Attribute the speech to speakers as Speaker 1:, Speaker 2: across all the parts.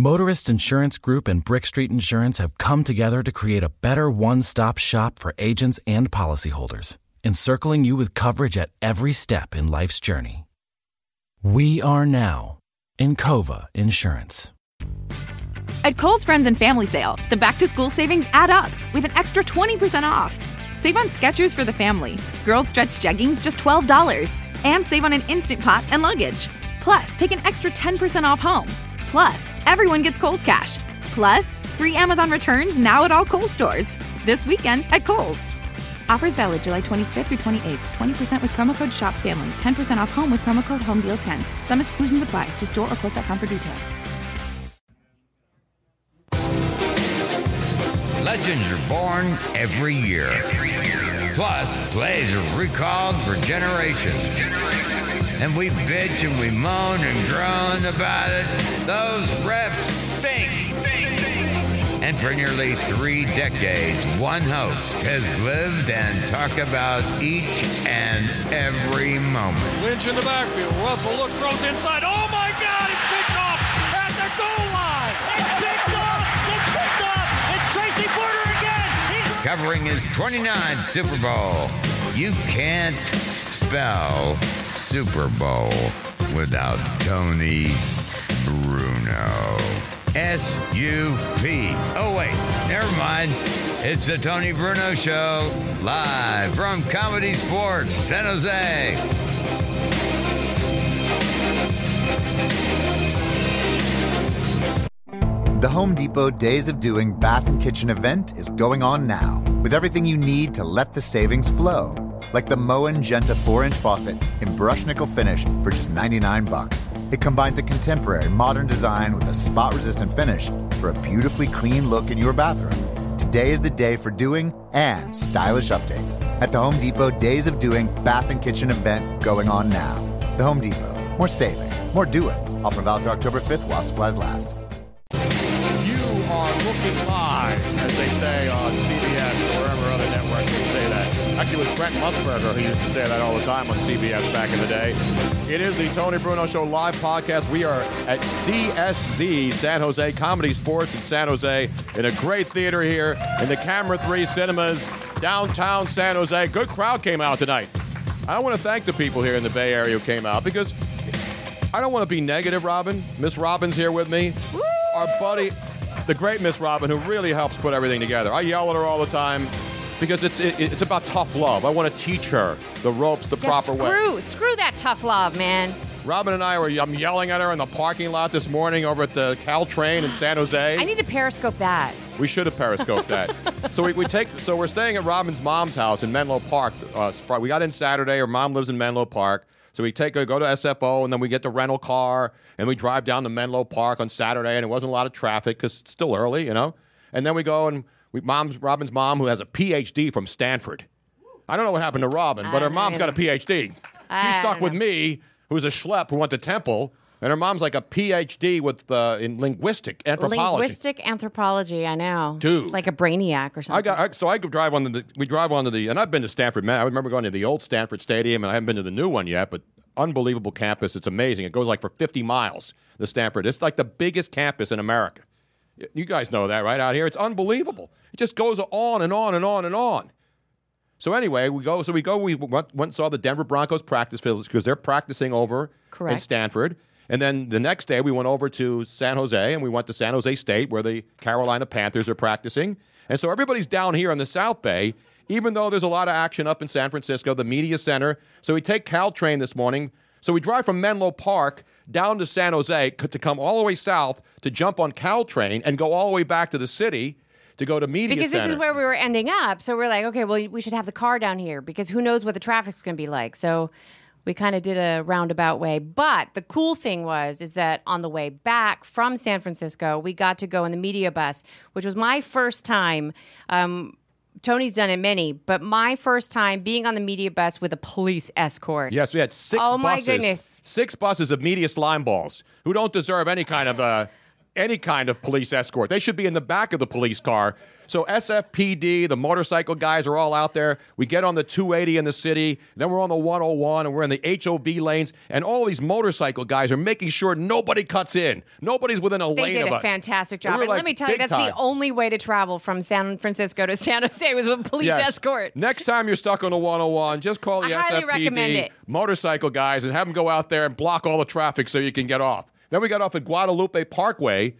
Speaker 1: Motorist Insurance Group and Brick Street Insurance have come together to create a better one stop shop for agents and policyholders, encircling you with coverage at every step in life's journey. We are now Encova Insurance.
Speaker 2: At Kohl's Friends and Family Sale, the back to school savings add up with an extra 20% off. Save on Skechers for the family, girls' stretch jeggings just $12, and save on an instant pot and luggage. Plus, take an extra 10% off home. Plus, everyone gets Kohl's Cash. Plus, free Amazon returns now at all Kohl's stores. This weekend at Kohl's. Offers valid July 25th through 28th. 20% with promo code SHOPFAMILY. 10% off home with promo code HOMEDEAL10. Some exclusions apply. See store or kohls.com for details.
Speaker 3: Legends are born every year. Plus, plays are recalled for generations. And we bitch and we moan and groan about it. Those refs stink. And for nearly three decades, one host has lived and talked about each and every moment.
Speaker 4: Lynch in the backfield. Russell looks, throws inside. Oh my God! It's picked off at the goal line. It's picked off. It's picked off. It's Tracy Porter again. He's
Speaker 3: Covering his 29th Super Bowl, you can't spell Super Bowl without Tony Bruno. S U P. Oh, wait, never mind. It's the Tony Bruno Show, live from Comedy Sports, San Jose.
Speaker 5: The Home Depot Days of Doing Bath and Kitchen event is going on now with everything you need to let the savings flow. Like the Moen Genta 4-inch faucet in brush nickel finish for just 99 bucks. It combines a contemporary modern design with a spot-resistant finish for a beautifully clean look in your bathroom. Today is the day for doing and stylish updates at the Home Depot Days of Doing Bath and Kitchen event going on now. The Home Depot. More saving, more doing. Offer valid through October 5th while supplies last.
Speaker 4: You are looking live, as they say on CBS or wherever other network they say that. Actually, it was Brent Musburger who used to say that all the time on CBS back in the day. It is the Tony Bruno Show live podcast. We are at CSZ, San Jose Comedy Sports in San Jose, in a great theater here in the Camera 3 Cinemas, downtown San Jose. Good crowd came out tonight. I want to thank the people here in the Bay Area who came out because I don't want to be negative, Robin. Miss Robin's here with me. Our buddy, the great Miss Robin, who really helps put everything together. I yell at her all the time because it's it, it's about tough love. I want to teach her the ropes the
Speaker 6: Yeah,
Speaker 4: proper way.
Speaker 6: screw, Screw that tough love, man.
Speaker 4: Robin and I were I'm yelling at her in the parking lot this morning over at the Caltrain in San Jose.
Speaker 6: I need to periscope that.
Speaker 4: we should have periscoped that. so we, we take so we're staying at Robin's mom's house in Menlo Park. Uh, Fri- we got in Saturday. Her mom lives in Menlo Park. So we take her, go to SFO, and then we get the rental car, and we drive down to Menlo Park on Saturday, and it wasn't a lot of traffic because it's still early, you know. And then we go and we, mom's Robin's mom, who has a PhD from Stanford. I don't know what happened to Robin, but her
Speaker 6: don't know
Speaker 4: mom's got a PhD.
Speaker 6: I
Speaker 4: She's stuck
Speaker 6: don't
Speaker 4: with
Speaker 6: know.
Speaker 4: me, who's a schlep who went to Temple, and her mom's like a PhD with uh, in linguistic anthropology.
Speaker 6: Linguistic anthropology, I know.
Speaker 4: Dude.
Speaker 6: She's like a brainiac or something.
Speaker 4: I got I, so I could drive on the we drive onto the and I've been to Stanford. Man, I remember going to the old Stanford Stadium, and I haven't been to the new one yet. But unbelievable campus, it's amazing. It goes like for 50 miles. The Stanford, it's like the biggest campus in America. Y- You guys know that right out here. It's unbelievable. It just goes on and on and on and on. So anyway, we go. So we go. We went, went and saw the Denver Broncos practice fields because they're practicing over in
Speaker 6: Correct.
Speaker 4: Stanford. And then the next day, we went over to San Jose and we went to San Jose State where the Carolina Panthers are practicing. And so everybody's down here in the South Bay, even though there's a lot of action up in San Francisco, the media center. So we take Caltrain this morning. So we drive from Menlo Park down to San Jose c- to come all the way south to jump on Caltrain and go all the way back to the city to go to media
Speaker 6: because
Speaker 4: center.
Speaker 6: this is where we were ending up. So we're like, okay, well, we should have the car down here because who knows what the traffic's going to be like. So we kind of did a roundabout way. But the cool thing was is that on the way back from San Francisco, we got to go in the media bus, which was my first time. Um, Tony's done it many, but my first time being on the media bus with a police escort.
Speaker 4: Yes, we had six
Speaker 6: Oh, my
Speaker 4: buses.
Speaker 6: goodness.
Speaker 4: Six buses of media slime balls who don't deserve any kind of uh, any kind of police escort. They should be in the back of the police car. So SFPD, the motorcycle guys are all out there. We get on the 280 in the city, then we're on the 101, and we're in the HOV lanes. And all these motorcycle guys are making sure nobody cuts in. Nobody's within a
Speaker 6: They
Speaker 4: lane
Speaker 6: did
Speaker 4: of
Speaker 6: a
Speaker 4: us.
Speaker 6: fantastic
Speaker 4: We
Speaker 6: job.
Speaker 4: were,
Speaker 6: And
Speaker 4: like,
Speaker 6: let me tell you,
Speaker 4: big
Speaker 6: that's
Speaker 4: time.
Speaker 6: the only way to travel from San Francisco to San Jose was with police
Speaker 4: Yes.
Speaker 6: escort.
Speaker 4: Next time you're stuck on a 101, just call the
Speaker 6: I highly recommend
Speaker 4: SFPD
Speaker 6: it.
Speaker 4: motorcycle guys and have them go out there and block all the traffic so you can get off. Then we got off at Guadalupe Parkway,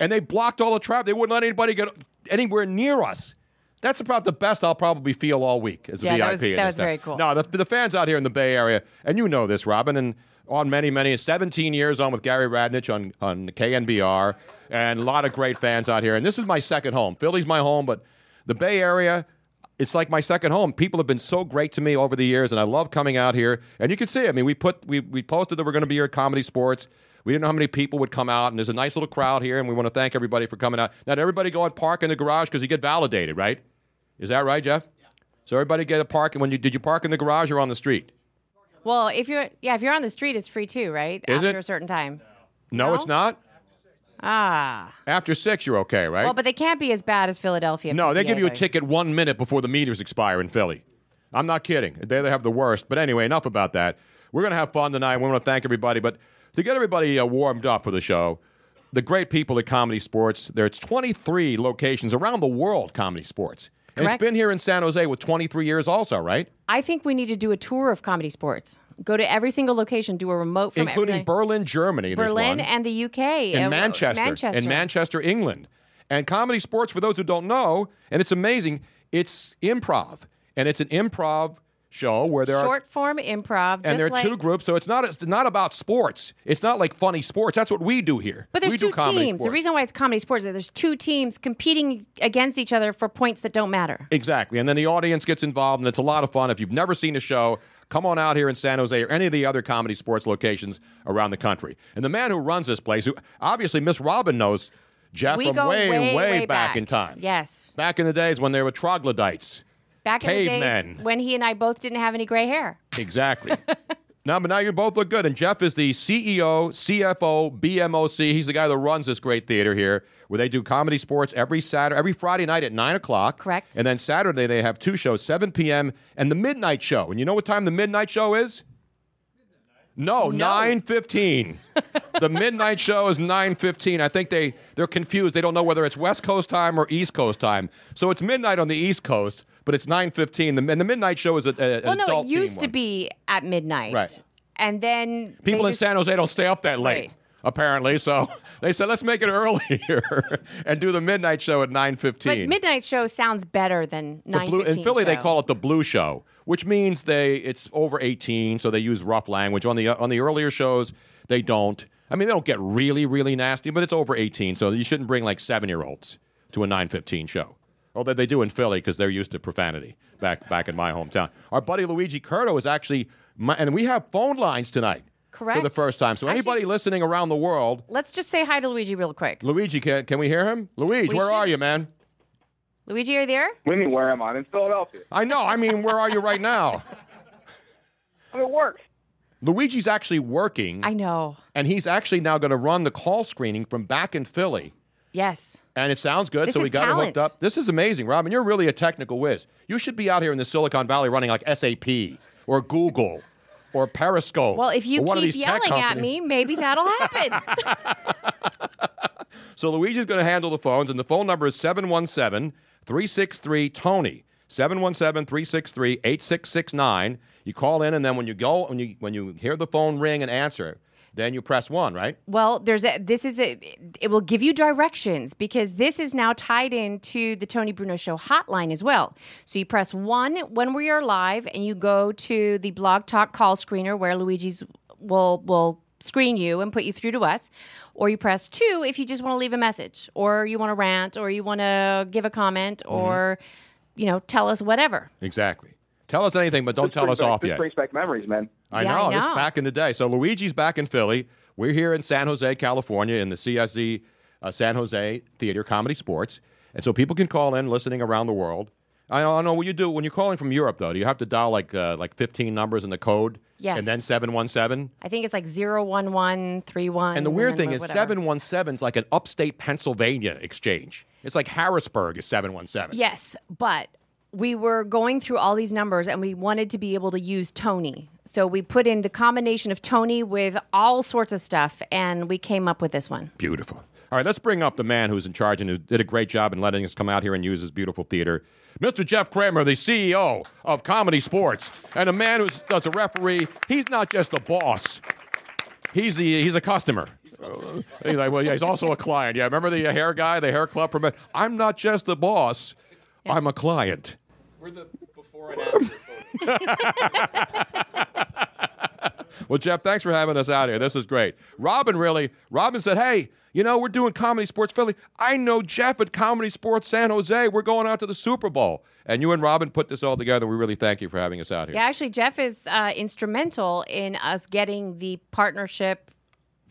Speaker 4: and they blocked all the traffic. They wouldn't let anybody get anywhere near us. That's about the best I'll probably feel all week as a
Speaker 6: Yeah,
Speaker 4: VIP.
Speaker 6: that was-
Speaker 4: in
Speaker 6: that
Speaker 4: this
Speaker 6: was
Speaker 4: town.
Speaker 6: very cool.
Speaker 4: No, the, the fans out here in the Bay Area, and you know this, Robin, and on many, many, 17 years on with Gary Radnich on, on KNBR, and a lot of great fans out here. And this is my second home. Philly's my home, but the Bay Area, it's like my second home. People have been so great to me over the years, and I love coming out here. And you can see, I mean, we put we, we posted that we're going to be here at Comedy Sports. We didn't know how many people would come out, and there's a nice little crowd here, and we want to thank everybody for coming out. Now, did everybody go and park in the garage because you get validated, right? Is that right, Jeff? So everybody get a park. When you did you park in the garage or on the street?
Speaker 6: Well, if you're yeah, if you're on the street, it's free too, right?
Speaker 4: Is
Speaker 6: After
Speaker 4: it?
Speaker 6: a certain time.
Speaker 4: No,
Speaker 6: No.
Speaker 4: it's not.
Speaker 6: Ah.
Speaker 4: After six, you're okay, right?
Speaker 6: Well, but they can't be as bad as Philadelphia.
Speaker 4: no, they give you a
Speaker 6: PA, though.
Speaker 4: ticket one minute before the meters expire in Philly. I'm not kidding. They they have the worst. But anyway, enough about that. We're gonna have fun tonight. We want to thank everybody. But to get everybody uh, warmed up for the show, the great people at Comedy Sports. There's 23 locations around the world. Comedy Sports. And
Speaker 6: Correct.
Speaker 4: it's been here in San Jose with 23 years, also, right?
Speaker 6: I think we need to do a tour of comedy sports. Go to every single location, do a remote from
Speaker 4: Including
Speaker 6: everything.
Speaker 4: Berlin, Germany. there's
Speaker 6: Berlin
Speaker 4: one.
Speaker 6: and the UK
Speaker 4: in
Speaker 6: uh,
Speaker 4: Manchester,
Speaker 6: Manchester.
Speaker 4: in Manchester, England. And comedy sports, for those who don't know, and it's amazing, it's improv, and it's an improv show where there are
Speaker 6: Short form improv.
Speaker 4: and
Speaker 6: just
Speaker 4: there are
Speaker 6: like,
Speaker 4: two groups. So it's not it's not about sports. It's not like funny sports. That's what we do here.
Speaker 6: But there's
Speaker 4: we
Speaker 6: two
Speaker 4: do comedy
Speaker 6: teams. The
Speaker 4: sports.
Speaker 6: reason why it's comedy sports is that there's two teams competing against each other for points that don't matter.
Speaker 4: Exactly. And then the audience gets involved, and it's a lot of fun. If you've never seen a show, come on out here in San Jose or any of the other comedy sports locations around the country. And the man who runs this place, who obviously Miss Robin knows Jeff
Speaker 6: we
Speaker 4: from
Speaker 6: go
Speaker 4: way,
Speaker 6: way,
Speaker 4: back, in time.
Speaker 6: Yes.
Speaker 4: Back in the days when there were troglodytes.
Speaker 6: Back in the
Speaker 4: Cavemen.
Speaker 6: days when he and I both didn't have any gray hair.
Speaker 4: Exactly. now, but now you both look good. And Jeff is the E CEO, CFO, BMOC. He's the guy that runs this great theater here, where they do comedy sports every Saturday, every Friday night at nine o'clock.
Speaker 6: Correct.
Speaker 4: And then Saturday they have two shows, seven p.m. and the midnight show. And you know what time the midnight show is? No, nine fifteen. the midnight show is nine fifteen. I think they they're confused. They don't know whether it's West Coast time or East Coast time. So it's midnight on the East Coast, but it's nine fifteen. The, and the midnight show is a, a,
Speaker 6: Well, no,
Speaker 4: adult
Speaker 6: it used to
Speaker 4: theme one.
Speaker 6: be at midnight.
Speaker 4: Right.
Speaker 6: And then they
Speaker 4: People in
Speaker 6: just-
Speaker 4: San Jose don't stay up that late,
Speaker 6: Right.
Speaker 4: apparently. So they said, let's make it earlier and do the midnight show at nine
Speaker 6: But
Speaker 4: fifteen.
Speaker 6: midnight show sounds better than
Speaker 4: The
Speaker 6: nine.
Speaker 4: blue- in Philly, they call it the blue show, which means they it's over eighteen, so they use rough language on the uh, on the earlier shows. They don't. I mean, they don't get really really nasty, but it's over eighteen, so you shouldn't bring like seven year olds to a nine fifteen show. Although they do in Philly because they're used to profanity back back in my hometown. Our buddy Luigi Curto is actually, my, and we have phone lines tonight for the
Speaker 6: Correct.
Speaker 4: first time. So
Speaker 6: Actually-
Speaker 4: anybody listening around the world,
Speaker 6: Let's just say hi to Luigi real quick.
Speaker 4: Luigi, can can we hear him? Luigi,
Speaker 6: We
Speaker 4: where are
Speaker 6: should.
Speaker 4: you, man?
Speaker 6: Luigi, are you there?
Speaker 7: Women, where am I? I'm in Philadelphia.
Speaker 4: I know. I mean, where are you right now?
Speaker 7: I'm at work.
Speaker 4: Luigi's actually working,
Speaker 6: I know.
Speaker 4: and he's actually now going to run the call screening from back in Philly.
Speaker 6: Yes.
Speaker 4: And it sounds good,
Speaker 6: This
Speaker 4: so
Speaker 6: is
Speaker 4: we got him hooked
Speaker 6: talent.
Speaker 4: up. This is amazing, Robin. You're really a technical whiz. You should be out here in the Silicon Valley running like SAP or Google or Periscope.
Speaker 6: Well, if you
Speaker 4: or Oh. one of
Speaker 6: keep
Speaker 4: these tech
Speaker 6: yelling at
Speaker 4: companies.
Speaker 6: me, maybe that'll happen.
Speaker 4: So Luigi's going to handle the phones, and the phone number is 717 363 Tony. 717 363 8669. You call in, and then when you go, when you, when you hear the phone ring and answer, then you press one, right?
Speaker 6: Well, there's a this is a it will give you directions because this is now tied into the Tony Bruno show hotline as well. So you press 1 when we are live and you go to the blog talk call screener where Luigi's will will screen you and put you through to us or you press 2 if you just want to leave a message or you want to rant or you want to give a comment
Speaker 4: Mm-hmm.
Speaker 6: or you know tell us whatever.
Speaker 4: Exactly. Tell us anything, but don't
Speaker 7: This
Speaker 4: tell
Speaker 7: brings
Speaker 4: us
Speaker 7: back-
Speaker 4: off
Speaker 7: this
Speaker 4: yet.
Speaker 7: brings back memories, man.
Speaker 4: I,
Speaker 6: Yeah,
Speaker 4: know,
Speaker 6: I
Speaker 4: This is
Speaker 6: know.
Speaker 4: back in the day. So Luigi's back in Philly. We're here in San Jose, California, in the E, CSZ uh, San Jose Theater Comedy Sports, and so people can call in, listening around the world. I don't know what you do when you're calling from Europe though. Do you have to dial like uh, like 15 numbers in the code?
Speaker 6: Yes.
Speaker 4: And then 717.
Speaker 6: I think it's like zero one one three one.
Speaker 4: And the weird thing is,
Speaker 6: whatever.
Speaker 4: 717 is like an upstate Pennsylvania exchange. It's like Harrisburg is 717.
Speaker 6: Yes, but we were going through all these numbers and we wanted to be able to use Tony. So we put in the combination of Tony with all sorts of stuff and we came up with this one.
Speaker 4: Beautiful. All right, let's bring up the man who's in charge and who did a great job in letting us come out here and use his beautiful theater. Mr. Jeff Kramer, the CEO of Comedy Sports, and a man who's that's a referee. He's not just the boss. He's the he's a customer. Uh, he's like, well, yeah, he's also a client. Yeah, remember the hair guy, the hair club permit? I'm not just the boss. I'm a client.
Speaker 8: We're the before and after photos.
Speaker 4: Well, Jeff, thanks for having us out here. This is great. Robin really, Robin said, hey, you know, we're doing Comedy Sports Philly. I know Jeff at Comedy Sports San Jose. We're going out to the Super Bowl. And you and Robin put this all together. We really thank you for having us out here.
Speaker 6: Yeah, actually, Jeff is uh, instrumental in us getting the partnership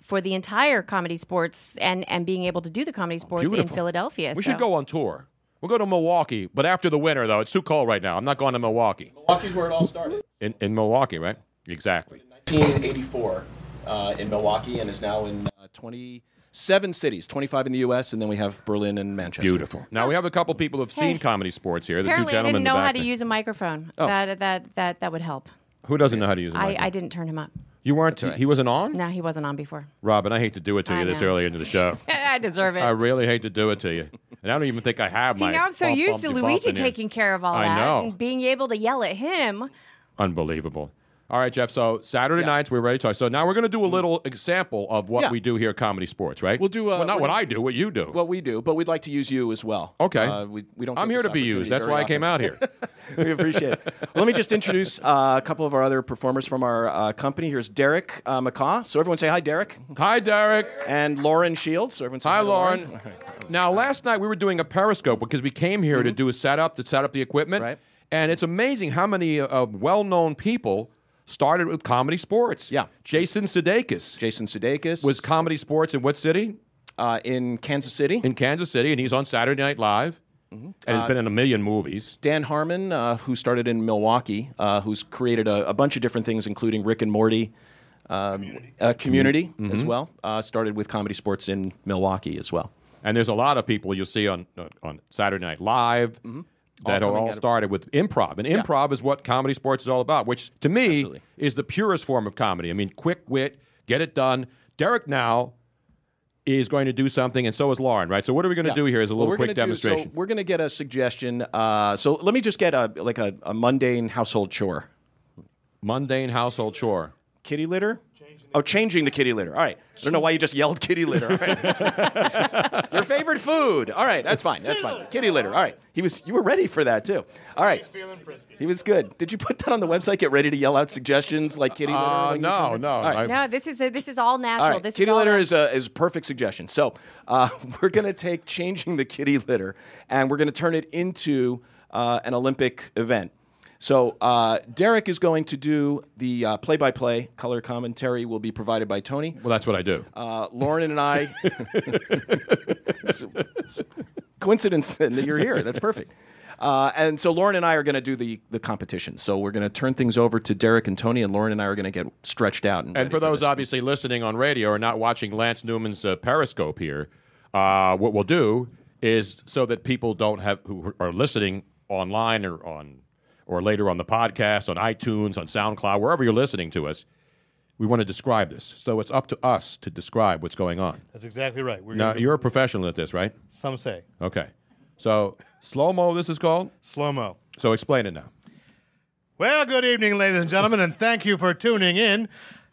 Speaker 6: for the entire comedy sports and, and being able to do the comedy sports in
Speaker 4: Beautiful.
Speaker 6: Philadelphia.
Speaker 4: We
Speaker 6: so.
Speaker 4: should go on tour. We'll go to Milwaukee, but after the winter, though. It's too cold right now. I'm not going to Milwaukee.
Speaker 8: Milwaukee's where it all started.
Speaker 4: In, in Milwaukee, right? Exactly.
Speaker 8: 1984 uh, in Milwaukee and is now in uh, 27 cities, 25 in the U.S., and then we have Berlin and Manchester.
Speaker 4: Beautiful. Now, we have a couple people who have seen
Speaker 6: Hey.
Speaker 4: Comedy Sports here. The
Speaker 6: Apparently,
Speaker 4: two
Speaker 6: I
Speaker 4: gentlemen
Speaker 6: didn't
Speaker 4: in the
Speaker 6: know how
Speaker 4: back
Speaker 6: to
Speaker 4: there. Oh.
Speaker 6: use a microphone. That, that, that, that would help.
Speaker 4: Who doesn't know how to use a
Speaker 6: I,
Speaker 4: microphone?
Speaker 6: I didn't turn him up.
Speaker 4: You weren't, he wasn't on?
Speaker 6: No, he wasn't on before.
Speaker 4: Robin, I hate to do it to
Speaker 6: I
Speaker 4: you this
Speaker 6: know.
Speaker 4: early into the show.
Speaker 6: I deserve it.
Speaker 4: I really hate to do it to you. And I don't even think I have
Speaker 6: See,
Speaker 4: my.
Speaker 6: now I'm so
Speaker 4: bump,
Speaker 6: used to
Speaker 4: bumpty bump
Speaker 6: Luigi
Speaker 4: in here.
Speaker 6: taking care of all
Speaker 4: I
Speaker 6: that
Speaker 4: know.
Speaker 6: and being able to yell at him.
Speaker 4: Unbelievable. All right, Jeff. So Saturday nights, we're ready to talk. So now we're going to do a little example of what
Speaker 8: Mm. Yeah.
Speaker 4: we do here at Comedy Sports, right?
Speaker 8: We'll do, uh,
Speaker 4: well, not
Speaker 8: we're
Speaker 4: what
Speaker 8: gonna-
Speaker 4: I do, what you do.
Speaker 8: What we do, but we'd like to use you as well.
Speaker 4: okay.
Speaker 8: Uh, we, we don't
Speaker 4: I'm
Speaker 8: get
Speaker 4: here
Speaker 8: this
Speaker 4: to be
Speaker 8: opportunity
Speaker 4: used. That's
Speaker 8: very
Speaker 4: why I came
Speaker 8: often.
Speaker 4: out here.
Speaker 8: we appreciate it. Let me just introduce uh, a couple of our other performers from our uh, company. Here's Derek uh, McCaw. So everyone say hi, Derek.
Speaker 4: Hi, Derek.
Speaker 8: And Lauren Shields. So everyone say hi,
Speaker 4: Hi,
Speaker 8: to
Speaker 4: Lauren. Now, last night we were doing a Periscope because we came here to do a setup to set up the equipment,
Speaker 8: Mm-hmm. Right.
Speaker 4: and it's amazing how many uh, uh, well-known people started with comedy sports.
Speaker 8: Yeah.
Speaker 4: Jason Sudeikis
Speaker 8: Jason Sudeikis
Speaker 4: was comedy sports in what city?
Speaker 8: uh, in Kansas City.
Speaker 4: in Kansas City, and he's on Saturday Night Live, and he's been in a million movies.
Speaker 8: Mm-hmm. Uh, Dan Harmon, uh, who started in Milwaukee, uh, who's created a, a bunch of different things, including Rick and Morty, um, community, uh, community
Speaker 4: Mm-hmm.
Speaker 8: as well. Uh, started with comedy sports in Milwaukee as well.
Speaker 4: And there's a lot of people you'll see on on- on Saturday Night Live that
Speaker 8: Mm-hmm. coming
Speaker 4: all,
Speaker 8: out of-
Speaker 4: started with improv, and improv is what comedy sports is all about, which to me
Speaker 8: Absolutely.
Speaker 4: is the purest form of comedy. I mean, quick wit, get it done. Derek now is going to do something, and so is Lauren, right? So what are we going to do here? Is a
Speaker 8: Well,
Speaker 4: little
Speaker 8: we're
Speaker 4: quick
Speaker 8: gonna do-
Speaker 4: demonstration.
Speaker 8: so we're going to get a suggestion. Uh, so let me just get a like a, a mundane household chore.
Speaker 4: Mundane household chore.
Speaker 8: Kitty litter. Oh, changing the kitty litter. All right. I don't know why you just yelled kitty litter. All right. This is- your favorite food. All right. That's fine. That's fine. Kitty litter. All right. He was. You were ready for that too. All right. He was good. Did you put that on the website? Get ready to yell out suggestions like kitty litter.
Speaker 4: Uh,
Speaker 8: when you come
Speaker 4: no,
Speaker 8: in?
Speaker 4: no,
Speaker 8: All right.
Speaker 4: I-
Speaker 6: No, this is a, this is all natural.
Speaker 8: All right.
Speaker 6: This
Speaker 8: kitty
Speaker 6: is all
Speaker 8: litter
Speaker 6: nat-
Speaker 8: is a is a perfect suggestion. So uh, we're going to take changing the kitty litter and we're going to turn it into uh, an Olympic event. So uh, Derek is going to do the uh, play-by-play. Color commentary will be provided by Tony.
Speaker 4: well, that's what I do.
Speaker 8: Uh, Lauren and I. It's- it's coincidence then that you're here. That's perfect. Uh, and so Lauren and I are going to do the, the competition. So we're going to turn things over to Derek and Tony, and Lauren and I are going to get stretched out. And,
Speaker 4: And
Speaker 8: ready
Speaker 4: for those
Speaker 8: this.
Speaker 4: obviously listening on radio or not watching Lance Newman's uh, Periscope here, uh, what we'll do is so that people don't have who are listening online or on or later on the podcast on iTunes on SoundCloud wherever you're listening to us, we want to describe this. So it's up to us to describe what's going on.
Speaker 9: That's exactly right. We're
Speaker 4: Now
Speaker 9: gonna-
Speaker 4: you're a professional at this, right?
Speaker 9: some say
Speaker 4: Okay. So slow mo, this is called.
Speaker 9: slow mo.
Speaker 4: So explain it now.
Speaker 9: Well, good evening, ladies and gentlemen, and thank you for tuning in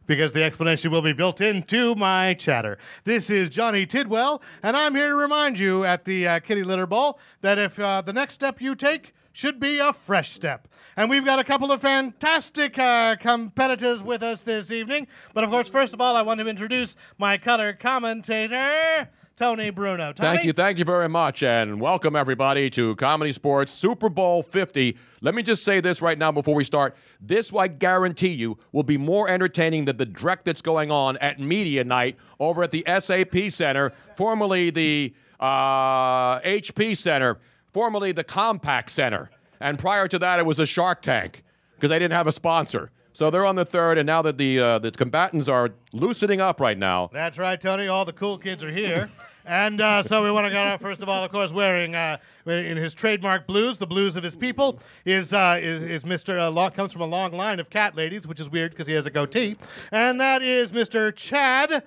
Speaker 9: because the explanation will be built into my chatter. This is Johnny Tidwell, and I'm here to remind you at the uh, Kitty Litter Ball that if uh, the next step you take should be a fresh step. And we've got a couple of fantastic uh, competitors with us this evening. But of course, first of all, I want to introduce my color commentator, Tony Bruno. Tony?
Speaker 4: Thank you, thank you very much, and welcome everybody to Comedy Sports Super Bowl 50. Let me just say this right now before we start. This, I guarantee you, will be more entertaining than the dreck that's going on at Media Night over at the SAP Center, formerly the uh, HP Center, formerly the Compact Center. And prior to that, it was a Shark Tank because they didn't have a sponsor. So they're on the third, and now that the uh, the combatants are loosening up right now,
Speaker 9: That's right, Tony. All the cool kids are here. And uh, so we want to go out, first of all, of course, wearing uh, in his trademark blues, the blues of his people, is uh, is, is Mr. Uh, long, comes from a long line of cat ladies, which is weird because he has a goatee. And that is Mr. Chad.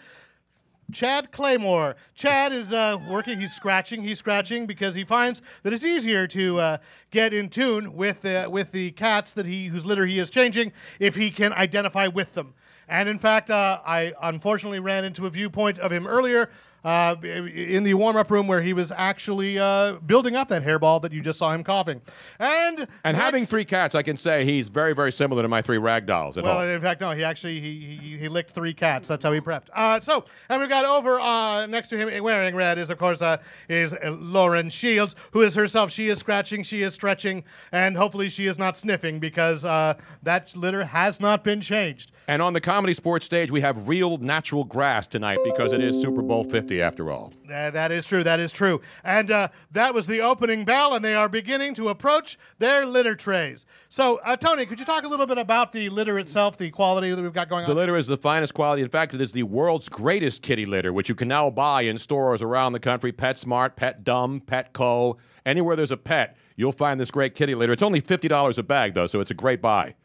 Speaker 9: Chad Claymore. Chad is uh, working. He's scratching. He's scratching because he finds that it's easier to uh, get in tune with the with the cats that he whose litter he is changing if he can identify with them. And in fact, uh, I unfortunately ran into a viewpoint of him earlier uh, in the warm up room where he was actually uh, building up that hairball that you just saw him coughing. And
Speaker 4: and having
Speaker 9: next-
Speaker 4: three cats, I can say he's very very similar to my three rag dolls at
Speaker 9: well,
Speaker 4: home.
Speaker 9: in fact, no. He actually he, he he licked three cats. That's how he prepped. Uh, so, and we've got over uh, next to him wearing red is of course uh, is uh, Lauren Shields, who is herself. She is scratching, she is stretching, and hopefully she is not sniffing because uh, that litter has not been changed.
Speaker 4: And on the comedy sports stage, we have real natural grass tonight because it is Super Bowl 50 after all.
Speaker 9: Uh, that is true. That is true. And uh, that was the opening bell, and they are beginning to approach their litter trays. So, uh, Tony, could you talk a little bit about the litter itself, the quality that we've got going
Speaker 4: The
Speaker 9: on?
Speaker 4: litter is the finest quality. In fact, it is the world's greatest kitty litter, which you can now buy in stores around the country PetSmart, Pet Dumb, Petco. Anywhere there's a pet, you'll find this great kitty litter. It's only $50 a bag, though, so it's a great buy.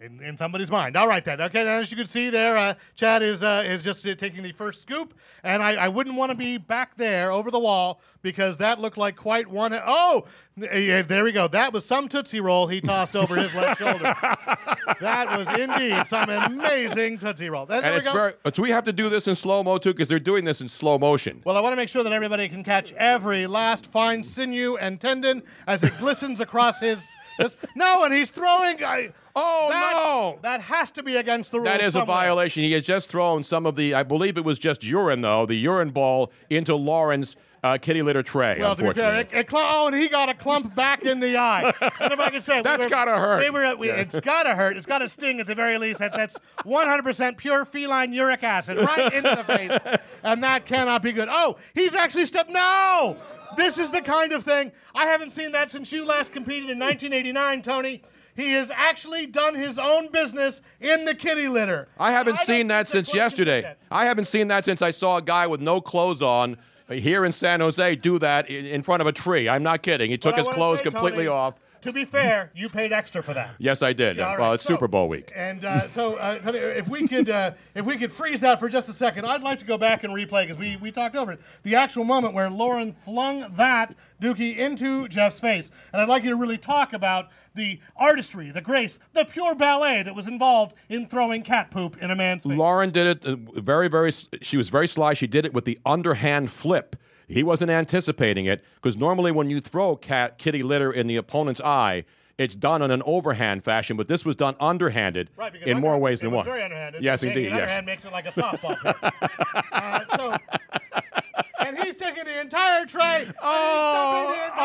Speaker 9: in, in somebody's mind. All right, then. Okay, then as you can see there, uh, Chad is uh, is just uh, taking the first scoop, and I, I wouldn't want to be back there over the wall because that looked like quite one. Oh, yeah, there we go. That was some tootsie roll he tossed over his left shoulder. That was indeed some amazing tootsie roll. There, there
Speaker 4: And
Speaker 9: we
Speaker 4: it's
Speaker 9: go.
Speaker 4: very, so we have to do this in slow mo, too, because they're doing this in slow motion.
Speaker 9: Well, I want to make sure that everybody can catch every last fine sinew and tendon as it glistens across his. his- no, and he's throwing. I,
Speaker 4: Oh,
Speaker 9: that,
Speaker 4: no.
Speaker 9: That has to be against the rules.
Speaker 4: That is a
Speaker 9: somewhere.
Speaker 4: violation. He has just thrown some of the, I believe it was just urine, though, the urine ball into Lauren's uh, kitty litter tray,
Speaker 9: Well, to be
Speaker 4: unfortunately.
Speaker 9: fair, it, it cl- oh, and he got a clump back in the eye. And if I can say, we
Speaker 4: That's
Speaker 9: were-
Speaker 4: gotta hurt.
Speaker 9: We were, at- we, It's gotta hurt. It's gotta sting at the very least. That, that's 100% pure feline uric acid right into the face, and that cannot be good. Oh, he's actually stepped. No, this is the kind of thing I haven't seen that since you last competed in 1989, Tony. He has actually done his own business in the kitty litter.
Speaker 4: I haven't
Speaker 9: don't
Speaker 4: seen
Speaker 9: think
Speaker 4: that since
Speaker 9: the court can do
Speaker 4: yesterday.
Speaker 9: that.
Speaker 4: I haven't seen that since I saw a guy with no clothes on uh, here in San Jose do that in, in front of a tree. I'm not kidding. He took
Speaker 9: But I
Speaker 4: his
Speaker 9: wanna
Speaker 4: clothes
Speaker 9: say,
Speaker 4: completely
Speaker 9: Tony,
Speaker 4: off.
Speaker 9: To be fair, you paid extra for that.
Speaker 4: Yes, I did.
Speaker 9: Yeah, all
Speaker 4: Well,
Speaker 9: right.
Speaker 4: it's
Speaker 9: So-
Speaker 4: Super Bowl week.
Speaker 9: And uh, so, uh, Tony, if we could, uh, if we could freeze that for just a second, I'd like to go back and replay because we, we talked over it. The actual moment where Lauren flung that dookie into Jeff's face, and I'd like you to really talk about the artistry, the grace, the pure ballet that was involved in throwing cat poop in a man's face.
Speaker 4: Lauren did it uh, very, very. s- She was very sly. She did it with the underhand flip. He wasn't anticipating it because normally when you throw cat kitty litter in the opponent's eye, it's done in an overhand fashion. But this was done underhanded
Speaker 9: Right, because
Speaker 4: in
Speaker 9: under-
Speaker 4: more ways than
Speaker 9: it was
Speaker 4: one.
Speaker 9: Very underhanded.
Speaker 4: Yes,
Speaker 9: Taking
Speaker 4: indeed.
Speaker 9: an
Speaker 4: Yes.
Speaker 9: Underhand makes it like a softball. pitch. uh, so, and he's taking the entire tray. and he's dumping the entire tray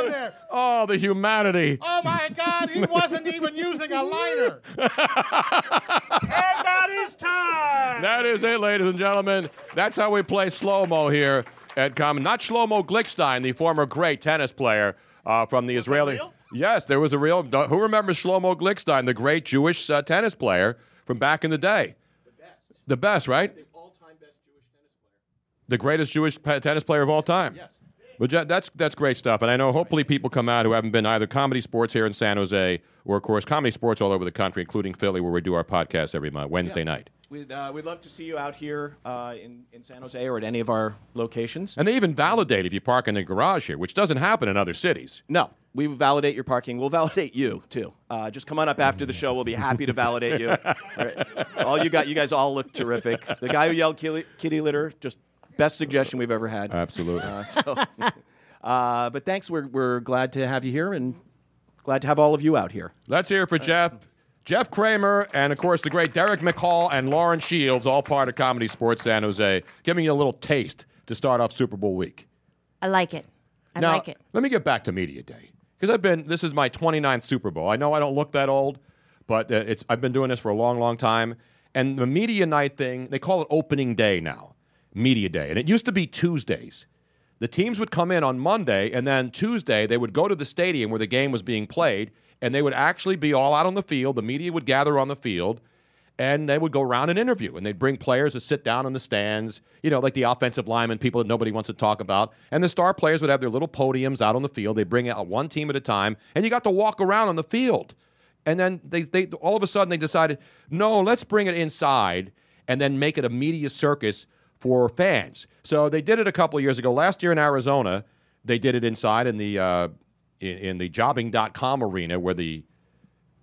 Speaker 9: on there.
Speaker 4: oh, the humanity.
Speaker 9: Oh my God, he wasn't even using a liner. and that is time.
Speaker 4: That is it, ladies and gentlemen. That's how we play slow mo here at Common. Not Shlomo Glickstein, the former great tennis player uh, from the Israeli.
Speaker 9: real?
Speaker 4: Yes, there was a real. Who remembers Shlomo Glickstein, the great Jewish uh, tennis player from back in the day? The best. The best, right? The all-time best Jewish tennis player. The greatest Jewish pe- tennis player of all time. Yes. But ja- that's that's great stuff, and I know hopefully people come out who haven't been either comedy sports here in San Jose or of course comedy sports all over the country, including Philly, where we do our podcast every month, Wednesday night.
Speaker 8: We'd, uh, we'd love to see you out here uh, in, in San Jose or at any of our locations.
Speaker 4: And they even validate if you park in the garage here, which doesn't happen in other cities.
Speaker 8: No, we validate your parking. We'll validate you too. Uh, just come on up after the show. We'll be happy to validate you. All, right. all you got, you guys all look terrific. The guy who yelled kitty, kitty litter, just best suggestion we've ever had.
Speaker 4: Absolutely.
Speaker 8: Uh, so, uh, but thanks. We're we're glad to have you here and glad to have all of you out here.
Speaker 4: Let's hear it for Jeff. Jeff Kramer, and of course, the great Derek McCall and Lauren Shields, all part of Comedy Sports San Jose, giving you a little taste to start off Super Bowl week.
Speaker 6: I like it. I
Speaker 4: now,
Speaker 6: like it.
Speaker 4: let me get back to Media Day. Because I've been, this is my 29th Super Bowl. I know I don't look that old, but uh, it's, I've been doing this for a long, long time. And the Media Night thing, they call it Opening Day now, Media Day. And it used to be Tuesdays. The teams would come in on Monday, and then Tuesday they would go to the stadium where the game was being played, and they would actually be all out on the field. The media would gather on the field, and they would go around and interview. And they'd bring players to sit down in the stands, you know, like the offensive linemen, people that nobody wants to talk about. And the star players would have their little podiums out on the field. They bring out one team at a time, and you got to walk around on the field. And then they, they all of a sudden they decided, no, let's bring it inside and then make it a media circus for fans. So they did it a couple of years ago. Last year in Arizona, they did it inside in the uh, in, in the jobbing.com arena where the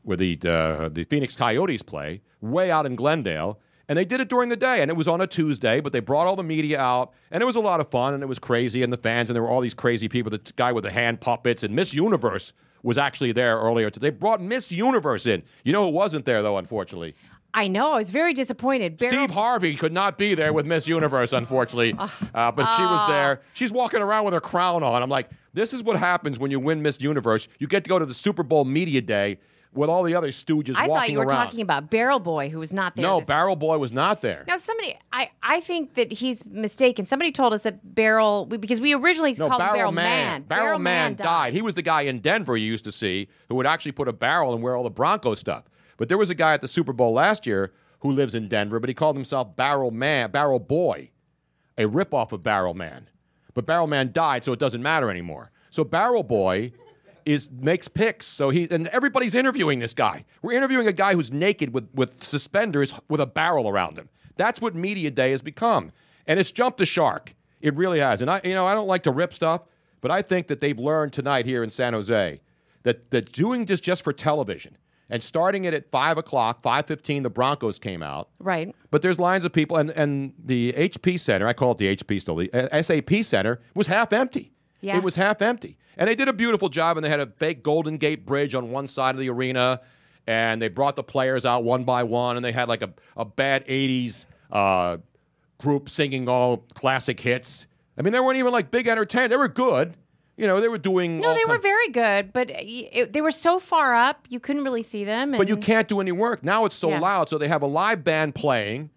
Speaker 4: where the uh, the Phoenix Coyotes play, way out in Glendale. And they did it during the day, and it was on a Tuesday. But they brought all the media out, and it was a lot of fun, and it was crazy, and the fans, and there were all these crazy people. The t- guy with the hand puppets and Miss Universe was actually there earlier today. They brought Miss Universe in. You know who wasn't there though, unfortunately.
Speaker 6: I know. I was very disappointed. Barrel-
Speaker 4: Steve Harvey could not be there with Miss Universe, unfortunately,
Speaker 6: Ah.
Speaker 4: uh, but she was there. She's walking around with her crown on. I'm like, this is what happens when you win Miss Universe. You get to go to the Super Bowl media day with all the other stooges
Speaker 6: I
Speaker 4: walking
Speaker 6: thought you were
Speaker 4: around.
Speaker 6: talking about Barrel Boy, who was not there.
Speaker 4: no,
Speaker 6: this-
Speaker 4: Barrel Boy was not there.
Speaker 6: now somebody, I, I think that he's mistaken. Somebody told us that Barrel we- because we originally
Speaker 4: no,
Speaker 6: called him
Speaker 4: Barrel,
Speaker 6: Barrel
Speaker 4: Man. Barrel, Man died. He was the guy in Denver you used to see who would actually put a barrel and wear all the Bronco stuff. But there was a guy at the Super Bowl last year who lives in Denver, but he called himself Barrel Man, Barrel Boy, a ripoff of Barrel Man. But Barrel Man died, so it doesn't matter anymore. So Barrel Boy is makes picks. So he and everybody's interviewing this guy. We're interviewing a guy who's naked with with suspenders with a barrel around him. That's what media day has become, and it's jumped the shark. It really has. And I, you know, I don't like to rip stuff, but I think that they've learned tonight here in San Jose that that doing this just for television and starting it at five o'clock, five fifteen. The Broncos came out.
Speaker 6: Right.
Speaker 4: But there's lines of people, and, and the HP Center, I call it the HP still, the uh, SAP Center was half empty.
Speaker 6: Yeah.
Speaker 4: It was half empty. And they did a beautiful job, and they had a fake Golden Gate Bridge on one side of the arena, and they brought the players out one by one, and they had like a, a bad 80s uh, group singing all classic hits. I mean, they weren't even like big entertainment. They were good. You know, they were doing.
Speaker 6: No,
Speaker 4: all
Speaker 6: they were
Speaker 4: kinds-
Speaker 6: very good, but uh, y- it, they were so far up you couldn't really see them. And
Speaker 4: but you can't do any work now it's so
Speaker 6: Yeah.
Speaker 4: loud so they have a live band playing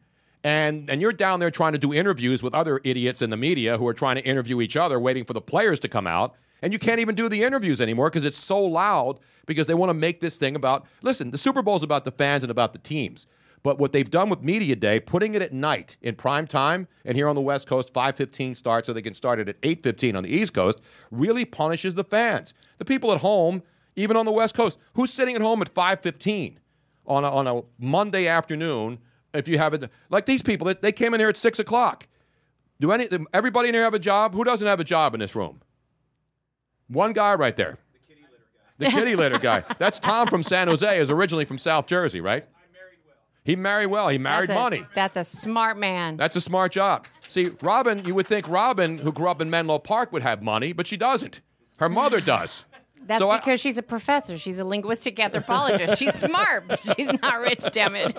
Speaker 4: and and you're down there trying to do interviews with other idiots in the media who are trying to interview each other waiting for the players to come out and you can't even do the interviews anymore because it's so loud because they want to make this thing about listen the super bowl's about the fans and about the teams but what they've done with media day putting it at night in prime time and here on the west coast 5.15 starts so they can start it at 8.15 on the east coast really punishes the fans the people at home even on the west coast who's sitting at home at 5.15 on a, on a monday afternoon if you have it like these people they- they came in here at 6 o'clock do any everybody in here have a job who doesn't have a job in this room one guy right there the kitty litter guy that's tom from san jose is originally from south jersey right he married well. He married
Speaker 6: that's a,
Speaker 4: money.
Speaker 6: That's a smart man.
Speaker 4: That's a smart job. See, Robin, you would think Robin, who grew up in Menlo Park, would have money, but she doesn't. Her mother does.
Speaker 6: That's
Speaker 4: So I-
Speaker 6: because she's a professor. She's a linguistic anthropologist. she's smart, but she's not rich. Damn it!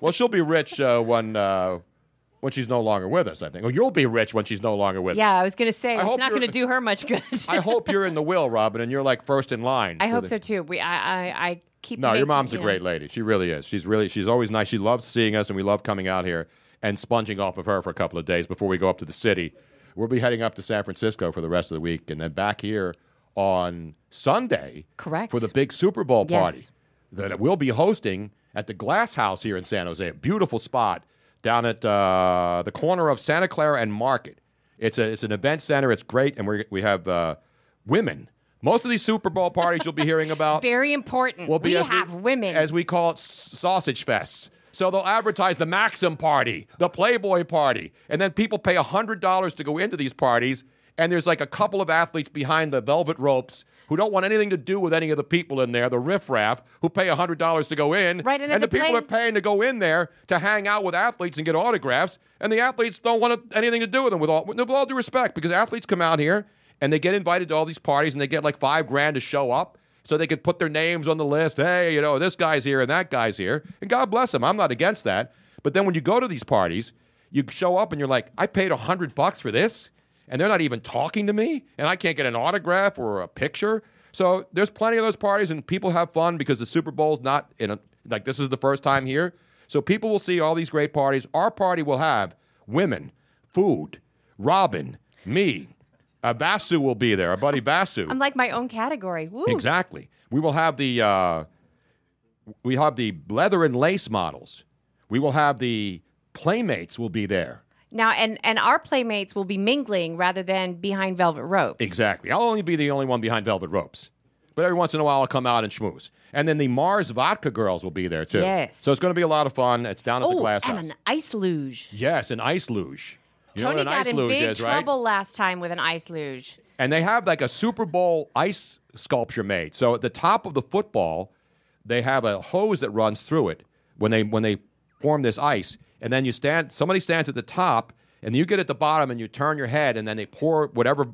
Speaker 4: Well, she'll be rich uh, when uh, when she's no longer with us. I think. Or you'll be rich when she's no longer with
Speaker 6: yeah, I
Speaker 4: us.
Speaker 6: was gonna say it's
Speaker 4: hope
Speaker 6: not
Speaker 4: you're-
Speaker 6: gonna do her much good.
Speaker 4: I hope you're in the will, Robin, and you're like first in line.
Speaker 6: I
Speaker 4: for
Speaker 6: hope
Speaker 4: the-
Speaker 6: so too. We, I, I, I keep.
Speaker 4: No, your
Speaker 6: making-
Speaker 4: mom's a
Speaker 6: you know.
Speaker 4: great lady. She really is. She's really she's always nice. She loves seeing us, and we love coming out here and sponging off of her for a couple of days before we go up to the city. We'll be heading up to San Francisco for the rest of the week, and then back here on Sunday.
Speaker 6: Correct.
Speaker 4: for the big Super Bowl
Speaker 6: Yes.
Speaker 4: party that we'll be hosting at the Glass House here in San Jose. A beautiful spot down at uh, the corner of Santa Clara and Market. It's a it's an event center. It's great, and we we have uh, women. Most of these Super Bowl parties you'll be hearing about
Speaker 6: Very important.
Speaker 4: will be
Speaker 6: we
Speaker 4: as
Speaker 6: have women.
Speaker 4: as we call it s- sausage fests. So they'll advertise the Maxim party, the Playboy party, and then people pay hundred dollars to go into these parties. And there's like a couple of athletes behind the velvet ropes who don't want anything to do with any of the people in there, the riffraff who pay hundred dollars to go in,
Speaker 6: Right, and at
Speaker 4: the
Speaker 6: the
Speaker 4: people
Speaker 6: play-
Speaker 4: are paying to go in there to hang out with athletes and get autographs, and the athletes don't want anything to do with them. With all, with all due respect, because athletes come out here and they get invited to all these parties and they get like five grand to show up so they could put their names on the list. Hey, you know, this guy's here and that guy's here, and God bless them. I'm not against that. But then when you go to these parties, you show up and you're like, I paid a hundred bucks for this, and they're not even talking to me, and I can't get an autograph or a picture. So there's plenty of those parties, and people have fun because the Super Bowl's not in a like this is the first time here. So people will see all these great parties. Our party will have women, food, Robin, me, Uh, Basu will be there. Our buddy Basu.
Speaker 6: I'm like my own category. Woo.
Speaker 4: Exactly. We will have the uh, we have the leather and lace models. We will have the playmates will be there.
Speaker 6: Now, and and our playmates will be mingling rather than behind velvet ropes.
Speaker 4: Exactly. I'll only be the only one behind velvet ropes. But every once in a while, I'll come out and schmooze. And then the Mars Vodka girls will be there too.
Speaker 6: Yes.
Speaker 4: So it's going to be a lot of fun. It's down at the
Speaker 6: Oh,
Speaker 4: glass
Speaker 6: and
Speaker 4: house.
Speaker 6: an ice luge.
Speaker 4: yes, an ice luge. You know
Speaker 6: Tony
Speaker 4: what an
Speaker 6: got
Speaker 4: ice
Speaker 6: in
Speaker 4: luge
Speaker 6: big
Speaker 4: is, right?
Speaker 6: trouble last time with an ice luge.
Speaker 4: And they have like a Super Bowl ice sculpture made. So at the top of the football, they have a hose that runs through it when they when they form this ice. And then you stand somebody stands at the top and you get at the bottom and you turn your head and then they pour whatever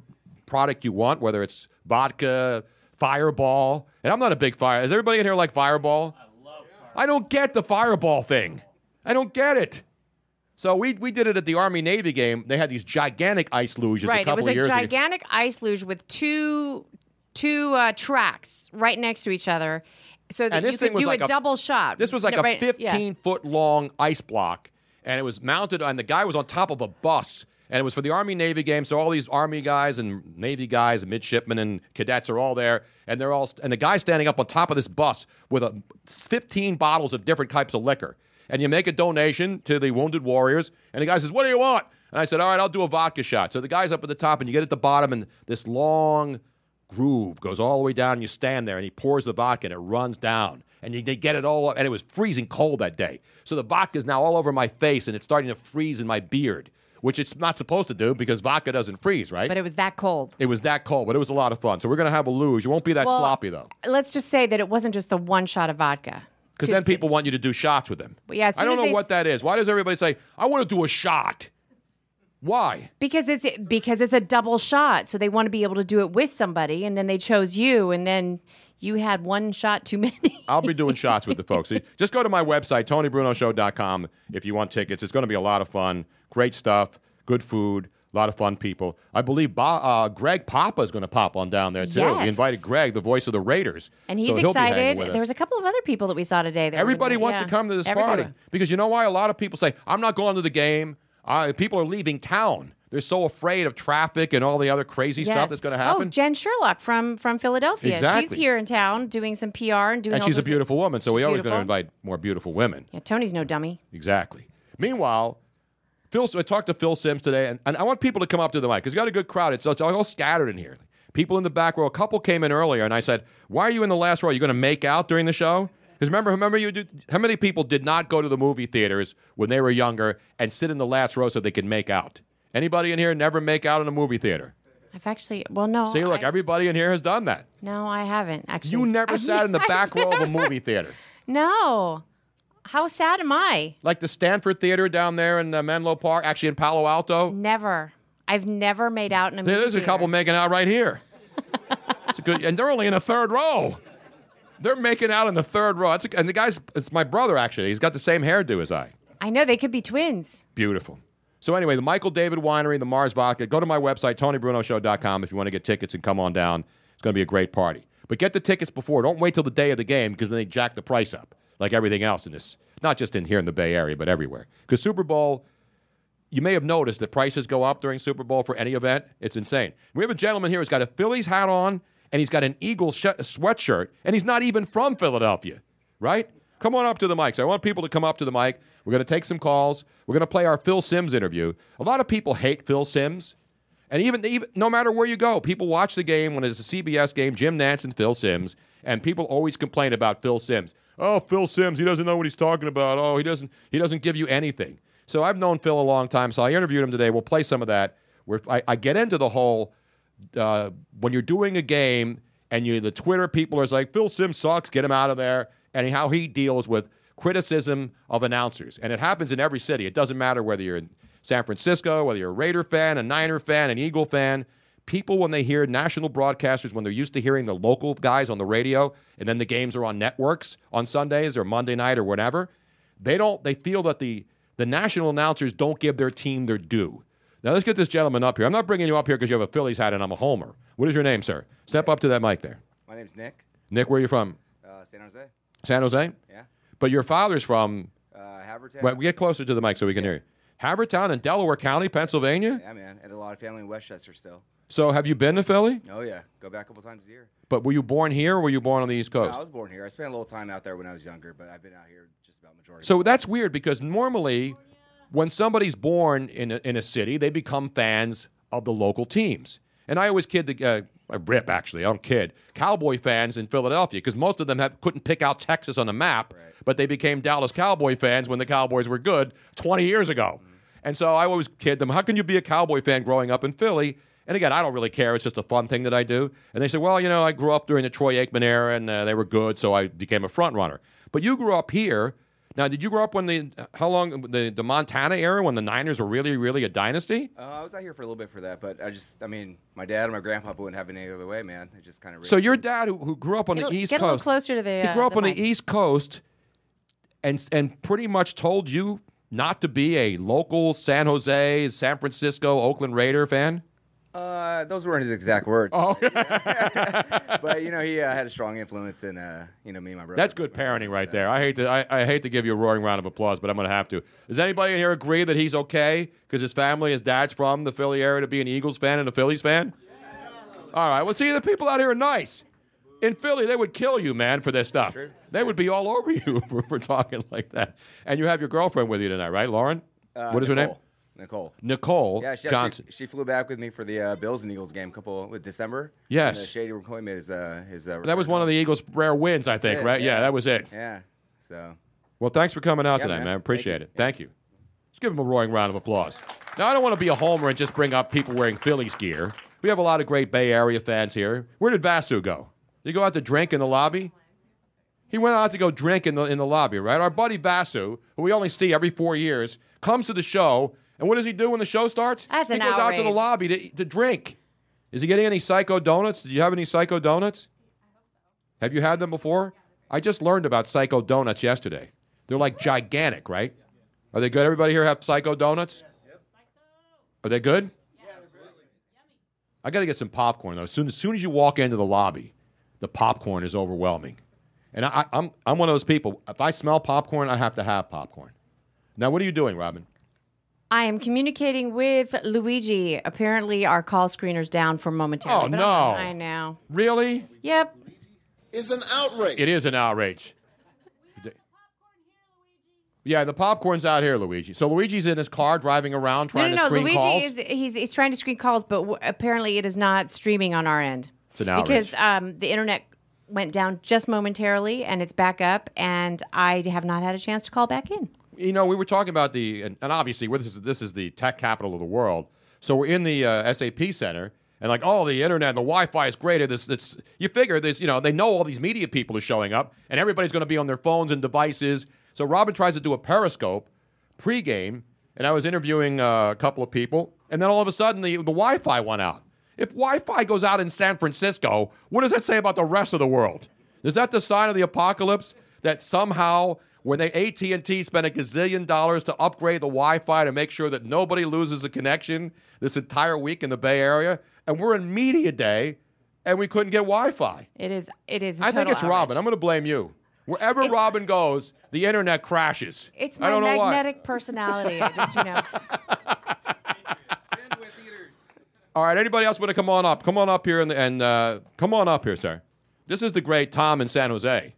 Speaker 4: product you want, whether it's vodka, fireball. And I'm not a big fire. Is everybody in here like fireball? I love I don't get the fireball thing. I don't get it. So we, we did it at the Army Navy game. They had these gigantic ice luges a
Speaker 6: right. It
Speaker 4: couple
Speaker 6: was a
Speaker 4: years ago.
Speaker 6: gigantic ice luge with two two uh, tracks right next to each other, so that
Speaker 4: And this
Speaker 6: you
Speaker 4: thing
Speaker 6: could
Speaker 4: was
Speaker 6: do
Speaker 4: like
Speaker 6: a,
Speaker 4: a-
Speaker 6: double shot.
Speaker 4: This was like
Speaker 6: No,
Speaker 4: a
Speaker 6: right- yeah.
Speaker 4: 15 foot long ice block, and it was mounted, and the guy was on top of a bus, and it was for the Army Navy game. So all these Army guys and Navy guys and midshipmen and cadets are all there, and they're all, st- and the guy standing up on top of this bus with a 15 bottles of different types of liquor, and you make a donation to the Wounded Warriors, and the guy says, "What do you want?" And I said, "All right, I'll do a vodka shot." So the guy's up at the top, and you get at the bottom, and this long groove goes all the way down. And you stand there, and he pours the vodka, and it runs down. And you, they get it all up, and it was freezing cold that day. So the vodka is now all over my face, and it's starting to freeze in my beard, which it's not supposed to do because vodka doesn't freeze, right?
Speaker 6: But it was that cold.
Speaker 4: it was that cold, but it was a lot of fun. So we're gonna have a luge. It won't be that
Speaker 6: Well,
Speaker 4: sloppy though,
Speaker 6: Let's just say that it wasn't just the one shot of vodka.
Speaker 4: because then people want you to do shots with them.
Speaker 6: Yeah, as
Speaker 4: I don't
Speaker 6: soon as
Speaker 4: know
Speaker 6: they
Speaker 4: what
Speaker 6: s-
Speaker 4: that is. Why does everybody say I want to do a shot? Why?
Speaker 6: Because it's because it's a double shot, so they want to be able to do it with somebody, and then they chose you, and then you had one shot too many.
Speaker 4: I'll be doing shots with the folks. Just go to my website, TonyBrunoShow.com, if you want tickets. It's going to be a lot of fun. Great stuff, good food, a lot of fun people. I believe ba- uh, Greg Papa is going to pop on down there, too. We
Speaker 6: Yes.
Speaker 4: invited Greg, the voice of the Raiders.
Speaker 6: And
Speaker 4: so
Speaker 6: he's
Speaker 4: he'll be hanging
Speaker 6: excited.
Speaker 4: with
Speaker 6: There
Speaker 4: us.
Speaker 6: was a couple of other people that we saw today. That were
Speaker 4: Everybody
Speaker 6: gonna-
Speaker 4: wants
Speaker 6: yeah.
Speaker 4: to come to this
Speaker 6: Everybody.
Speaker 4: party because you know why a lot of people say, "I'm not going to the game." Uh, people are leaving town. They're so afraid of traffic and all the other crazy
Speaker 6: Yes.
Speaker 4: stuff that's going to happen.
Speaker 6: Oh, Jen Sherlock from from Philadelphia. She's
Speaker 4: Exactly.
Speaker 6: here in town doing some PR and doing.
Speaker 4: and
Speaker 6: all
Speaker 4: she's a
Speaker 6: sorts of-
Speaker 4: beautiful woman, so we always going to
Speaker 6: beautiful.
Speaker 4: invite more beautiful women.
Speaker 6: Yeah, Tony's no dummy.
Speaker 4: Exactly. Meanwhile, Phil, I talked to Phil Sims today, and, and I want people to come up to the mic because got a good crowd. It's, it's all scattered in here. People in the back row. A couple came in earlier, and I said, "Why are you in the last row? Are you going to make out during the show?" Because remember, remember you do, how many people did not go to the movie theaters when they were younger and sit in the last row so they could make out? Anybody in here never make out in a movie theater?
Speaker 6: I've actually. Well, no.
Speaker 4: See, look,
Speaker 6: Oh, I,
Speaker 4: everybody in here has done that.
Speaker 6: no, I haven't actually.
Speaker 4: You never
Speaker 6: I've
Speaker 4: sat in the
Speaker 6: never-
Speaker 4: back row of a movie theater.
Speaker 6: No. How sad am I?
Speaker 4: Like the Stanford Theater down there in uh, Menlo Park, actually in Palo Alto.
Speaker 6: Never. I've never made out in a movie.
Speaker 4: There's a
Speaker 6: theater.
Speaker 4: couple making out right here. It's a good, and they're only in the third row. They're making out in the third row. That's a, and the guy's, it's my brother actually. He's got the same hairdo as I.
Speaker 6: I know they could be twins.
Speaker 4: Beautiful. So anyway, the Michael David Winery, the Mars Vodka. Go to my website, TonyBrunoShow.com, if you want to get tickets and come on down. It's going to be a great party. But get the tickets before. Don't wait till the day of the game because then they jack the price up, like everything else in this. Not just in here in the Bay Area, but everywhere. Because Super Bowl, you may have noticed that prices go up during Super Bowl for any event. It's insane. We have a gentleman here who's got a Phillies hat on and he's got an Eagles sh- sweatshirt, and he's not even from Philadelphia, right? Come on up to the mic. So I want people to come up to the mic. We're going to take some calls. We're going to play our Phil Sims interview. A lot of people hate Phil Sims. And even, even no matter where you go, people watch the game when it's a CBS game, Jim Nance and Phil Sims, and people always complain about Phil Sims. Oh, Phil Sims, he doesn't know what he's talking about. Oh, he doesn't he doesn't give you anything. So I've known Phil a long time, so I interviewed him today. We'll play some of that. Where I, I get into the whole uh, when you're doing a game and you the Twitter people are like Phil Sims sucks, get him out of there, and how he deals with criticism of announcers, and it happens in every city. It doesn't matter whether you're in San Francisco, whether you're a Raider fan, a Niner fan, an Eagle fan. People, when they hear national broadcasters, when they're used to hearing the local guys on the radio, and then the games are on networks on Sundays or Monday night or whatever, they don't. They feel that the the national announcers don't give their team their due. Now let's get this gentleman up here. I'm not bringing you up here because you have a Phillies hat and I'm a homer. What is your name, sir? Step up to that mic there.
Speaker 10: My name's Nick,
Speaker 4: Nick, where are you from?
Speaker 10: uh, San Jose.
Speaker 4: San Jose.
Speaker 10: Yeah.
Speaker 4: But your father's from.
Speaker 10: Uh, Havertown.
Speaker 4: Well, get closer to the mic so we can hear you. Havertown in Delaware County, Pennsylvania.
Speaker 10: yeah, man. And a lot of family in Westchester still.
Speaker 4: So have you been to Philly?
Speaker 10: Oh yeah, go back a couple times a year.
Speaker 4: But were you born here or were you born on the East Coast?
Speaker 10: I was born here. I spent a little time out there when I was younger, but I've been out here just about majority.
Speaker 4: So that's weird because normally, when somebody's born in a, in a city, they become fans of the local teams. And I always kid the uh, I rip actually. I don't kid Cowboy fans in Philadelphia because most of them have, couldn't pick out Texas on the map, but they became Dallas Cowboy fans when the Cowboys were good 20 years ago. And so I always kid them, how can you be a Cowboy fan growing up in Philly? And again, I don't really care. It's just a fun thing that I do. And they say, well, you know, I grew up during the Troy Aikman era and uh, they were good, so I became a front runner. But you grew up here. Now, did you grow up when the, how long, the, the Montana era when the Niners were really, really a dynasty?
Speaker 10: Uh, I was out here for a little bit for that, but I just, I mean, my dad and my grandpa wouldn't have it any other way, man. It just kind of.
Speaker 4: So your dad, who, who grew up on
Speaker 6: Get
Speaker 4: the
Speaker 6: a-
Speaker 4: East
Speaker 6: get a little
Speaker 4: Coast,
Speaker 6: closer to the,
Speaker 4: he
Speaker 6: uh,
Speaker 4: grew up
Speaker 6: the
Speaker 4: on
Speaker 6: mic.
Speaker 4: the E- East Coast, and and pretty much told you not to be a local San Jose, San Francisco, Oakland Raider fan.
Speaker 10: Uh, those weren't his exact words. Oh. but you know, he uh, had a strong influence in, uh, you know, me and my brother.
Speaker 4: That's good parenting right there. I hate to I, I hate to give you a roaring round of applause, but I'm going to have to. Does anybody in here agree that he's okay because his family, his dad's from the Philly area, to be an Eagles fan and a Phillies fan? All right. Well, see, the people out here are nice. In Philly, they would kill you, man, for this stuff. They would be all over you for, for talking like that. And you have your girlfriend with you tonight, right, Lauren?
Speaker 10: Uh,
Speaker 4: what is her name?
Speaker 10: Nicole. Nicole.
Speaker 4: Nicole
Speaker 10: Yeah, she,
Speaker 4: Johnson.
Speaker 10: actually, she flew back with me for the uh, Bills and Eagles game, couple with December.
Speaker 4: Yes.
Speaker 10: And, uh, Shady McCoy made his uh, his. Uh,
Speaker 4: That was one of the Eagles' rare wins, I think,
Speaker 10: it,
Speaker 4: right? Yeah.
Speaker 10: yeah.
Speaker 4: that was it.
Speaker 10: Yeah. So.
Speaker 4: Well, thanks for coming out
Speaker 10: Yeah,
Speaker 4: tonight, man.
Speaker 10: man. Thank
Speaker 4: Appreciate
Speaker 10: you.
Speaker 4: it. Thank you. Let's give him a roaring round of applause. Now, I don't want to be a homer and just bring up people wearing Phillies gear. We have a lot of great Bay Area fans here. Where did Vasu go? Did he go out to drink in the lobby? He went out to go drink in the, in the lobby, right? Our buddy Vasu, who we only see every four years, comes to the show, and what does he do when the show starts?
Speaker 6: That's
Speaker 4: he
Speaker 6: an
Speaker 4: goes out to the
Speaker 6: outrage.
Speaker 4: lobby to, to drink. Is he getting any psycho donuts? Did you have any psycho donuts? Have you had them before? I just learned about Psycho Donuts yesterday. They're like gigantic, right? Are they good? Everybody here have Psycho Donuts? Are they good? I got to get some popcorn though. As soon, as soon as you walk into the lobby, the popcorn is overwhelming. And I, I, I'm, I'm one of those people. If I smell popcorn, I have to have popcorn. Now, what are you doing, Robin?
Speaker 6: I am communicating with Luigi. Apparently, our call screener's down for momentarily.
Speaker 4: Oh,
Speaker 6: but I'm-
Speaker 4: no.
Speaker 6: I know.
Speaker 4: Really?
Speaker 6: Yep.
Speaker 11: is an outrage.
Speaker 4: It is an outrage. Yeah, the popcorn's out here, Luigi. So Luigi's in his car driving around
Speaker 6: No,
Speaker 4: trying
Speaker 6: no,
Speaker 4: to
Speaker 6: no.
Speaker 4: screen
Speaker 6: Luigi
Speaker 4: calls.
Speaker 6: is he's, he's trying to screen calls, but w- apparently it is not streaming on our end.
Speaker 4: It's an outrage.
Speaker 6: Because um, the internet went down just momentarily and it's back up, and I have not had a chance to call back in.
Speaker 4: you know, we were talking about the, and, and obviously, we're, this is this is the tech capital of the world. So we're in the uh, SAP center, and like, oh, the internet, the Wi-Fi is great. This, this, you figure this, you know, they know all these media people are showing up, and everybody's going to be on their phones and devices. So Robin tries to do a Periscope pregame, and I was interviewing uh, a couple of people, and then all of a sudden the, the Wi-Fi went out. If Wi-Fi goes out in San Francisco, what does that say about the rest of the world? Is that the sign of the apocalypse that somehow when they AT&T spent a gazillion dollars to upgrade the Wi-Fi to make sure that nobody loses a connection this entire week in the Bay Area and we're in media day and we couldn't get Wi-Fi.
Speaker 6: It is. It is. a
Speaker 4: I think
Speaker 6: total
Speaker 4: it's Robin.
Speaker 6: outrage.
Speaker 4: I'm going to blame you. Wherever
Speaker 6: It's-
Speaker 4: Robin goes, the internet crashes.
Speaker 6: It's
Speaker 4: I
Speaker 6: my
Speaker 4: don't know why.
Speaker 6: magnetic personality. I just, you know,
Speaker 4: All right, anybody else want to come on up? Come on up here and, and uh, come on up here, sir. This is the great Tom in San Jose.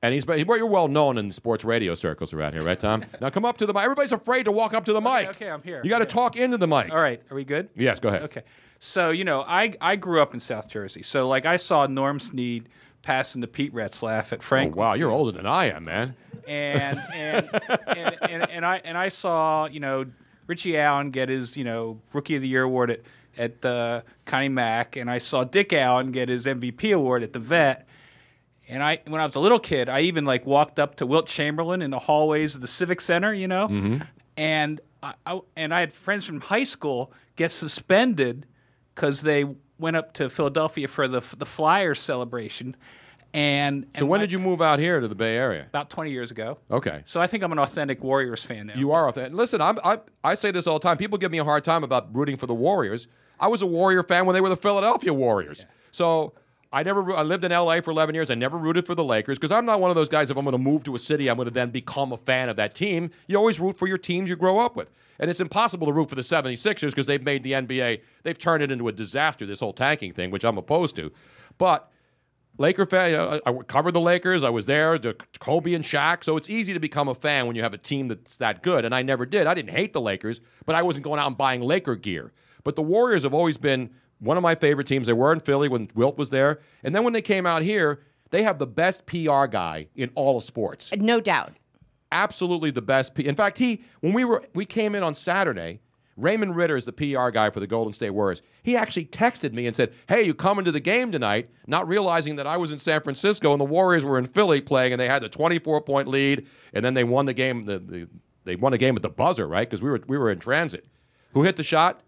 Speaker 4: And he's he- you're well known in sports radio circles around here, right, Tom? now come up to the mic. Everybody's afraid to walk up to the mic.
Speaker 12: okay, I'm here.
Speaker 4: You got to
Speaker 12: Okay.
Speaker 4: talk into the mic.
Speaker 12: All right, are we good?
Speaker 4: Yes, go ahead.
Speaker 12: Okay. So, you know, I, I grew up in South Jersey. So, like, I saw Norm Sneed passing the Pete Retzlaff at
Speaker 4: Oh,
Speaker 12: Frank.
Speaker 4: wow, you're older than I am, man.
Speaker 12: and and, and and and I and I saw you know Richie Allen get his you know Rookie of the Year award at at uh, Connie Mack, and I saw Dick Allen get his MVP award at the Vet. And I when I was a little kid, I even like walked up to Wilt Chamberlain in the hallways of the Civic Center, you know, and I, I and I had friends from high school get suspended because they went up to Philadelphia for the the Flyers celebration. And,
Speaker 4: So when did you move out here to the Bay Area?
Speaker 12: about 20 years ago.
Speaker 4: Okay.
Speaker 12: So I think I'm an authentic Warriors fan now.
Speaker 4: You are. authentic. Listen, I'm, I I say this all the time. People give me a hard time about rooting for the Warriors. I was a Warrior fan when they were the Philadelphia Warriors. So I never. ru- I lived in L.A. for 11 years. I never rooted for the Lakers because I'm not one of those guys. If I'm going to move to a city, I'm going to then become a fan of that team. You always root for your teams you grow up with, and it's impossible to root for the 76ers because they've made the NBA. They've turned it into a disaster. This whole tanking thing, which I'm opposed to, but. Laker fan. I, I covered the Lakers. I was there. The Kobe and Shaq. So it's easy to become a fan when you have a team that's that good. And I never did. I didn't hate the Lakers, but I wasn't going out and buying Laker gear. But the Warriors have always been one of my favorite teams. They were in Philly when Wilt was there, and then when they came out here, they have the best PR guy in all of sports.
Speaker 6: No doubt.
Speaker 4: Absolutely the best. P- in fact, he when we were we came in on Saturday. Raymond Ritter is the PR guy for the Golden State Warriors. He actually texted me and said, Hey, you coming to the game tonight? Not realizing that I was in San Francisco and the Warriors were in Philly playing and they had the 24 point lead and then they won the game. The, the, they won the game at the buzzer, right? Because we were, we were in transit. Who hit the shot?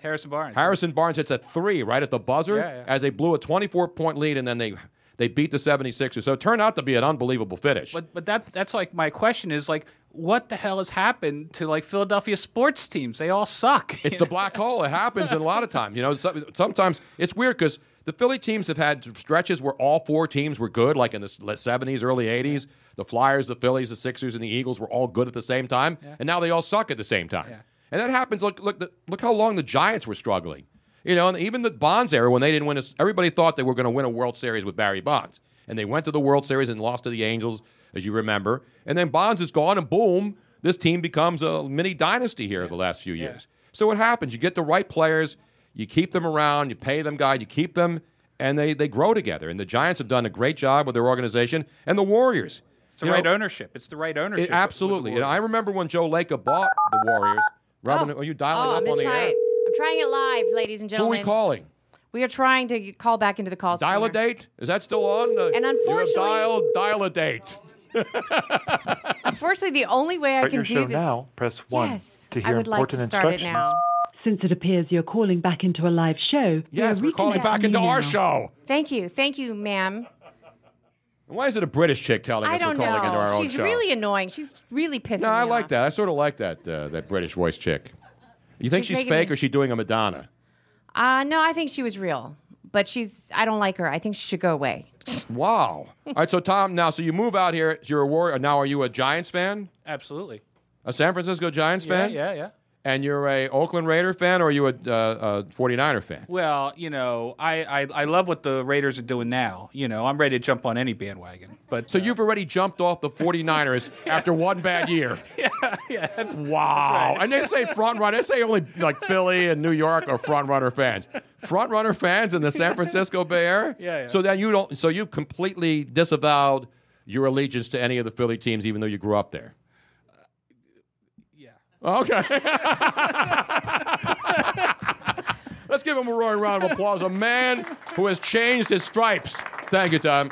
Speaker 12: Harrison Barnes.
Speaker 4: Harrison Barnes hits a three right at the buzzer
Speaker 12: Yeah, yeah.
Speaker 4: as they blew a 24 point lead and then they, they beat the 76ers. So it turned out to be an unbelievable finish.
Speaker 12: But but that that's like my question is like what the hell has happened to like Philadelphia sports teams? They all suck.
Speaker 4: It's the black hole. Oh, It happens in a lot of times. You know, so- sometimes it's weird because the Philly teams have had stretches where all four teams were good, like in the seventies, early eighties. The Flyers, the Phillies, the Sixers, and the Eagles were all good at the same time, and now they all suck at the same time. And that happens. Look, look, the, look how long the Giants were struggling. You know, and even the Bonds era when they didn't win, a, everybody thought they were going to win a World Series with Barry Bonds, and they went to the World Series and lost to the Angels, as you remember. And then Bonds is gone, and boom, this team becomes a mini dynasty here the last few years. So what happens? You get the right players, you keep them around, you pay them, guy, you keep them, and they they grow together. And the Giants have done a great job with their organization, and the Warriors.
Speaker 12: It's the
Speaker 4: You know,
Speaker 12: right ownership. It's the right ownership.
Speaker 4: it- absolutely. And I remember when Joe Lacob bought the Warriors. Robin, are you dialing
Speaker 6: oh,
Speaker 4: up
Speaker 6: I'm
Speaker 4: on the air?
Speaker 6: trying. I'm trying it live, ladies and
Speaker 4: Who are
Speaker 6: gentlemen.
Speaker 4: we calling?
Speaker 6: We are trying to call back into the calls.
Speaker 4: Dial a date? Is that still on? Uh,
Speaker 6: And unfortunately-
Speaker 4: you have dialed dial a date.
Speaker 6: Unfortunately, the only way I can do this.
Speaker 13: press
Speaker 6: one. Yes, To I hear would like to important start it instructions- now.
Speaker 13: Since it appears you're calling back into a live show,
Speaker 4: Yes, we're calling back into our show.
Speaker 6: Thank you, thank you, ma'am.
Speaker 4: Why is it a British chick telling
Speaker 6: I
Speaker 4: us we're
Speaker 6: don't
Speaker 4: calling into our
Speaker 6: know.
Speaker 4: own
Speaker 6: She's
Speaker 4: show?
Speaker 6: really annoying. She's really pissing
Speaker 4: no, I
Speaker 6: me
Speaker 4: like
Speaker 6: off.
Speaker 4: that. I sort of like that uh, that British voice chick. You think
Speaker 6: She's
Speaker 4: she's,
Speaker 6: making
Speaker 4: fake
Speaker 6: me-
Speaker 4: or is she doing a Madonna?
Speaker 6: Uh, no, I think she was real, but she's. I don't like her. I think she should go away.
Speaker 4: Wow. All right, so Tom, now so you move out here. You're a warrior. Now, are you a Giants fan?
Speaker 12: Absolutely.
Speaker 4: A San Francisco Giants
Speaker 12: Yeah,
Speaker 4: fan?
Speaker 12: yeah, yeah.
Speaker 4: And you're a Oakland Raider fan, or are you a, uh, a 49er fan?
Speaker 12: Well, you know, I, I I love what the Raiders are doing now. You know, I'm ready to jump on any bandwagon. But uh,
Speaker 4: so you've already jumped off the 49ers after one bad year. yeah, yeah. Wow. And they say front runner. They say only like Philly and New York are front runner fans. Front runner fans in the San Francisco Bay Area.
Speaker 12: Yeah, yeah.
Speaker 4: So then you don't. So you completely disavowed your allegiance to any of the Philly teams, even though you grew up there.
Speaker 12: Uh,
Speaker 4: Yeah. Okay. Let's give him a roaring round of applause. A man who has changed his stripes. Thank you, Tom.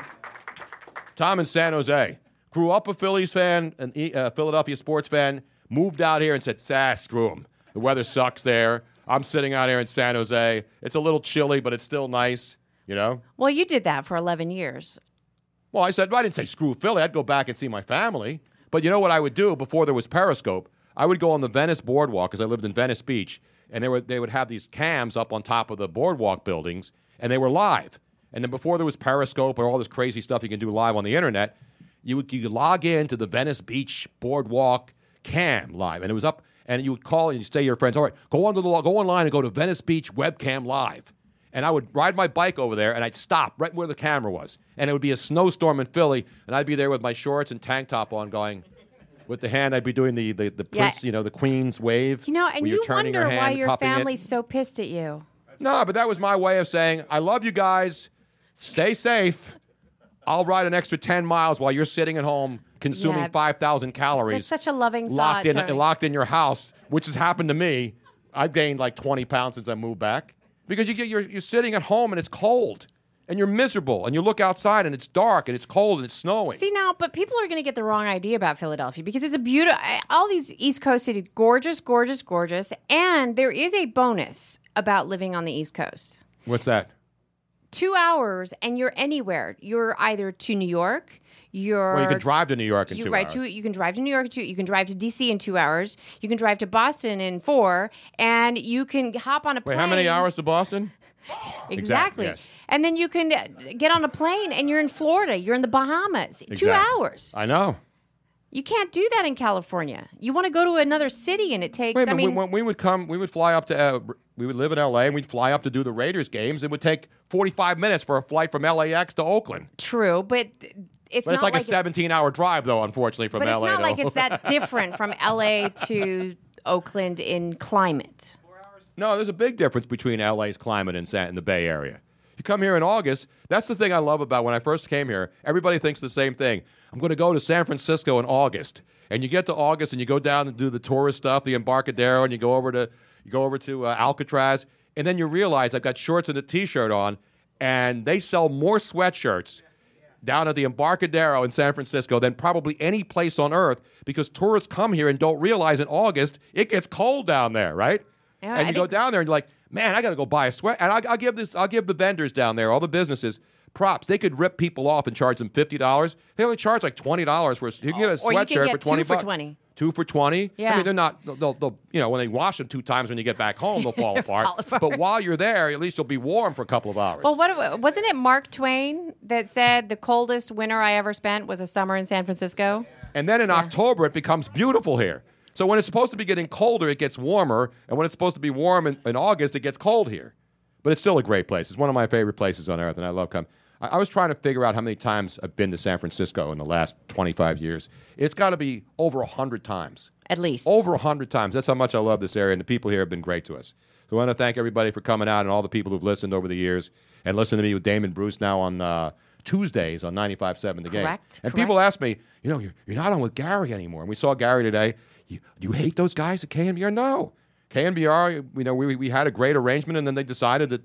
Speaker 4: Tom in San Jose grew up a Phillies fan, an E- uh, Philadelphia sports fan, moved out here and said, "Sass, screw 'em. The weather sucks there. I'm sitting out here in San Jose. It's a little chilly, but it's still nice." You know.
Speaker 6: Well, you did that for 11 years.
Speaker 4: Well, I said, well, I didn't say screw Philly. I'd go back and see my family. But you know what I would do before there was Periscope? I would go on the Venice Boardwalk because I lived in Venice Beach, and they, were, they would have these cams up on top of the boardwalk buildings, and they were live. And then before there was Periscope or all this crazy stuff you can do live on the internet, you would you could log in to the Venice Beach Boardwalk cam live, and it was up. And you would call and you say to your friends, "All right, go onto the go online and go to Venice Beach webcam live." And I would ride my bike over there, and I'd stop right where the camera was, and it would be a snowstorm in Philly, and I'd be there with my shorts and tank top on, going with the hand. I'd be doing the the, the
Speaker 6: Yeah.
Speaker 4: prince, you know, the Queen's wave.
Speaker 6: You know, and
Speaker 4: where
Speaker 6: you
Speaker 4: you're turning
Speaker 6: wonder
Speaker 4: her
Speaker 6: why
Speaker 4: hand,
Speaker 6: your
Speaker 4: cupping it.
Speaker 6: family's so pissed at you.
Speaker 4: No, but that was my way of saying, I love you guys. Stay safe. I'll ride an extra 10 miles while you're sitting at home consuming
Speaker 6: Yeah.
Speaker 4: 5,000 calories.
Speaker 6: That's such a loving
Speaker 4: locked
Speaker 6: thought.
Speaker 4: in
Speaker 6: Tony.
Speaker 4: locked in your house, which has happened to me. I've gained like 20 pounds since I moved back because you get you're, you're sitting at home and it's cold and you're miserable and you look outside and it's dark and it's cold and it's snowing.
Speaker 6: See now, but people are going to get the wrong idea about Philadelphia because it's a beautiful. All these East Coast cities, gorgeous, gorgeous, gorgeous, and there is a bonus about living on the East Coast.
Speaker 4: What's that?
Speaker 6: Two hours, and you're anywhere. You're either to New York. You're
Speaker 4: Well, you can drive to New York in
Speaker 6: you
Speaker 4: two
Speaker 6: right,
Speaker 4: hours.
Speaker 6: two- you can drive to New York. in Two, you can drive to DC in two hours. You can drive to Boston in four, and you can hop on a
Speaker 4: Wait,
Speaker 6: plane.
Speaker 4: how many hours to Boston?
Speaker 6: Exactly.
Speaker 4: yes.
Speaker 6: And then you can uh, get on a plane and you're in Florida, you're in the Bahamas, two
Speaker 4: Exactly.
Speaker 6: hours.
Speaker 4: I know.
Speaker 6: You can't do that in California. You want to go to another city and it takes,
Speaker 4: Wait,
Speaker 6: I
Speaker 4: but
Speaker 6: mean,
Speaker 4: we, when we would come, we would fly up to, uh, we would live in LA and we'd fly up to do the Raiders games. It would take 45 minutes for a flight from LAX to Oakland.
Speaker 6: true, but th- it's
Speaker 4: but
Speaker 6: not
Speaker 4: it's like, a 17 hour drive, though, unfortunately, from
Speaker 6: But
Speaker 4: LA.
Speaker 6: it's not
Speaker 4: to
Speaker 6: like it's
Speaker 4: Oakland.
Speaker 6: that different from LA to Oakland in climate.
Speaker 4: No, there's a big difference between LA's climate and, San- and the Bay Area. You come here in August, that's the thing I love about when I first came here. Everybody thinks the same thing. I'm going to go to San Francisco in August. And you get to August and you go down and do the tourist stuff, the Embarcadero, and you go over to you go over to uh, Alcatraz, and then you realize I've got shorts and a t-shirt on, and they sell more sweatshirts down at the Embarcadero in San Francisco than probably any place on earth because tourists come here and don't realize in August it gets cold down there, right?
Speaker 6: Yeah,
Speaker 4: and
Speaker 6: I
Speaker 4: you go
Speaker 6: think-
Speaker 4: down there and you're like, man, I got to go buy a sweat. And I, I'll give this, I'll give the vendors down there, all the businesses, props. They could rip people off and charge them fifty dollars. They only charge like twenty dollars for a. You can get a
Speaker 6: Or you
Speaker 4: sweatshirt
Speaker 6: can get
Speaker 4: for twenty
Speaker 6: two for
Speaker 4: bucks.
Speaker 6: 20.
Speaker 4: Two for twenty. I
Speaker 6: Yeah.
Speaker 4: mean, they're not. They'll, they'll, they'll- you know, when they wash them two times when you get back home, they'll fall apart.
Speaker 6: Fall apart.
Speaker 4: But while you're there, at least you'll be warm for a couple of hours.
Speaker 6: Well, what wasn't it Mark Twain that said the coldest winter I ever spent was a summer in San Francisco?
Speaker 4: And then in October, it becomes beautiful here. So when it's supposed to be getting colder, it gets warmer. And when it's supposed to be warm in, in August, it gets cold here. But it's still a great place. It's one of my favorite places on earth, and I love coming. I, I was trying to figure out how many times I've been to San Francisco in the last 25 years. It's got to be over 100 times.
Speaker 6: At least.
Speaker 4: Over 100 times. That's how much I love this area, and the people here have been great to us. So I want to thank everybody for coming out and all the people who've listened over the years and listen to me with Damon Bruce now on uh, Tuesdays on 95.7 The Game.
Speaker 14: Correct,
Speaker 4: And people ask me, you know, you're, you're not on with Gary anymore. And we saw Gary today. You, do you hate those guys at KNBR? No. KNBR, you know, we, we had a great arrangement, and then they decided that